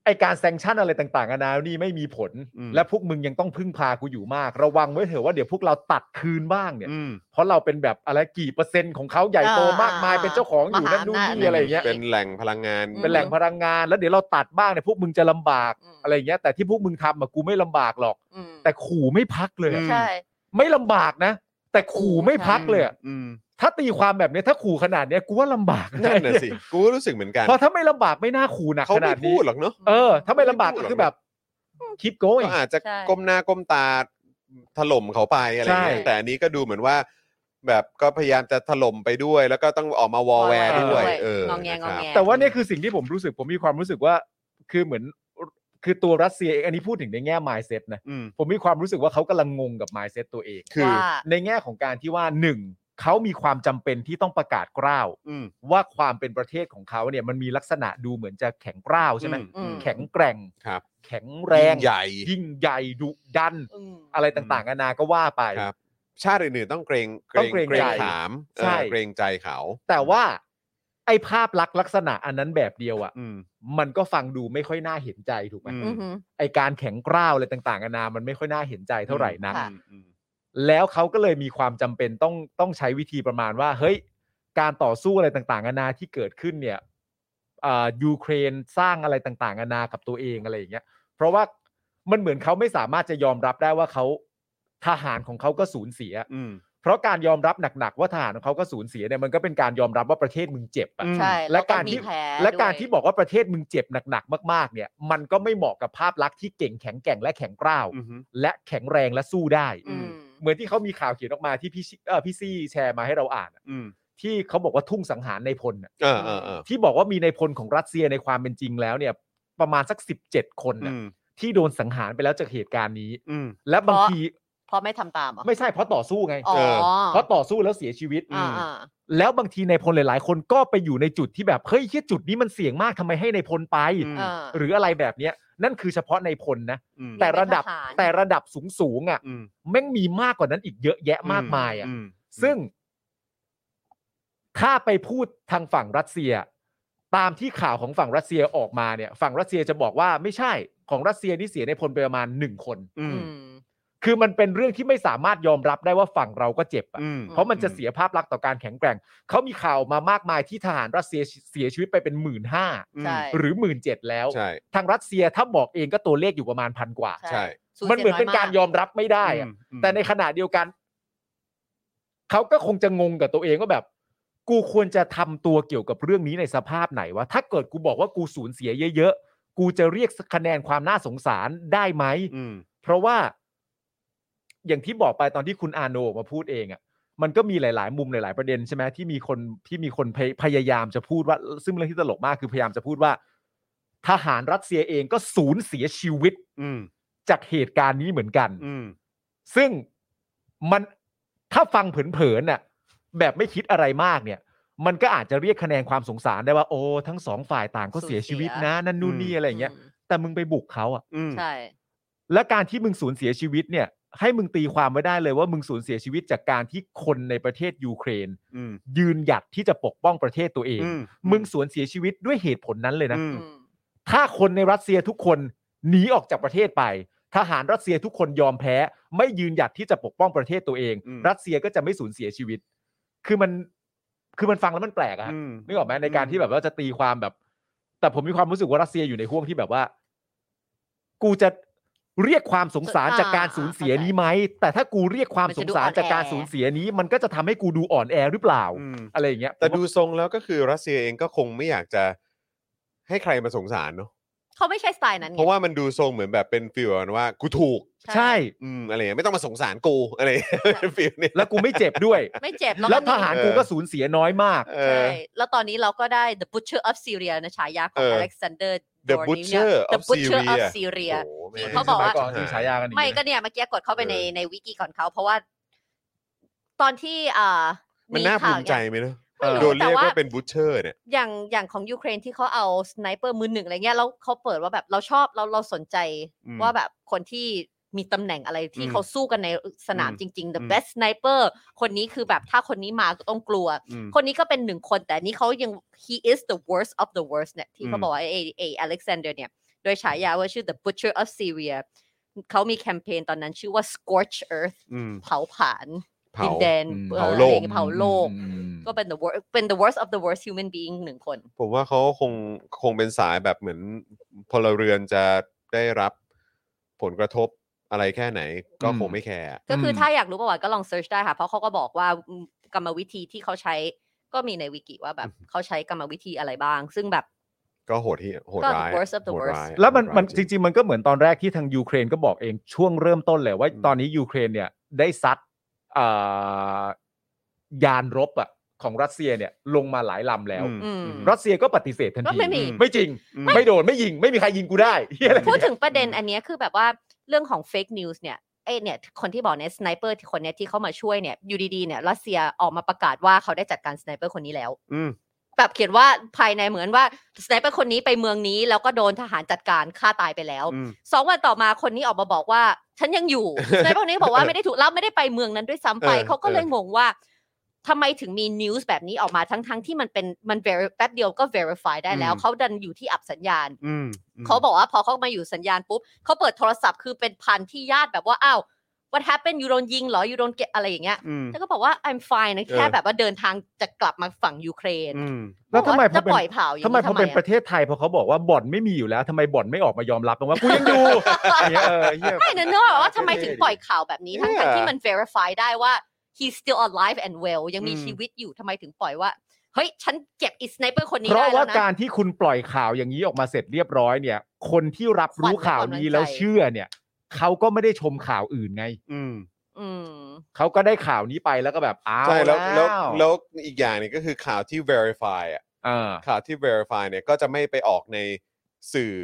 ไอการแซงชั่นอะไรต่างๆนานานี่ไม่มีผล
อืม
และพวกมึงยังต้องพึ่งพากูอยู่มาก ระวังไว้เถอะว่าเดี๋ยวพวกเราตัดคืนบ้างเนี่ย
อืม
เพราะเราเป็นแบบอะไรกี่เปอร์เซ็นต์ของเขาใหญ่โต
อ่าม
มากมายเป็นเจ้าของอยู่
มหา
นั่นนู่น
อำนาจ
นี่อะไรอย่างเงี้ย
เป็นแหล่งพลังงาน
อืม
เป็นแหล่งพลังงานแล้วเดี๋ยวเราตัดบ้างเนี่ยพวกมึงจะลำบาก
อืม
อะไรอย่างเงี้ยแต่ที่พวกมึงทำอะกูไม่ลำบากหรอก
อืม
แต่ขู่ไม่พักเลยอะ
อืม
ใช่
ไม่ลำบากนะ แต่ขู่ไม่พักเลยอะ
อืม
ถ้าตีความแบบเนี้ยถ้าขู่ขนาดเนี้ยกูว่าลำบาก
นั่นน่ะสิ กูก็รู้สึกเหมือนกัน
เพราะถ้าไม่ลำบากไม่น่าขู่หนัก
เขา
ขนา
ไม่
ด
พู
นี้
ดหรอกเนาะ
เออ ถ้าไม่ลำบากก็คือแบบ keep going
ก็อาจจะ
ใช่
ก้มหน้าก้มตาถล่มเขาไปอะไรอย่างเงี้ย
ใช่
แต่อันนี้ก็ดูเหมือนว่า แบบก็พยายามจะถล่มไปด้วย แล้วก็ต้องออกมาวอลแวร์ด้วย เออง
องแงงอ
นะ
ง
ครับ
แง
แต่ว่าเนี่ยคือสิ่งที่ผมรู้สึกผมมีความรู้สึกว่า คือเหมือนคือตัวรัสเซียเองอันนี้พูดถึงในแง่ mindset นะ
อืม
ผมมีความรู้สึกว่าเขากำลังงงกับ mindset ตัวเอง
คือ
ว่า
ในแง่ของการที่ว่าหนึ่ง เขามีความจำเป็นที่ต้องประกาศกล้าว
อืม
ว่าความเป็นประเทศของเขาเนี่ยมันมีลักษณะดูเหมือนจะแข็งกร้าวใช่ไหม
อืม
แข็งแกร่ง
ครับ
แข็งแรง
ยิ่ใหญ่
ยิ่งใหญ่ดุดัน
อืม
อะไรต่างๆนานาก็ว่าไป
ครับ ชาติอื่นๆต้องเกรง
ต้องเกรงใจ
ขามเออ
ใช่
เกรงใจเขา
แต่ว่าไอ้ภาพลักษณ์ลักษณะอันนั้นแบบเดียวอะ่ะ
อืม
มันก็ฟังดูไม่ค่อยน่าเห็นใจถูกไหม
อื
อือหือ
ไอการแข็งกร้าวอะไรต่างๆนานามันไม่ค่อยน่าเห็นใจเท่าไหร่นัก
ค่ะ
อืม
แล้วเขาก็เลยมีความจำเป็นต้องต้องใช้วิธีประมาณว่า เฮ้ย การต่อสู้อะไรต่างๆนานาที่เกิดขึ้นเนี่ยอ่ายูเครนสร้างอะไรต่างๆนานากับตัวเองอะไรอย่างเงี้ย เพราะว่ามันเหมือนเขาไม่สามารถจะยอมรับได้ว่าเขาทหารของเขาก็สูญเสีย
อืม
เพราะการยอมรับหนักๆว่าทหารของเขาก็สูญเสียเนี่ยมันก็เป็นการยอมรับว่าประเทศมึงเจ็บอะ
อืม
ใช่
และ
แล้
การที่และการที่บอกว่าประเทศมึงเจ็บหนักๆมากๆ เนี่ย มันก็ไม่เหมาะกับภาพลักษณ์ที่เก่งแข็งแกร่งและแข็งกร้าว
อืมฮึ
และแข็งแรงและสู้ได้
อืม
เหมือนที่เขามีข่าวเขียนออกมาที่พี่ชิเอ่อพี่ซี่แชร์มาให้เราอ่านอะ
อืม
ที่เขาบอกว่าทุ่งสังหารในพลน่ะ
เออเออเออ
ที่บอกว่ามีในพลของรัสเซียในความเป็นจริงแล้วเนี่ย ประมาณสัก 17 คน
อื
น่ะ
ม
ที่โดนสังหารไปแล้วจากเหตุการณ์นี้
อืม
และบาง
เพราะ
ที
เพราะไม่ทำตามเหรอ
ไม่ใช่เพราะต่อสู้ไง
อ๋อ
เออ
เพราะต่อสู้แล้วเสียชีวิต
อ่าอ่า
แล้วบางทีในพลหลาย ๆ คนก็ไปอยู่ในจุดที่แบบเฮ้ยเหียจุดนี้มันเสี่ยงมากทำไมให้ในพลไป
อืม
เออ
หรืออะไรแบบเนี้ยนั่นคือเฉพาะในพลนะ
อืม
แต่ระดับ
ในทหาร
แต่ระดับสูงสูงๆอ่ะ
อืม
แม่งมีมากกว่านั้นอีกเยอะแยะมากมายอ่ะ
ม
ซึ่ง ถ้าไปพูดทางฝั่งรัสเซีย ตามที่ข่าวของฝั่งรัสเซียออกมาเนี่ย ฝั่งรัสเซียจะบอกว่าไม่ใช่ของรัสเซียนี่เสียในพลไปประมาณหนึ่งคน
อืม
อืม
คือมันเป็นเรื่องที่ไม่สามารถยอมรับได้ว่าฝั่งเราก็เจ็บอะ
อืม
เพราะมันจะเสียภาพลักษณ์ต่อการแข็งแกร่งเขามีข่าวมามากมายที่ทหารรัสเซียเสียชีวิตไปเป็นหมื่นห้า
อืม
ใช่
หรือหมื่นเจ็ดแล้ว
ใช่
ทางรัสเซียถ้าบอกเองก็ตัวเลขอยู่ประมาณพันกว่า
ใช่
สูญ
มันเหมือน
สี
เป็นการยอมรับไม่ได้อะ
อืม
แต่ในขณะเดียวกัน เขาก็คงจะงงกับตัวเองว่าแบบ กูควรจะทำตัวเกี่ยวกับเรื่องนี้ในสภาพไหนวะถ้าเกิดกูบอกว่ากูสูญเสียเยอะๆ กูจะเรียกคะแนนความน่าสงสารได้ไหม
อืม
เพราะว่า อย่างที่บอกไปตอนที่คุณอาโนออกมาพูดเองอะ่ะ มันก็มีหลาย ๆ มุมหลาย ๆ ประเด็นใช่ไหมที่มีคนที่มีคนพยพยายามจะพูดว่า ซึ่งเรื่องที่ตลกมากคือพยายามจะพูดว่า ทหารรัสเซียเองก็สูญเสียชีวิต
อืม
จากเหตุการณ์นี้เหมือนกัน
อืม
ซึ่งมันถ้าฟังเผินๆน่ะแบบไม่คิดอะไรมากเนี่ย มันก็อาจจะเรียกคะแนนความสงสารได้ว่าโอ้ทั้งสองฝ่ายต่างก็เสียชีวิตนะนั่นนู่นนี่อะไรอย่างเงี้ยแต่มึงไปบุกเขาอะ
อืม
ใช่
และการที่มึงสูญเสียชีวิตเนี่ย ให้มึงตีความไว้ได้เลยว่ามึงสูญเสียชีวิตจากการที่คนในประเทศยูเครน
อืม
ยืนหยัดที่จะปกป้องประเทศตัวเอง
อืม
มึงสูญเสียชีวิตด้วยเหตุผลนั้นเลยนะ
อืม
อืม
ถ้าคนในรัสเซียทุกคนหนีออกจากประเทศไป ทหารรัสเซียทุกคนยอมแพ้ ไม่ยืนหยัดที่จะปกป้องประเทศตัวเอง รัสเซียก็จะไม่สูญเสียชีวิต คือมันคือมันฟังแล้วมันแปลกอะ
อืม
นึกออกไหมในการที่แบบว่าจะตีความแบบ แต่ผมมีความรู้สึกว่ารัสเซียอยู่ในห่วงที่แบบว่า กูจะเรียกความสงสาร
อ่า
จากการสูญเสียนี้ไหมแต่ถ้ากูเรียกความสงสารจากการสูญเสียนี้ มันก็จะทำให้กูดูอ่อนแอหรือเปล่า
อืม
อะไรอย่างเงี้ย
แต่ดูทรงแล้วก็คือรัสเซียเองก็คงไม่อยากจะให้ใครมาสงสารเนาะ
เขาไม่ใช่สไตล์นั้นไง
เพราะว่ามันดูทรงเหมือนแบบเป็นฟิลแบบว่ากูถูก
ใช่
อืมอะไรอย่างเงี้ยไม่ต้องมาสงสารกูอะไรอย่างเงี้ย เป็นฟิลเนี่ย
แล้วกูไม่เจ็บด้วย
ไม่เจ็บแล้ว
แล้ว
มัน
ท
มี
หารกูก็สูญเสียน้อยมาก
เอ
ใช่
อ
แล้วตอนนี้เราก็ได้ The Butcher of Syria นะฉายาของ
เออ
Alexander
The
Dornier
Butcher
The
of
Butcher of
Syria
Syria
โอ้โหแม่
ที่เขาบอกว่า
ก่อนมีฉายากันอี
ไม่
นะ
ก็เนี่ยเมื่อกี้กดเข้าไปในในวิกิก่อนเขาเพราะว่า ตอนที่อ่า
มันน่าภู
ข่าว
มิใจ
เนี่ย
ไหมเนอะ
ไม่รู้
โดนเรียก
แต่ว่า
ว่าเป็นบูชเชอร์เนี่ย
อย่างอย่างของยูเครนที่เขาเอาสไนเปอร์มือหนึ่งอะไรเงี้ยแล้วเขาเปิดว่าแบบเราชอบเราเราสนใจ
อืม
ว่าแบบคนที่มีตำแหน่งอะไรที่
อืม
เขาสู้กันในสนาม
อืม
จริง ๆ the
อืม
best sniper คนนี้คือแบบถ้าคนนี้มาก็ต้องกลัว
อืม
คนนี้ก็เป็นหนึ่งคนแต่อันนี้เขายัง he is the worst of the worst เนี่ยที่เขา
อืม
บอกว่าไอไออเล็กซานเดอร์เนี่ย โดยฉายาว่าชื่อ the butcher of Syria เขามีแคมเปญตอนนั้นชื่อว่า scorch earth
อืม
เผาผลาญ
เผา
ดินแดน
อืม
อ่อ
เผาโลก
อะไรงี้ยเผาโลก
อืม
ก็เป็น the worst เป็น the worst of the worst human being หนึ่งคน
ผมว่าเขาคงคงเป็นสายแบบเหมือนพลเรือนจะได้รับผลกระทบอะไรแค่ไหนก็
อืม
คงไม่แคร์
ก็คืออ
ม
ถ้าอยากรู้ประวัติก็ลอง search ได้ค่ะ เพราะเขาก็บอกว่ากรรมวิธีที่เขาใช้ก็มีในวิกิว่าแบบเขาใช้กรรมวิธีอะไรบ้าง ซึ่งแบบ
ก็โหดที่โหด
ก็
ร้าย
worst of the
โหด
worst
ร้าย
แล้วมัน
โหด
มัน
ร้าย
จริงๆ มันก็เหมือนตอนแรกที่ทางยูเครนก็บอกเองช่วงเริ่มต้นเลยว่าตอนนี้ยูเครนเนี่ยได้ซัดเอ่อยานรบอะของรัสเซียเนี่ยลงมาหลายลำแล้ว
อืม
อืม
อืม
รัสเซียก็ปฏิเสธทัน
ก็
ที
ไม่มี
ไม่จริง
อืม
ไม่โดนไม่ยิง ไม่มีใครยิงกูได้เหี้ยอะไร
พูดถึงประเด็น
อืม
อันเนี้ยคือแบบว่าเรื่องของ fake news เนี่ย เอ้ยเนี่ยคนที่บอกเนี่ยสไนเปอร์ที่คนเนี้ยที่เข้ามาช่วยเนี่ยอยู่ดีๆเนี่ยรัสเซียออกมาประกาศว่าเขาได้จัดการสไนเปอร์คนนี้แล้ว
อืม
แบบเขียนว่าภายในเหมือนว่าสไนเปอร์คนนี้ไปเมืองนี้ แล้วก็โดนทหารจัดการฆ่าตายไปแล้ว
อืม
สองวันต่อมาคนนี้ออกมาบอกว่า ฉันยังอยู่ สไนเปอร์คนนี้บอกว่าไม่ได้ถูกแล้วไม่ได้ไปเมืองนั้นด้วยซ้ำไป
เออ
เขาก็
เออ
เลยงงว่าทำไมถึงมีนิวส์แบบนี้ออกมาทั้งๆที่มันเป็นมัน ver- แป๊บเดียวก็ verify ได้แล้ว เขาดันอยู่ที่อับสัญญาณ
อืมม
เขาบอกว่าพอเขามาอยู่สัญญาณปุ๊บเขาเปิดโทรศัพท์คือเป็นพันที่ญาติแบบว่าอ้าว what happened อยู่โดนยิงเหรออยู่โดนเกะอะไรอย่างเงี้ย
อืม
แล้วก็บอกว่า I'm fine นะ
เออ
แค่แบบว่าเดินทางจะกลับมาฝั่งยูเครน
อืม
แล้วทำไม
บอกา
พอ
จะ
เป็น
ปล่อยเผาอย่าง
ทำไมพอเป็น
อะ
ประเทศไทยพอเขาบอกว่าบ่อนไม่มีอยู่แล้วทำไมบ่อนไม่ออกมายอมรับว่ากูยังอยู่ อย่างเงี้ยเออเหี้ย
ไม่เนอะเนอะแบบว่าทำไมถึงปล่อยข่าวแบบนี้ ทั้งๆ
Yeah.
ที่มัน verify ได้ว่า he's still alive and well ยังมี
อืม
ชีวิตอยู่ทำไมถึงปล่อยว่า เฮ้ย ฉันเก็บอีสไนเปอร์คนนี้
เพราะ
ได้
ว่า
แล้วนะ
การที่คุณปล่อยข่าวอย่างนี้ออกมาเสร็จเรียบร้อยเนี่ย คนที่รับรู้ข่าวนี้แล้ว
ขวัญและกำลังใจ
เชื่อเนี่ยเขาก็ไม่ได้ชมข่าวอื่นไง
อืม
อืม
เขาก็ได้ข่าวนี้ไปแล้วก็แบบอ้าว
ใช่แล้วแล้ว
ว
แล้วอีกอย่างหนึงก็คือข่าวที่ verify อ่ะ
อ่า
ข่าวที่ verify เนี่ยก็จะไม่ไปออกในสื่อ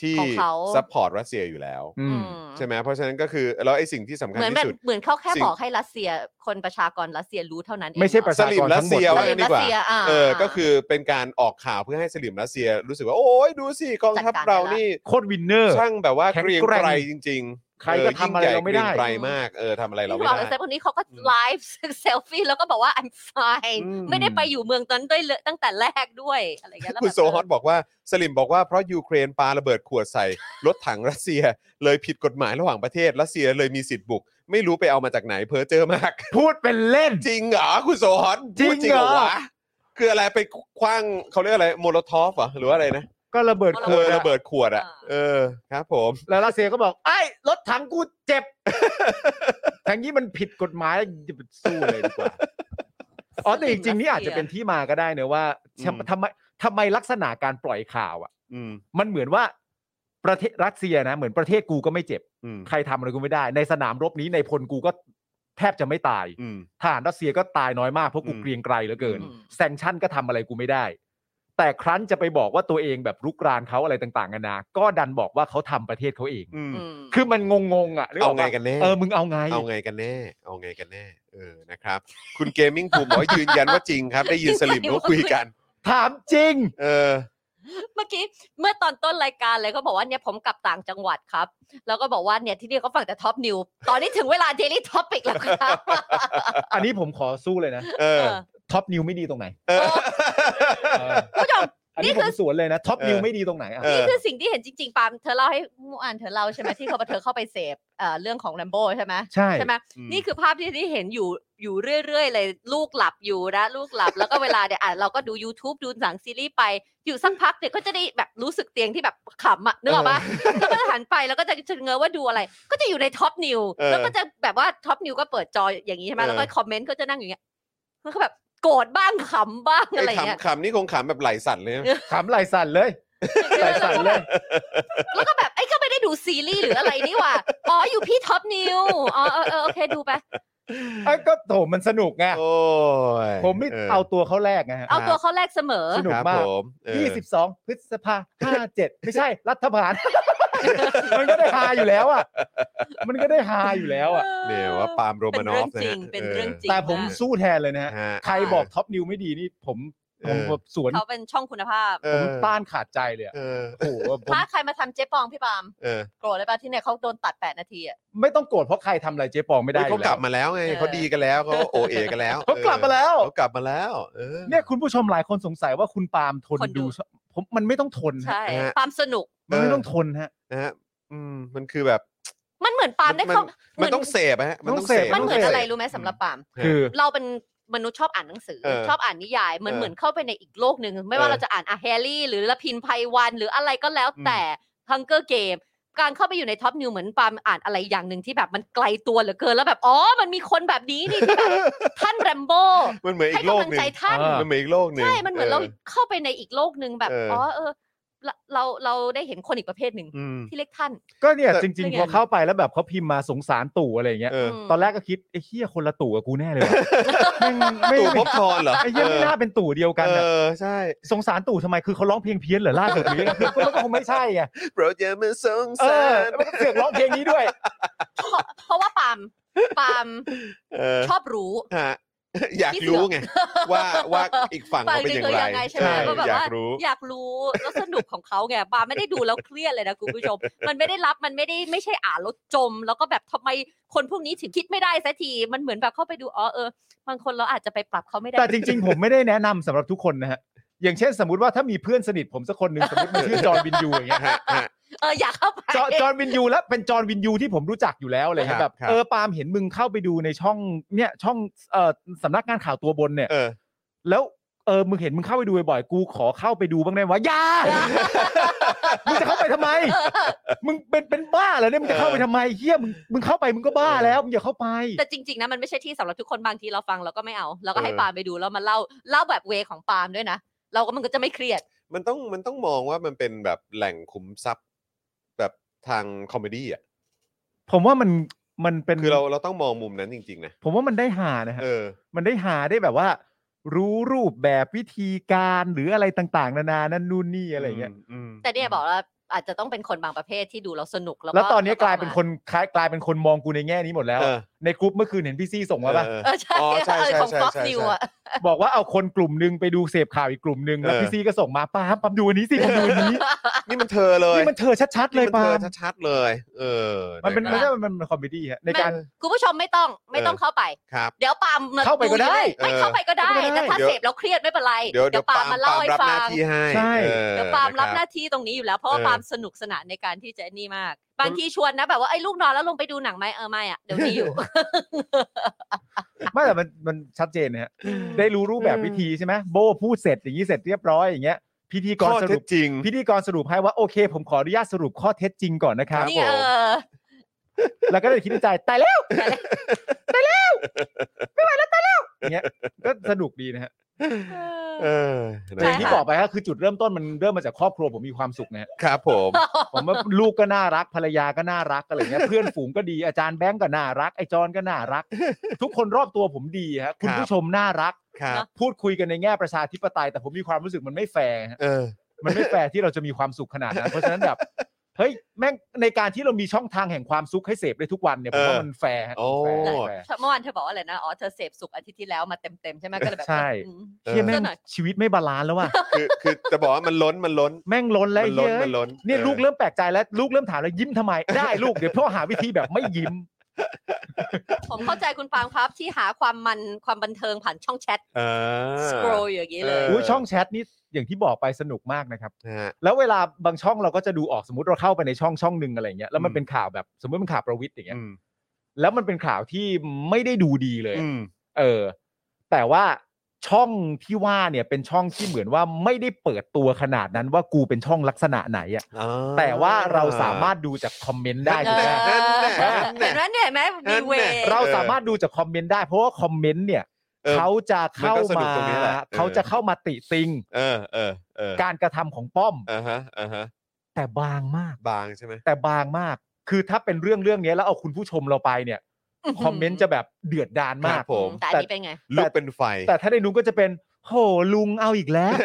ที่
ของเขา
support รัสเซียอยู่แล้ว
อืม
อืม
ใช่ไหมเพราะฉะนั้นก็คือแล้วไอ้สิ่งที่สำคัญ
เหมือนแบ
ที่
บ
สุด
เหมือนเขาแค่
สิ่ง
บอกให้รัสเซียคนประชากรรัสเซียรู้เท่านั้นเอง
ไม่ใช่ประ
เน
ชา
ส
กร
ลิมรัสเซีย
ทั้งหมด
ว่างั้นดีกว่า
สลิมรัสเซียอ่า
เออ
า
ก็คือเป็นการออกข่าวเพื่อให้สลิมรัสเซียรู้สึกว่า โอ้ยดูสิกองทัพ
จัดการ
เรา
ไปละ
นี่
โคตรวินเนอร์
ช่างแบบว่า
แข็ง
เกรียง
แกร่ง
ไกรจริงๆ
ใครก็ทำอะไรเราไม่ได้
ออยิ่งใหญ่เกยงไกรมากเออทำอะไรเราไม่
ที่บอก
ได้
เลยแต่คนนี้เขาก็
อืม
ไลฟ์ เซลฟี่แล้วก็บอกว่า I'm fine
อืม
ไม่ได้ไปอยู่เมืองนั้นด้วยเลยตั้งแต่แรกด้วยอะไรอย่างเงี้ยแล้ว
คุณ
แบบ
โซฮอตบอกว่าสลิมบอกว่าเพราะยูเครนปาระเบิดขวดใส่ รถถังรัสเซีย เลยผิดกฎหมายระหว่างประเทศรัสเซียเลยมีสิทธิ์บุก ไม่รู้ไปเอามาจากไหนเพอเจอมาก
พูดเป็นเล่น
จริงเหรอคุณโซฮอตพูด
จริง
จริงเหรอ
เหรอ
วะคืออะไรไปคว้างเขาเรียกอะไรโมโลทอฟเหรอหรือว่าอะไรนะ
ก็ระเบิดข
เอ
ว
อ
ดอะ
ระเบิดขวดอ่ะ เออครับผม
แล้วรัสเซียก็บอกไอ้ยรถถังกูเจ็บ ทางนี้มันผิดกฎหมายจะไปสู้เลยดีกว่าอ๋อแต่จริงๆนี่อาจจะเป็นที่มาก็ได้เนอะว่า
อืม
ทำไมทำไมลักษณะการปล่อยข่าวอ่ะ
อืม
มันเหมือนว่าประเทศรัสเซียนะเหมือนประเทศกูก็ไม่เจ็บ
อืม
ใครทำอะไรกูไม่ได้ ในสนามรบนี้ในพลกูก็แทบจะไม่ตาย
อืม
ทหารรัสเซียก็ตายน้อยมากเพราะกู
อืม
เกรียงไกรเหลือเกิน
อืม
แซงชั่นก็ทำอะไรกูไม่ได้ แต่ครั้นจะไปบอกว่าตัวเองแบบรุกรานเขาอะไรต่างๆกันานาก็ดันบอกว่าเขาทำประเทศเขาเอง
อืม
อืม
คือมันงงๆอ่ะ
เอาไงกันแน่
เออมึงเอาไง
เอาไงกันแน่ เอาไงกันแน่ เออนะครับ คุณเกมมิ่งภูมิบอกว่ายืนยันว่าจริงครับ ได้ยินส ลิมเขาคุยกัน
ถามจริง
เออ
เมื่อกี้เมื่อตอนต้นรายการเลยเขาบอกว่าเนี่ยผมกลับต่างจังหวัดครับ แล้วก็บอกว่าเนี่ยที่นี่เขาฟังแต่ท็อปนิวตอนนี้ถึงเวลาเดลี่ท็อปิกแล้วครับ
อันนี้ผมขอสู้เลยนะ
เออ
ท็อปนิวไม่ดีตรงไหน
เออ
เออ
ผู้ชม
อัน
นี่
นี้
คื
ผ
อ
มสวนเลยนะท็อปนิว
เออ
ไม่ดีตรงไหนอ่ะ
เอ
นี่
อ
คือสิ่งที่เห็นจริงๆปาล์มเธอเล่าให้เมื่อวานเธอเล่าใช่ไหมที่เขาเธอเข้าไปเสพเอ่อเรื่องของแรมโบ้ใช่ไหม
ใช่
ใช่ไหม
อืม
นี่คือภาพที่ที่เห็นอยู่อยู่เรื่อย ๆ เลย ลูกหลับอยู่นะลูกหลับแล้วก็เวลาเนี่ยอ่ะเราก็ดู YouTube ดูหนังซีรีส์ไปอยู่สักพักเนี่ยก็จะได้แบบรู้สึกเตียงที่แบบขำอะนึกออกปะ แล้วก็จะหันไปแล้วก็จะเงอว่าดูอะไร ก็จะอยู่ในท็อปนิว
เออ
แล้วก็จะแบบว่าท็อปนิวก็เปิดจออย่างนี้ใช่ไหม
เออ
แล้วก็คอมเมนต์ก็จะนั่งอย่างเงี้ยมันก็แบบโกรธบ้างขำบ้างอะไร
ไอ้
เงี้ย
ขำขำนี่คงขำแบบไหลสั่นเลยนะ
ถามไหลสั่นเลยไหลสั่นเลย
แล้วก็แบบไอ้ยก็ไม่ได้ดูซีรีส์หรืออะไรนี่หว่าอ๋ออยู่พี่ท็อปนิวอ๋อเออเออโอเคดูไป
ไอ้ก็โถมันสนุกไง
โอ้ย
ผมไม่เอาตัวเขาแรกไงฮะ
เอาตัวเขาแรกเสมอ
สนุก
ครับ
มาก
ผมเออ
ยี่สิบสองพฤษภาห้าเจ็ดไม่ใช่ รัฐบาล มันก็ได้ฮาอยู่แล้วอ่ะ มันก็ได้ฮาอยู่แล้วอ่ะ
เนี่ยว่าปาล์มโร
เป็
มาน นอ
เรื่อ
ฟ
งจริงเป็นเรื่องจริง
แต่ผม
มาก
สู้แทนเลยนะฮะ
ฮะ
ใครบอกท็อปนิวไม่ดีนี่ผมผม
เออ
แบบสวน
เขาเป็นช่องคุณภาพ
เอ
ผม
อ
ต้านขาดใจเลยอะ
เออ
โอ้โหผม
ถ้าใครมาทำเจ๊ปองพี่ปาล์ม
เออ
โกรธเลยปะที่เนี่ยเขาโดนตัดแปดนาทีอะ
ไม่ต้องโกรธเพราะใครทำอะไรเจ๊ปองไม่ได้อ
เขา
ยู่
กลั
แล้ว
บมาแล้วไงเขาดีกันแล้วเขาโอเอกันแล้ว
เขากลับมาแล้ว
เขากลับมาแล้วออ
เนี่ยคุณผู้ชมหลายคนสงสัยว่าคุณปาล์มทนดูช่องผมมันไม่ต้องทนฮะ
ใช่
ฮะ
ปาล์มสนุก
มันไม่ต้องทนฮะ
นะฮะอืมมันคือแบบ
มันเหมือนปาล์มได้เข้า เหมื
มั
อนน
ต้องเสพอะฮะมันต้องเสพ
มันเหมือน
ต้
อะ
งสพ
ไรรู้ไหมสำหรับปาล์ม
คือ
เราเป็นมนุษย์ชอบอ่านหนังสือ
เออ
ชอบอ่านนิยายเหมือน
เออ
เหมือนเข้าไปในอีกโลกหนึ่งไม่ว่า
เออ
เราจะอ่านอะแฮร์รี่ หรือละพินไพวัน หรืออะไรก็แล้ว
อืม
แต่ฮังเกอร์เกมการเข้าไปอยู่ในท็อปนิวเหมือนปาล์มอ่านอะไรอย่างหนึ่งที่แบบมันไกลตัวเหลือเกินแล้วแบบอ๋อมันมีคนแบบนี้นี่ที่แบบ ท่านแรมโบ้
มันเหมือน
ให้
อีกโลก
กำลัง
หนึ่ง
ใจท่าน
อ่า
มันเหมือนอีกโลกหนึ่ง
ใช่ มันเหมือนเราเข้าไปในอีกโลกหนึ่งแบบ
เอออ๋
อ๋อเออ เราเราเราได้เห็นคนอีกประเภทหนึ่ง
อืม
ที่เรียกท่าน
ก็เนี่ย
แต่
จริง
ไม่
ๆ
ไง
พอเข้าไปแล้วแบบเขาพิมพ์มาสงสารตู่อะไรอย่างเงี้ย
เออ
ม
ตอนแรกก็คิดไอ้เฮียคนละตู่กับกูแน่เลยว่ะแม่ง
ตู่ภพ
ไม่น่าเป็น
บทอนเหรอ
ไอ้เฮียไม่น่าเป็นตู่เดียวกัน
เอ
อะ
อใช่
สงสารตู่ทำไมคือเขาร้องเพลงเพี้ยนเหรอล่าสุด นี้คือก็คงไม่ใช่ไง
โปรดอย่ามาสง
เอ
สา
อ
ร
แล้วก็เสือกร้องเพลงนี้ด้วย
เพราะเพราะว่าปาล์มปาล์ม
เออ
ชอบรู้
ฮะ อยากรู้ไง ว่าว่าอีกฝั่ง
ฝั่
เขา
ง
เป็น
ห
อ
นึ่
ย่าง
ง
ไร
เขายังไงใช่ไหมก็แบบ
อยา
ว่า
กรู้
อยากรู้แล้วสนุกของเขาไงปาล์มไม่ได้ดูแล้วเครียดเลยนะคุณผู้ชม มันไม่ได้รับมันไม่ได้ไม่ใช่อ่านแล้วจม แล้วก็แบบทำไมคนพวกนี้ถึงคิดไม่ได้สักทีมันเหมือนแบบเข้าไปดูอ๋อเออบางคนเราอาจจะไปปรับเขาไม่ได้
แต่จริง ๆ ผมไม่ได้แนะนำสำหรับทุกคนนะฮะอย่างเช่นสมมติว่าถ้ามีเพื่อนสนิทผมสักคนหนึ่งสมมติมันชื่อจอร์นวินยูอย่างเงี้ย
ฮะฮะ
เอออยากเข้าไป
จอจอร์นวินยูแล้วเป็นจอร์นวินยูที่ผมรู้จักอยู่แล้วอะไรเลย
ครั
แบบ บ
ครับ
เออปาล์มเห็นมึงเข้าไปดูในช่องเนี่ยช่องเอ่อสำนักงานข่าวตัวบนเนี่ย
เออ
แล้วเออมึงเห็นมึงเข้าไปดูบ่อยๆกูขอเข้าไปดูบ้างได้ไหมวะอยามึงจะเข้าไปทำไม มึงเป็นเป็นบ้าเหรอเนี่ยมึงจะเข้าไปทำไมเฮียมึงมึงเข้าไปมึงก็บ้าแล้วมึงอย่าเข้าไป
แต่จริง ๆนะมันไม่ใช่ที่สำหรับทุกคนบางทีเราฟังเราก็ไม่เอาเราก็ให้
เออ
ปาล์มไปดูแล้วมาเล่าเล่าแบบเวของปาล์มด้วยนะเราก็มันก็จะไม่เครียด
มันต้องมันต้องมองว่ามันเป็นแบบแหล่งขุมทรัพย์แบบทางคอมเมดี้อ่ะ
ผมว่ามันมันเป็น
คือเราเราต้องมองมุมนั้นจริง ๆ นะ
ผมว่ามันได้หานะฮะ
เออ
มันได้หาได้แบบว่า รู้รูปแบบวิธีการหรืออะไรต่างๆ นานานั่นนู่นนี่อะไรอย่างเงี้ย
แต่เนี่ยบอกว่าอาจจะต้องเป็นคนบางประเภทที่ดูเราสนุกแล้ว
แล้วตอนนี้
แว
กลายเป็นคนคล้ายกลายเป็นคนมองกูในแง่นี้หมดแล้ว
เออ
ในกรุ๊ปเมื่อคืนเห็นพี่ซี่ส่งมาป่ะ
เออ
เออใช่
อ๋อใช่ใช่
เออของ
ใช่
Fox
ใช่
News อะ
บอกว่าเอาคนกลุ่มหนึงไปดูเสพข่าวอีกกลุ่มหนึงแล้ว
เออ
พี่ซี่ก็ส่งมาป้าปั๊มดูอันนี้สิปั๊มดูอันนี้
นี่มันเธอเลย
นี่มันเธอชัดๆเลย
นี่มั
ป้าน
เธอ
ม
ชัดๆเลย เออ
มันเป็น
ะ
มั
ค
นก็
รับ
มันเป็นคอมเมดี้ฮะใน
ไม่
การ
คุณผู้ชมไม่ต้องไม่ต้องเข้าไป
ครับ
เดี๋ยวปาล์มม
เข้าไปก็
อ
ได้
ยู่ไม่เข้าไปก็ได้
เออ
แต่ถ้า
เดี๋ยว
เสพแล้วเครียดไม่เป็นไร
เดี๋ยวเดี๋ยว
ปา
ปา
ล์
ล์ม
มมาเล่า
ปาล์มรับห
ให้
น้าง
ฟั
ที่ให้
ใช่
ออ
เดี๋ยวปาล์มรับ
ะ
ห
ค
น้าที่ตรงนี้อยู่แล้วเพราะว่า
เออ
ปาล์มสนุกสนานในการที่จะนี่มาก บางทีชวนนะแบบว่าไอ้ยลูกนอนแล้วลงไปดูหนังไหมเออไม่ อ่ะเดี๋ยวนี้อยู่
ไม่แต่มันมันชัดเจนนะฮะได้รู้รูปแบบวิธีใช่ไหมโบพูดเสร็จอย่างนี้เสร็จเรียบร้อยอย่างเงี้ยพิธีก
ข้
ร
อ
ส
เท็
รุ
จ
ป
จริง
พิธีกรสรุปให้ว่าโอเค ผมขออนุญาตสรุปข้อเท็จจริงก่อนนะครับ
นี่ไงเออ
แล้วก็เลยคิดในใจตายแล้ว ตายแล้วตายแล้วไม่ไหวแล้วตายแล้วเงี้ยก็สนุกดีนะฮะ
เออนะ
แต่อย่างที่บอกไปก็คือจุดเริ่มต้นมันเริ่มมาจากครอบครัวผมมีความสุขนะฮะ
ครับ ผม
ผมว่าลูกก็น่ารักภรรยาก็น่ารักอะไรเงี้ยเพื่อนฝูงก็ดีอาจารย์แบงก์ก็น่ารักไอ้จอนก็น่ารัก ทุกคนรอบตัวผมดีฮะคุณผู้ชมน่ารัก
ครับ
พูดคุยกันในแง่ประชาธิปไตย แต่ผมมีความรู้สึกมันไม่แฟร์ฮะ
เออ
มันไม่แฟร์ที่เราจะมีความสุขขนาดนั้น เพราะฉะนั้นแบบเฮ้ยแม่งในการที่เรามีช่องทางแห่งความสุขให้เสพได้ทุกวันเนี่ยผมว่า
เออ
มันแฟร์ฮะ
โอ้
มันแฟร์
เมื่อวานเธอบอกว่าอะไรนะอ๋อเธอเสพสุกร์อาทิตย์ที่แล้วมาเต็มๆใช่ไหมก็เลยแบบ
ใช่
อืม
เฮียแม่ง
เออหน่อย
ชีวิตไม่บาลานซ์แล้วว่ะ
คือคือจะบอกว่ามันล้นมันล้น
แม่งล้นแล้ว
มั
ไอ้
น
เฮี
ล้น
ย
มันล้น
เนี่ย
ออ
ลูกเริ่มแปลกใจแล้วลูกเริ่มถามแล้วยิ้มทำไม ได้ลูกเดี๋ยวพ่อหาวิธีแบบไม่ยิ้ม
ผมเข้าใจคุณปาล์มครับที่หาความมันความบันเทิงผ่านช่องแชท
เออ
สครออย่างนี้เลย
เอ
อุ้ยช่องแชทนี่อย่างที่บอกไปสนุกมากนะครับ
นะฮะ
แล้วเวลาบางช่องเราก็จะดูออกสมมติเราเข้าไปในช่องช่องหนึ่งอะไรเงี้ยแล้วมั
อื
น
ม
เป็นข่าวแบบสมมติเป็นข่าวประวิทย์อย่างเงี้ย
อืม
แล้วมันเป็นข่าวที่ไม่ได้ดูดีเลย
อืม
เออ แต่ว่าช่องที่ว่าเนี่ยเป็นช่องที่เหมือนว่าไม่ได้เปิดตัวขนาดนั้นว่ากูเป็นช่องลักษณะไหนอะ
อ่า
แต่ว่าเราสามารถดูจากคอมเมนต์ได้
เอ
ถูกไห
อ
ม
แน่
เห็นไหมเนี่ยเห็นไหมมีเว
เราสามารถดูจากคอมเมนต์ได้เพราะว่าคอมเมนต์เนี่ย
ออ
เขาจะเข้า
มันก็สนุ
มาก
ตรงนี้แหละเออ
เขาจะเข้ามาติติง
เออเออเออ
การกระทำของป้อม
อ่าฮะอ่าฮะ
แต่บางมาก
บางใช่ไหม
แต่บางมาก คือถ้าเป็นเรื่องเรื่องเนี้ยแล้วเอาคุณผู้ชมเราไปเนี่ย
อื้อหือ
คอมเมนต์จะแบบเดือดดาน
ครั
มาก
บผม
แต่อันนี้เป็นไง
ลูกเป็นไฟ
แต่ถ้าในนุ้งก็จะเป็นโหลุงเอาอีกแล้ว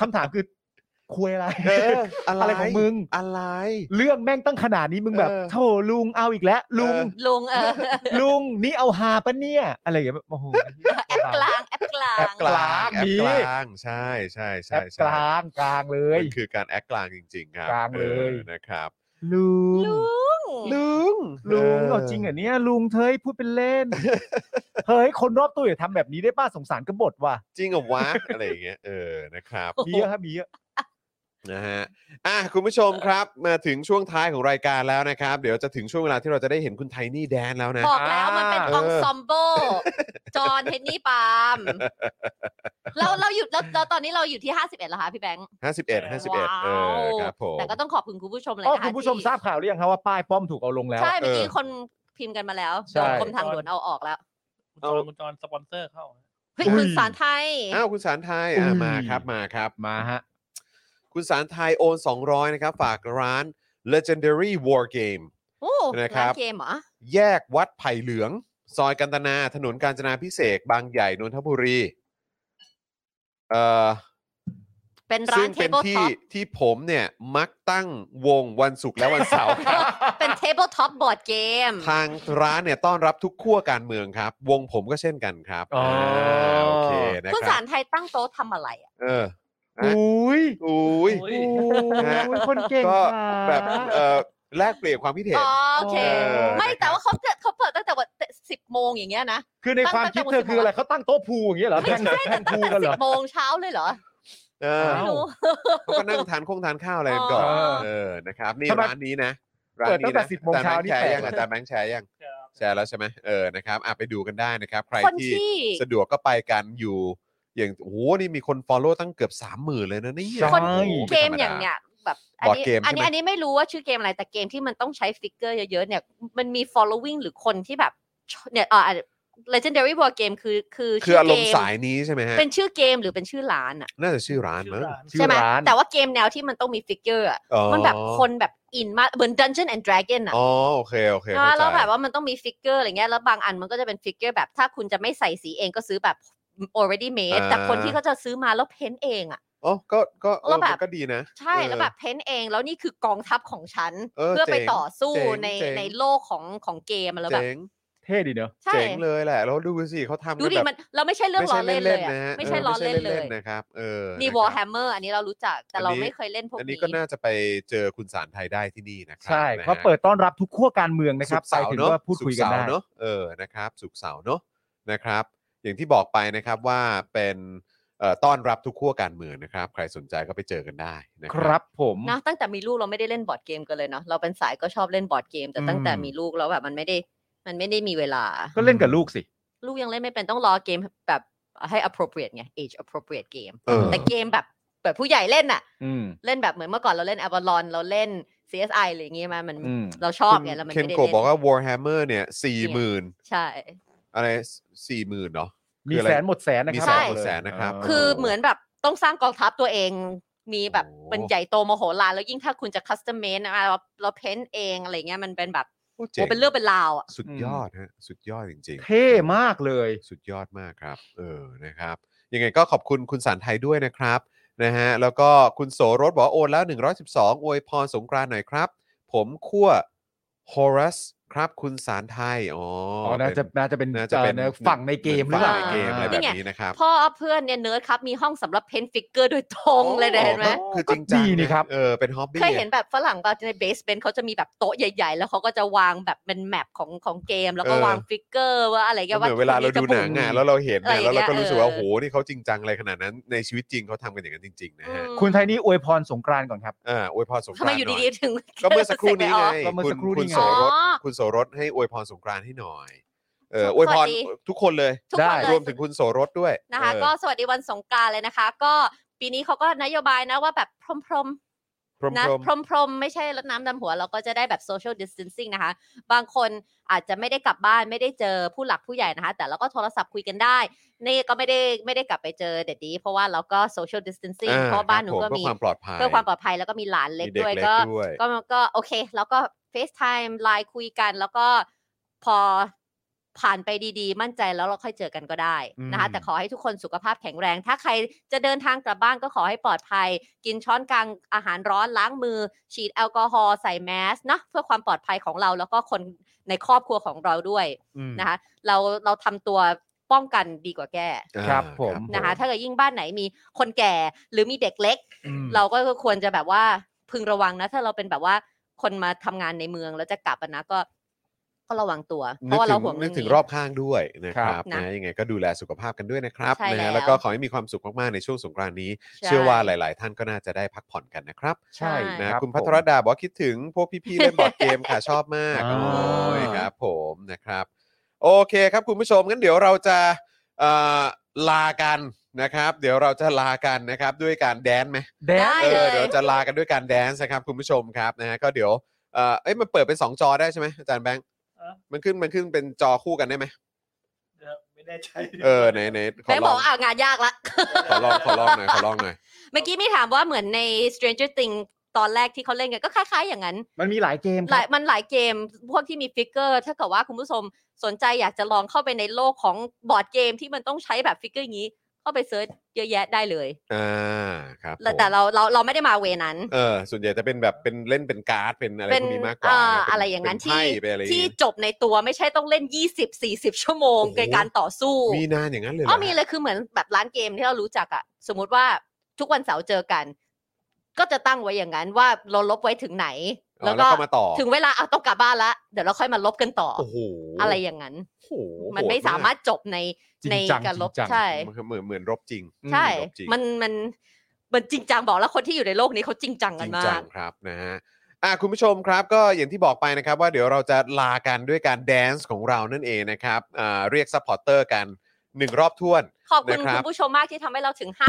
คำถามคือคุยอะไร
เอออะไร
อะไรของมึง
อะไร
เรื่องแม่งตั้งขนาดนี้มึงแบบ
เออ
โธ่ลุงเอาอีกแล้ว ลุง
เออ
ลุงเออ
ลุงนี่เอาฮาปะเนี่ย อะไรอย่างเงี้ยโอ้โห
แอปกลางแอปกลาง
แอปกลาง
แอป
มี
กลางใช่ใช่
แอ
ใช่
บ
ใช่
กลางกลางเลย
มันคือการแอคกลางจริง ๆ ครับ
กลางเลย
ออนะครับ
ลุง
ลุง
ลุง
ลุงเอาจริงเหรอเนี่ยลุงเธอพูดเป็นเล่น เฮ้ยคนรอบตัวอย่าทำแบบนี้ได้ป้าสงสารกบฏว่ะ
จริงเหรอวะอะไรอย่างเงี้ยเออนะครับ
โอ้โห
มีเยอะครับมีเยอะ
นะฮะ อ่ะคุณผู้ชมครับมาถึงช่วงท้ายของรายการแล้วนะครับ เดี๋ยวจะถึงช่วงเวลาที่เราจะได้เห็นคุณไทนี่แดนแล้วนะ
บอกแล้วมันเป็นอ
อ่า
องซอมโบจอห์นเทนนี่ปาล์มเรา เราอยู่แล้วแล้วตอนนี้เราอยู่ที่ 51แล้วค่ะพี่แบงค์
51 51 เอ
ว้าว
อครับผม
แต่ก็ต้องขอบคุณคุณผู้ชมเลย
อ๋อ
นะคะ
คุณผู้ชม
ที่
ทราบข่าวหรือยังครับว่าป้ายป้อมถูกเอาลงแล้ว
ใช่เมื่อกี้
เออ
คนพิมพ์กันมาแล้ว
ใช่
โดนกรมทางหลวงเอาออกแล้ว
คุณจอนคุณจอนสปอนเซอร์เข้า
เฮ้ยคุณสารไทย
อ้าวคุณสารไทยอ่ะมาครับมาครับ
มาฮะ
คุณสารไทยโอน 200 นะครับ ฝากร้าน Legendary War Game
โอ้
นะครับ
ร้านเกมเหรอ
แยกวัดไผ่เหลือง ซอยกันตนา ถนนกาญจนาพิเศษกบางใหญ่ นนทบุรี เอ่อ
เป็นร้า
ซึ่
น
ง
เท
เป็น
เบิล
ที่
ท็อป
ที่ผมเนี่ย มักตั้งวงวันศุกร์และวันเสาร์ ครับ
เป็นเทเบิลท็อปบอร์ดเกม
ทางร้านเนี่ยต้อนรับทุกขั้วการเมืองครับ วงผมก็เช่นกันครับ
อ๋ออ่
าโอเคนะ
คุณ
ค
สา
รับ
รไทยตั้งโต๊ะทำอะไรอะ
เออ
อุ้ย
อุ้ย
โอ้ย
นะฮะ
อุ้ยคนเก่ง
ก็
ค่ะ
แบบเออแลกเปลี่ยนความคิดเห็น
อ๋อโอเค
เออ
ไม่
นะครับ
แต่ว่าเขาเกิดเขาเปิดตั้งแต่วันสิบโมงอย่างเงี้ยนะ
คือในความคิดเธอคืออะไรเขาตั้งโต๊ะพูลอย่างเงี้ยเหรอ
ไม่
แท่ง
ใช่
แท่งพูล
ตั้งแต่
กันเหร
สิ
อ
บโมงเช้าเลยเหรอ
เออ
ไม่รู้
เขาก็นั่งทานคงทานข้าวอะไรกันก่อน
เออ
เออนะครับนี่
ทำไม
ร้านนี้นะร้าน
เปิดตั้
นี้
งแต่
นะ
10โมงเช้านี่
แชร์ยัง
แปลก
อาจารย์แบงค์แชร์ยังแชร์แล้วใช่ไหมเออนะครับอ่ะไปดูกันได้นะครับ ใคร
คน
ที่
ที่
สะดวกก็ไปกันอยู่ อย่างโอ้โหนี่มีคน follow ตั้งเกือบ3 0,000เลยนะเนี่ย
คน
โอ้โห
เก
ไธร
ม
รด
อย่างเนี้ยแบบอัน
บอร์ด
นี้
เกม
อัน
ใช่
นี้
ไหม
อันนี้ไม่รู้ว่าชื่อเกมอะไรแต่เกมที่มันต้องใช้ฟิกเกอร์เยอะๆเนี่ยมันมี following หรือคนที่แบบชอบเนี่ยเอ่อ legendary war game คือคือ
คืออารมณ์
เก
สายนี้ใช่ไหมฮะ
เป็นชื่อเกมหรือเป็นชื่อร้านอะ
น่าจะชื่อร้านมั้ง
ชื่อ
ใช่ไหม
ร้าน
แต่ว่าเกมแนวที่มันต้องมีฟิกเกอร์อะ
อ๋อ
มันแบบคนแบบอินมากเหมือน Dungeon and Dragon อะ
อ๋อโอเคโอเค
นะ
เข้าใจ
แล้วแบบว่ามันต้องมีฟิกเกอร์อะไรเงี้ยแล้วบางอันมันก็จะเป็นฟิกเกอร์แบบถ้าคุณจะไม่ใส่สีเองก็ซื้อแบบ already made แต่คนที่เขาจะซื้อมาแล้วเพ้นเองอะ
อ๋อก็ก็เอ
แล้
อ
วแบบ
มันก็ดีนะ
ใช่แล้วแบบเพ้นเองแล้วนี่คือกองทัพของฉัน
เออ
อไป
เจ๋ง
ต่อสู้
เจ๋ง
ใน
เจ๋ง
ในโลกของของเกมอะแล้วแบบ
เจ๋ง
เท่ดีเนอะ
ใช่
เจ๋งเลยแหละแล้วดูสิเขาทำ
ดู
กัน
ดิ
แบบ
มันเราไม่ใช่เรื่องล้อเล่นเลยอะ
นะฮะ
ไม่ใช่ล้อเล่นเลย
ไม่ใช่นะครับเออนะค
มี
รับ
Warhammer อันนี้เรารู้จักแต่เรา
อันนี้
ไม่เคยเล่นพวก
อันนี้
นี้
ก็น่าจะไปเจอคุณสารไทยได้ที่นี่นะครั
ใช่
นะฮะ
เขาเปิดต้อนรับทุกขั้วการเมืองนะครับ
ศุ
ไป
เสาร์
ถึง
เนอะ
ก็พูดคุยกัน
ศุเสา
ได้
ร์เนอะเออนะครับสุกร์เสาร์เนอะนะครับ อย่างที่บอกไปนะครับว่าเป็นเอ่อต้อนรับทุกขั้วการเมืองนะครับ ใครสนใจก็ไปเจอกันได้นะค
ค
รั
รับผม
นะตั้งแต่มีลูกเราไม่ได้เล่นบอร์ดเกมกันเลยเนาะเราเป็นสายก็ชอบเล่นบอร์ดเกม แต่ตั้งแต่
อืม
มีลูกแล้วแบบมันไม่ได้มันไม่ได้มีเวลา
ก็เล่นกับลูกสิ
ลูกยังเล่นไม่เป็นต้องรอเกมแบบให้ appropriate ไง age appropriate เกม
เออ
แต่เกมแบบแบบผู้ใหญ่เล่นอะ
อืม
เล่นแบบเหมือนเมื่อก่อนเราเล่น Avalon เราเล่น CSI อะไรอย่างงี้มามัน
อืม
เราชอบ
คุณ
ไงเรามัน
เคน
ไม่ได้
โกะ
เล่น
บอกว่า Warhammer เนี่ยสี่หมื่น
ใช่
อะไรสี่หมื่นเนาะ
มี
คืออะไร
แสนหมดแสนนะ
มี
ครั
แส
ใช่
นหมดแสนนะครับ
คือเหมือนแบบต้องสร้างกองทัพตัวเอง มีแบบ
โอ้
เป็นใหญ่โตมโหฬารแล้วยิ่งถ้าคุณจะคัสตอมเมนต์นะเราเราเพ้นเองอะไรเงี้ยมันเป็นแบบ
โอ้
โอ้
เจ๋ง
เป็นเรื่องเป็นราวอ่ะ
สุดยอดฮะสุดยอดจริงๆ
เท่มากเลย
สุดยอดมากครับ เออนะครับ ยังไงก็ขอบคุณคุณสารไทยด้วยนะครับนะฮะแล้วก็คุณโสรสบอกว่าโอนแล้ว 112 อวยพรสงกรานต์หน่อยครับ ผมคั่ว Horace ครับคุณสารไทย อ๋อ
อ๋อ น่าจะ น่าจะเป็น
น่าจะเป็น
อ่อฝั่งในเกมหรือเปล่า
ฝั่งในเกมอะไร
นี่
แบบ
ไง
นี้นะครับ
พ่อเพื่อนเนี่ยเนิร์ดครับ มีห้องสำหรับเพ้นฟิกเกอร์โดยตรงเลยนะเห็นไหม
อ๋อคือจริงจัง
ก็ดีนี่ครับ
เออเป็นฮอบบี้
เคยเห็นแบบฝรั่งป่ะในเบสเ e นเขาจะมีแบบโต๊ะใหญ่ ๆ แล้วเขาก็จะวางแบบเป็นแมปของของเกม แล้วก็วางฟิกเกอร์ว่าอะไร
ก็
เงี้ย
เห
ว่า
มือนเวลาเรา
คจะ
ดู
บุ
ห
ก
นังอ่ะแล้วเราเห็น
อะไร
อ่ะ
อ
แล้
ย่าว งเงี้
เรา
ย
ก็รู้สึกว่า
เออ
โอ้โหนี่เขาจริงจังอะไรขนาดนั้นในชีวิตจริงเขาทำกันอย่างนั้นจริงๆนะฮะ
อืม
คุณไทยนี่อวยพรสงกรานต์ก่อนครับ
อ่าอวยพรสงกราน
ทำ
ต์
ไมอยู่
หน่
ดีๆถึง
ก็เมื่อสักครู่นี้ไง
เกิด
ก็เมื่อสักครู่
คุณ
นี้ไง
โสรส
อ๋อ
คุณโสรสให้อวยพรสงกรานต์ให้หน่อยเออ
ส
อวยพร
สวัสดี
ทุกคนเลย
ทุก
ได้
คนเล
ร
ยว
มถึงคุณโสรสด้วย
นะคะ
เออ
ก็สวัสดีวันสงกรารเลยนะคะ ก็ปีนี้เขาก็นโยบายนะว่าแบบพรมพรม
พรม
ๆนะ
พรม
พรมพรมๆไม่ใช่รดน้ำดำหัว เราก็จะได้แบบ social distancing นะคะ บางคนอาจจะไม่ได้กลับบ้านไม่ได้เจอผู้หลักผู้ใหญ่นะคะ แต่เราก็โทรศัพท์คุยกันได้ นี่ก็ไม่ได้ไม่ได้กลับไปเจอเด็ดดี เพราะว่าเราก็ social distancing
อ่า
เพราะบ้านหนู
ครับ
ก็
ผม
มี
เพื่อความปลอดภัย
เพื่อความปลอดภัยแล้วก็มีหลานเล็ก
มีเด็ก
ด้วย
เล็ก
ก็
ด้วย
ก็มันก็โอเค แล้วก็ FaceTime ไลน์คุยกัน แล้วก็พอผ่านไปดีๆ มั่นใจแล้วเราค่อยเจอกันก็ได้นะคะ
อืม
แต่ขอให้ทุกคนสุขภาพแข็งแรง ถ้าใครจะเดินทางกลับบ้านก็ขอให้ปลอดภัย กินช้อนกลางอาหารร้อนล้างมือ ฉีดแอลกอฮอล์ใส่แมสนะเพื่อความปลอดภัยของเรา แล้วก็คนในครอบครัวของเราด้วยนะคะ เราเราทำตัวป้องกันดีกว่าแก้
อ่า
ครับผม
นะคะ ถ้าเกิดยิ่งบ้านไหนมีคนแก่หรือมีเด็กเล็ก
อืม
เราก็ควรจะแบบว่าพึงระวังนะ ถ้าเราเป็นแบบว่าคนมาทำงานในเมืองแล้วจะกลับอะนะก็ ก็ระวังตัว เพ
นึก
ราะว่า
ถึ
เรา
ง
ห่วง
นึ
เรื่
ก
อง
ถึง
นี้
รอบข้างด้วยนะค
ครั
รับบ นะยังไงก็ดูแลสุขภาพกันด้วยนะครับ
ใช่
นะฮะ
แล้ว
แล้วก็ขอให้มีความสุขมาก ๆ ในช่วงสงกรานต์นี้
ใ
เชื่อว่าหลาย ๆ ท่านก็น่าจะได้พักผ่อนกันนะครับ
ใช่
นะ
รับ
คุณ
ผม
พัทรดาบอกว่าคิดถึงพวกพี่ ๆ เล่นบอร์ดเกม ค่ะ ชอบมาก
อ่า
โอ้ยครับผมนะครับ โอเคครับคุณผู้ชมงั้นเดี๋ยวเราจะเอ่อลากันนะครับ เดี๋ยวเราจะลากันนะครับด้วยการแดนซ์ไหม
แดน
ได้
เอ
เล
อย เดี๋ยวจะลากันด้วยการแดนซ์นะครับคุณผู้ชมครับนะฮะก็เดี๋ยวเอ่อเอ้ยมันเปิดเป็นสองจอได้ใช่ไหมอาจารย์แบงค์
เออ
มันขึ้นมันขึ้นเป็นจอคู่กันได้ไหม
เดี๋ยวไม่
ไม่แน่ใจ
เออไหนไหนขอ
แต่
ล
บอ
อก ง
ว่าอ่างานยากละ
ขอลองขอลองหน่อยขอลองหน่อย
เมื่อกี้มีถามว่าเหมือนใน Stranger Things ตอนแรกที่เขาเล่นกันก็คล้ายๆ อย่างนั้น
มันมีหลายเกม
ห
ค
ลา
รั
ย
บ
มันหลายเกมพวกที่มีฟิกเกอร์ ถ้าเกิดว่าคุณผู้ชมสนใจอยากจะลองเข้าไปในโลกของบอร์ดเกมที่มันต้องใช้แบบฟิกเกอร์อย่างนี้ เข้าไปเซิร์ชเยอะแยะได้เลย
อ่าครับ
แล้ว
ผม
แต่เราเราเราไม่ได้มาเวนั้น
เออส่วนใหญ่จะเป็นแบบเป็นเล่นเป็นการ์ดเป็นอะไร
เป็
พ
น
วกนี้มากกว่า
เอ่อ
เป็
อะไรอย่างนั้น
เป็
ที่
ไพ่เป็นอะไรอย่าง
ที่
งี้
จบในตัวไม่ใช่ต้องเล่น 20-40 ชั่วโมง
โอ้โห
ในการต่อสู้
มีนานอย่างนั้นเลยเหร
อ๋อ
ฮะ
มีเลยคือเหมือนแบบร้านเกมที่เรารู้จักอะสมมุติว่าทุกวันเสาร์เจอกัน ก็จะตั้งไว้อย่างนั้นว่าเราลบไว้ถึงไหน
อ๋อ
แล้
แล้ว ว
ก็
ก็มาต่อ
ถึงเวลาเอาต้องกลับบ้านละเดี๋ยวเราค่อยมาลบกันต่อ
โอ้โห
อะไรอย่างนั้น
โอ้โห
มันไม่
โหดก
สามารถจบใน
จริง
ใน
จัง
การลบ
จริงจัง
ใช่
มันคือเหมือนเหมือนรบจริง
ใช่
เหมือนรบจริง
มันมันมันจริงจังบอกแล้วคนที่อยู่ในโลกนี้เขาจริงจัง
จ
กั
ริ
น
ง
มา
จัง
ก
ครับนะฮะอ่ะคุณผู้ชมครับก็อย่างที่บอกไปนะครับว่าเดี๋ยวเราจะลากันด้วยการแดนซ์ของเรานั่นเองนะครับอ่าเรียกซัพพอร์เตอร์กัน 1 รอบท้วน
ขอบคุณ
นะครับ
คุณผู้ชมมากที่ทำให้เราถึง
เอ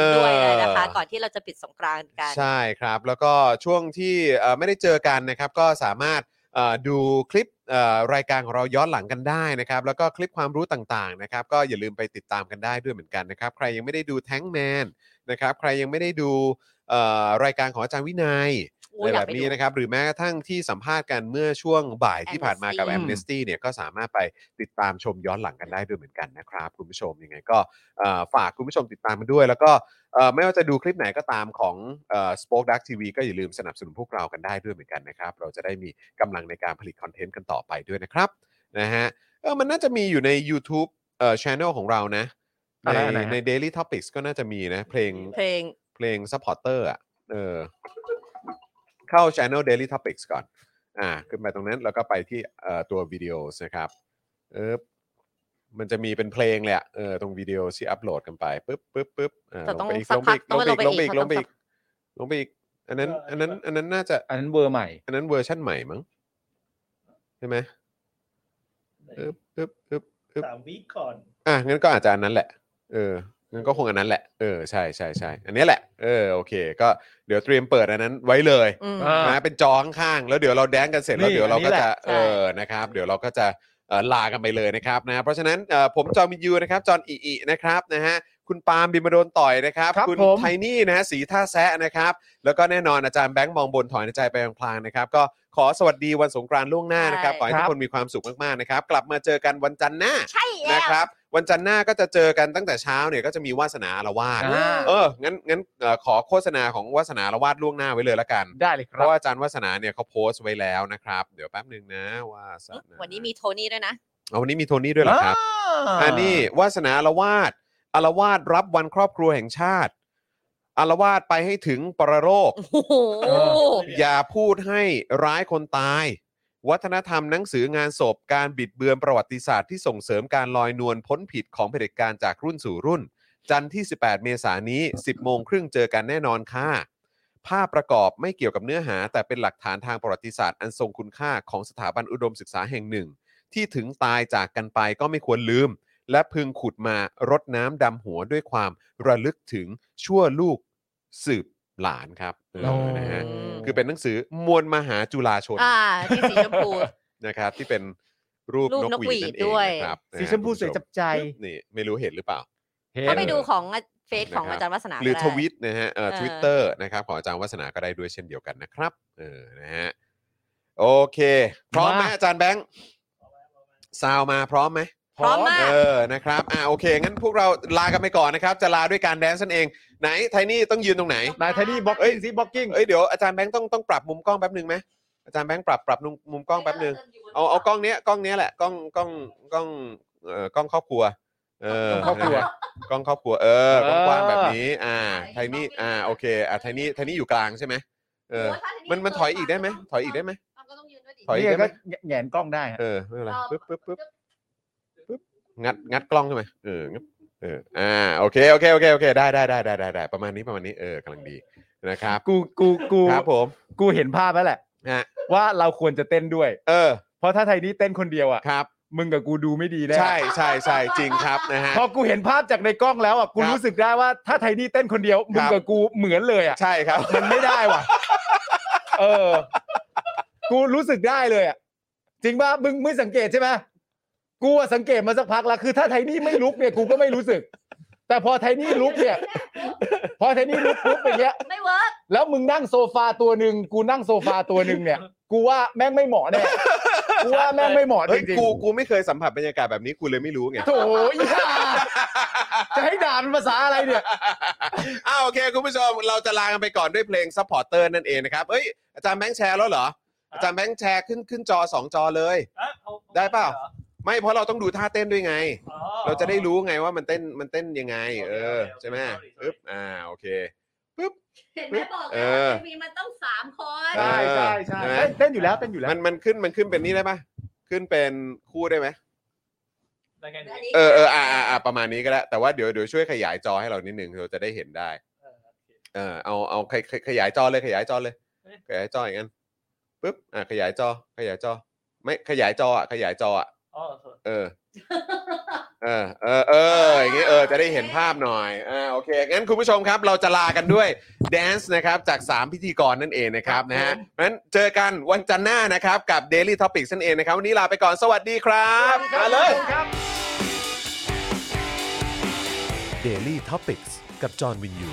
อ
50%ด้วยเลยนะคะ ก่อนที่เราจะปิดสงกรานต์กัน
ใช่ครับ แล้วก็ช่วงที่เอ่อไม่ได้เจอกันนะครับ ก็สามารถเอ่อดูคลิปเอ่อรายการของเราย้อนหลังกันได้นะครับ แล้วก็คลิปความรู้ต่างๆนะครับ ก็อย่าลืมไปติดตามกันได้ด้วยเหมือนกันนะครับ ใครยังไม่ได้ดูแท้งแมนนะครับใครยังไม่ได้ดูเอ่อรายการของอาจารย์วินัย
โอ้
ใน
ยอยา
แบบ
กไป
นี้
ดู
นะครับหรือแม้กระทั่งที่สัมภาษณ์กันเมื่อช่วงบ่ายที่ผ่านมากับ
Amnesty
แอมเนสตี้เนี่ยก็สามารถไปติดตามชมย้อนหลังกันได้ด้วยเหมือนกันนะครับ คุณผู้ชมยังไงก็เอ่อฝากคุณผู้ชมติดตามมาด้วย แล้วก็เอ่อไม่ว่าจะดูคลิปไหนก็ตามของสป็อคดักทีวีก็อย่าลืมสนับสนุนพวกเรากันได้ด้วยเหมือนกันนะครับ เราจะได้มีกำลังในการผลิตคอนเทนต์กันต่อไปด้วยนะครับนะฮะเออมันน่าจะมีอยู่ใน YouTube เอ่อช anel ของเรานะ
อะ
ใน
ไรอะไรฮะ
ใน daily topics ก็น่าจะมีนะเพลง
เพลง
เพลง supporter อ่ะ เออ เข้า channel daily topics ก่อน อ่า ขึ้นไปตรงนั้น แล้วก็ไปที่เอ่อตัววิดีโอนะครับ เออ มันจะมีเป็นเพลงเลยอะเออ ตรงวิดีโอที่อัปโหลดกันไปปึ๊บปึ๊บปึ๊บอ่า
แต่
ลงไปอีก
ต้
ล
อ
ไปอีก
ง งสักพัก
ลงไปอีก
ต้
ล
อง ง
ไป
ไปลงไปอี
อีก
ก
ลงไปอีก อันนั้น อันนั้น อันนั้นน่าจะ
อันนั้นเวอร์ใหม่
อันนั้นเวอร์ชั่นใหม่มั้ง ใช่ไหมปึ๊บปึ๊บปึ๊บ
สามวิก่อน
อ่ะงั้นก็อาจจะอันนั้นแหละ เอองั้นก็คงอันนั้นแหละ เออใช่ใช่ใช่อันเนี้ยแหละ เออโอเค ก็เดี๋ยวเตรียมเปิดอันนั้นไว้เลย
อืม
อ่า
นะเป็นจอข้างๆแล้วเดี๋ยวเราแดนกันเสร็จแล้ว
นี่
เดี๋ยวเรา
อันนี้
ก็
แหละ
จะ
ใช่
เออนะครับ เดี๋ยวเราก็จะเอ่อลากันไปเลยนะครับนะเพราะฉะนั้นเอ่อผมจอมินยูนะครับจอนอีอีนะครับนะฮะคุณปาล์มบิมโดนต่อยนะครับ
ครับ
คุณ
ผม
ไทนี่นะฮะสีท่าแซะนะครับ แล้วก็แน่นอนอาจารย์แบงค์มองบนถอยในใจไปพลางๆนะครับ ก็ขอสวัสดีวันสงกรานต์ล่วงหน้านะครับ
ใช่
ขอให้ทุกคนมีความสุขมากๆนะครับ กลับมาเจอกันวันจันทร์หน้า
ใช่แล้
นะ
ว
ครับวันจันทร์หน้าก็จะเจอกันตั้งแต่เช้าเนี่ยก็จะมีวาสนาละวาด
อ่า
เอองั้นงั้นเอ่อขอโฆษณาของวาสนาละวาดล่วงหน้าไว้เลยละกัน
ได้เลยค
เพ
รับ
ราะว่าอาจารย์วาสนาเนี่ยเขาโพสต์ไว้แล้วนะครับ เดี๋ยวแป๊บหนึ่งนะวาสนา
วันนี้มีโทนี่ด้วยนะ
เอาวันนี้มีโทนี่ด้วยเหรอครับอันนี้วาสนาละวาดอารวาดรับวันครอบครัวแห่งชาติอารวาดไปให้ถึงปรโลก
โอ้โห
เอ
อย่าพูดให้ร้ายคนตาย วัฒนธรรมหนังสืองานศพการบิดเบือนประวัติศาสตร์ที่ส่งเสริมการลอยนวลพ้นผิดของเผด็จการจากรุ่นสู่รุ่น จันทร์ที่ 18 เมษายนนี้ 10 โมงครึ่งเจอกันแน่นอนค่ะ ภาพประกอบไม่เกี่ยวกับเนื้อหา แต่เป็นหลักฐานทางประวัติศาสตร์อันทรงคุณค่าของสถาบันอุดมศึกษาแห่งหนึ่ง ที่ถึงตายจากกันไปก็ไม่ควรลืม และพึงขุดมารดน้ำดำหัวด้วยความระลึกถึงชั่วลูกสืบหลานครับเออ
โอ้
นะฮะ
อืม
คือเป็นหนังสือมวลมหาจุฬาชน
อ่าที่สีชมพู
นะครับ ที่เป็นรูป
รูป
นก
นก
ห
หวี
วีด
ด
นั่นเอง
ด้วย
นะครับนะฮะ
สีชมพูสวยจับใจ
นี่ไม่รู้เห็นหรือเปล่า
เห็น
เข้าไปดูของเฟซของ
นะครับ
อาจารย์วัฒนา
หรือ
ก็
ท
ได้
วิตนะฮะเอ่อ
เออ
ทวิตเตอร์นะครับ ของอาจารย์วัฒนาก็ได้ด้วยเช่นเดียวกันนะครับเออนะฮะโอเค พร้อมไหมอาจารย์แบงค์ซาวมาพร้อมไหม
พร้อมมาก
เออ นะครับ อ่าโอเค งั้นพวกเราลากันไปก่อนนะครับ จะลาด้วยการแดนซ์นั่นเอง ไหน ไทนี่ต้องยืนตรงไหน
นายไทนี่บล็อก
เอ้
กิ้
ย
งสิบล็อกกิ้ง
เอ้ย เดี๋ยวอาจารย์แบงค์ต้องต้องปรับมุมกล้องแป๊บหนึ่งไหมอาจารย์แบงค์ปรับปรับมุมกล้องแป๊บหนึ่ง เอาเอากล้องเนี้ยกล้องเนี้ยแหละกล้องกล้องกล้องเอ่อกล้องครอบครัว เออก
ล้องครอบครัว
นะฮะกล้องครอบครัวเออ
เออ
กว้างๆแบบนี้ อ่าไทนี่
กล้องนี้
อ่าโอเคอ่าไทนี่ไทนี่อยู่กลางใช่ไหมเออ มันมันถอยอีกได้ไหมถอยอีกได้ไหม
ก็ต้องยืนด้วยดิ
ถอย
นี่ก็แหงนกล้องได้ฮะ
เออไม่เป็นไรปึ๊บปึ๊บปึ๊บปึ๊บงัดงัดกล้องใช่ไหมเอองัดเอออ่าโอเคโอเคโอเคโอเคได้ได้ได้ได้ได้ได้ประมาณนี้ประมาณนี้เออกำลังดีนะครับ
กูกูกู
ครับผม
กูเห็นภาพแล้วแหละ
ฮะ
ว่าเราควรจะเต้นด้วย
เออ
เพราะถ้าไทยนี่เต้นคนเดียวอ่ะ
ครับ
มึงกับกูดูไม่ดีแน่
ใช่ใช่ใช่จริงครับนะฮะ
พอกูเห็นภาพจากในกล้องแล้วอ่ะกู
ครับ
รู้สึกได้ว่าถ้าไทยนี่เต้นคนเดียว
ค
มึง
รับ
กับกูเหมือนเลยอ่ะ
ใช่ครับ
มันไม่ได้ ว่ะ เออ กูรู้สึกได้เลยอ่ะ จริงป่ะ มึงไม่สังเกตใช่ไหม กูอะสังเกตมาสักพักแล้วคือถ้าไทนี่ไม่ลุกเนี่ยกูก็ไม่รู้สึก แต่พอไทนี่ลุกเนี่ย พอไทนี่ลุกปุ๊บอย่างเงี้ย
ไม่เวิร์ก
แล้วมึงนั่งโซฟาตัวหนึ่งกูนั่งโซฟาตัวหนึ่งเนี่ย กูว่าแม่งไม่เหมาะแน่กูว่าแม่งไม่เหมาะจ
เฮ้ย
ริง
กูกูไม่เคยสัมผัสบรรยากาศแบบนี้กูเลยไม่รู้ไง
ๆโถอีห่าจะให้ด่าเป็นภาษาอะไรเนี่ย
อ้าวโอเค คุณผู้ชมเราจะลากันไปก่อนด้วยเพลง Supporter นั่นเองนะครับเอ้ยอาจารย์แบงค์แชร์แล้วเหรอ อาจารย์แบงค์แชร์ขึ้นขึ้นจอ 2 จอเลย
อ่ะเอา
ได้เปล่า ไม่เพราะเราต้องดูท่าเต้นด้วยไง
อ๋อ
เราจะได้รู้ไงว่ามันเต้นมันเต้นยังไง
โอเค
เออ
โอเค
ใช่ไหม
โอเค
ปึ๊บอ่าโอเค
เห็นไหมบอก
เอ
แล้
อ
วเอวีมันต้องสามคน
เออ
ใช่ใช่ใช่
ใช่ไหม
เต้นเต้นอยู่แล้วเต้นอยู่แล้ว
มันมันขึ้นมันขึ้นเป็นนี่ได้ปะขึ้นเป็นคู่ได้ไหม
ได้แค่นี้
เออเอออ่าอ่าอ่าประมาณนี้ก็แล้วแต่ว่าเดี๋ยวเดี๋ยวช่วยขยายจอให้เรานิดนึงเราจะได้เห็นได้
เออ
เออเอาเอาขยขยขยายจอเลยขยายจอเลย
เอ๊ะ
ขยายจออย่างนั้นปึ๊บอ่ะขยายจอ ขยายจอ ไม่ขยายจออ่ะขยายจออ่ะ
อ๋อ
เออ เออเออเอออย่างงี้เออจะได้เห็นภาพหน่อยอ่าโอเคงั้นคุณผู้ชมครับ เราจะลากันด้วยแดนซ์นะครับจาก 3 พิธีกรนั่นเองนะครับนะฮะงั้นเจอกันวันจันทร์หน้านะครับ กับ Daily Topics นั่นเองนะครับ วันนี้ลาไปก่อนสวัสดีครับมาเลย
Daily Topics กับจอห์นวินยู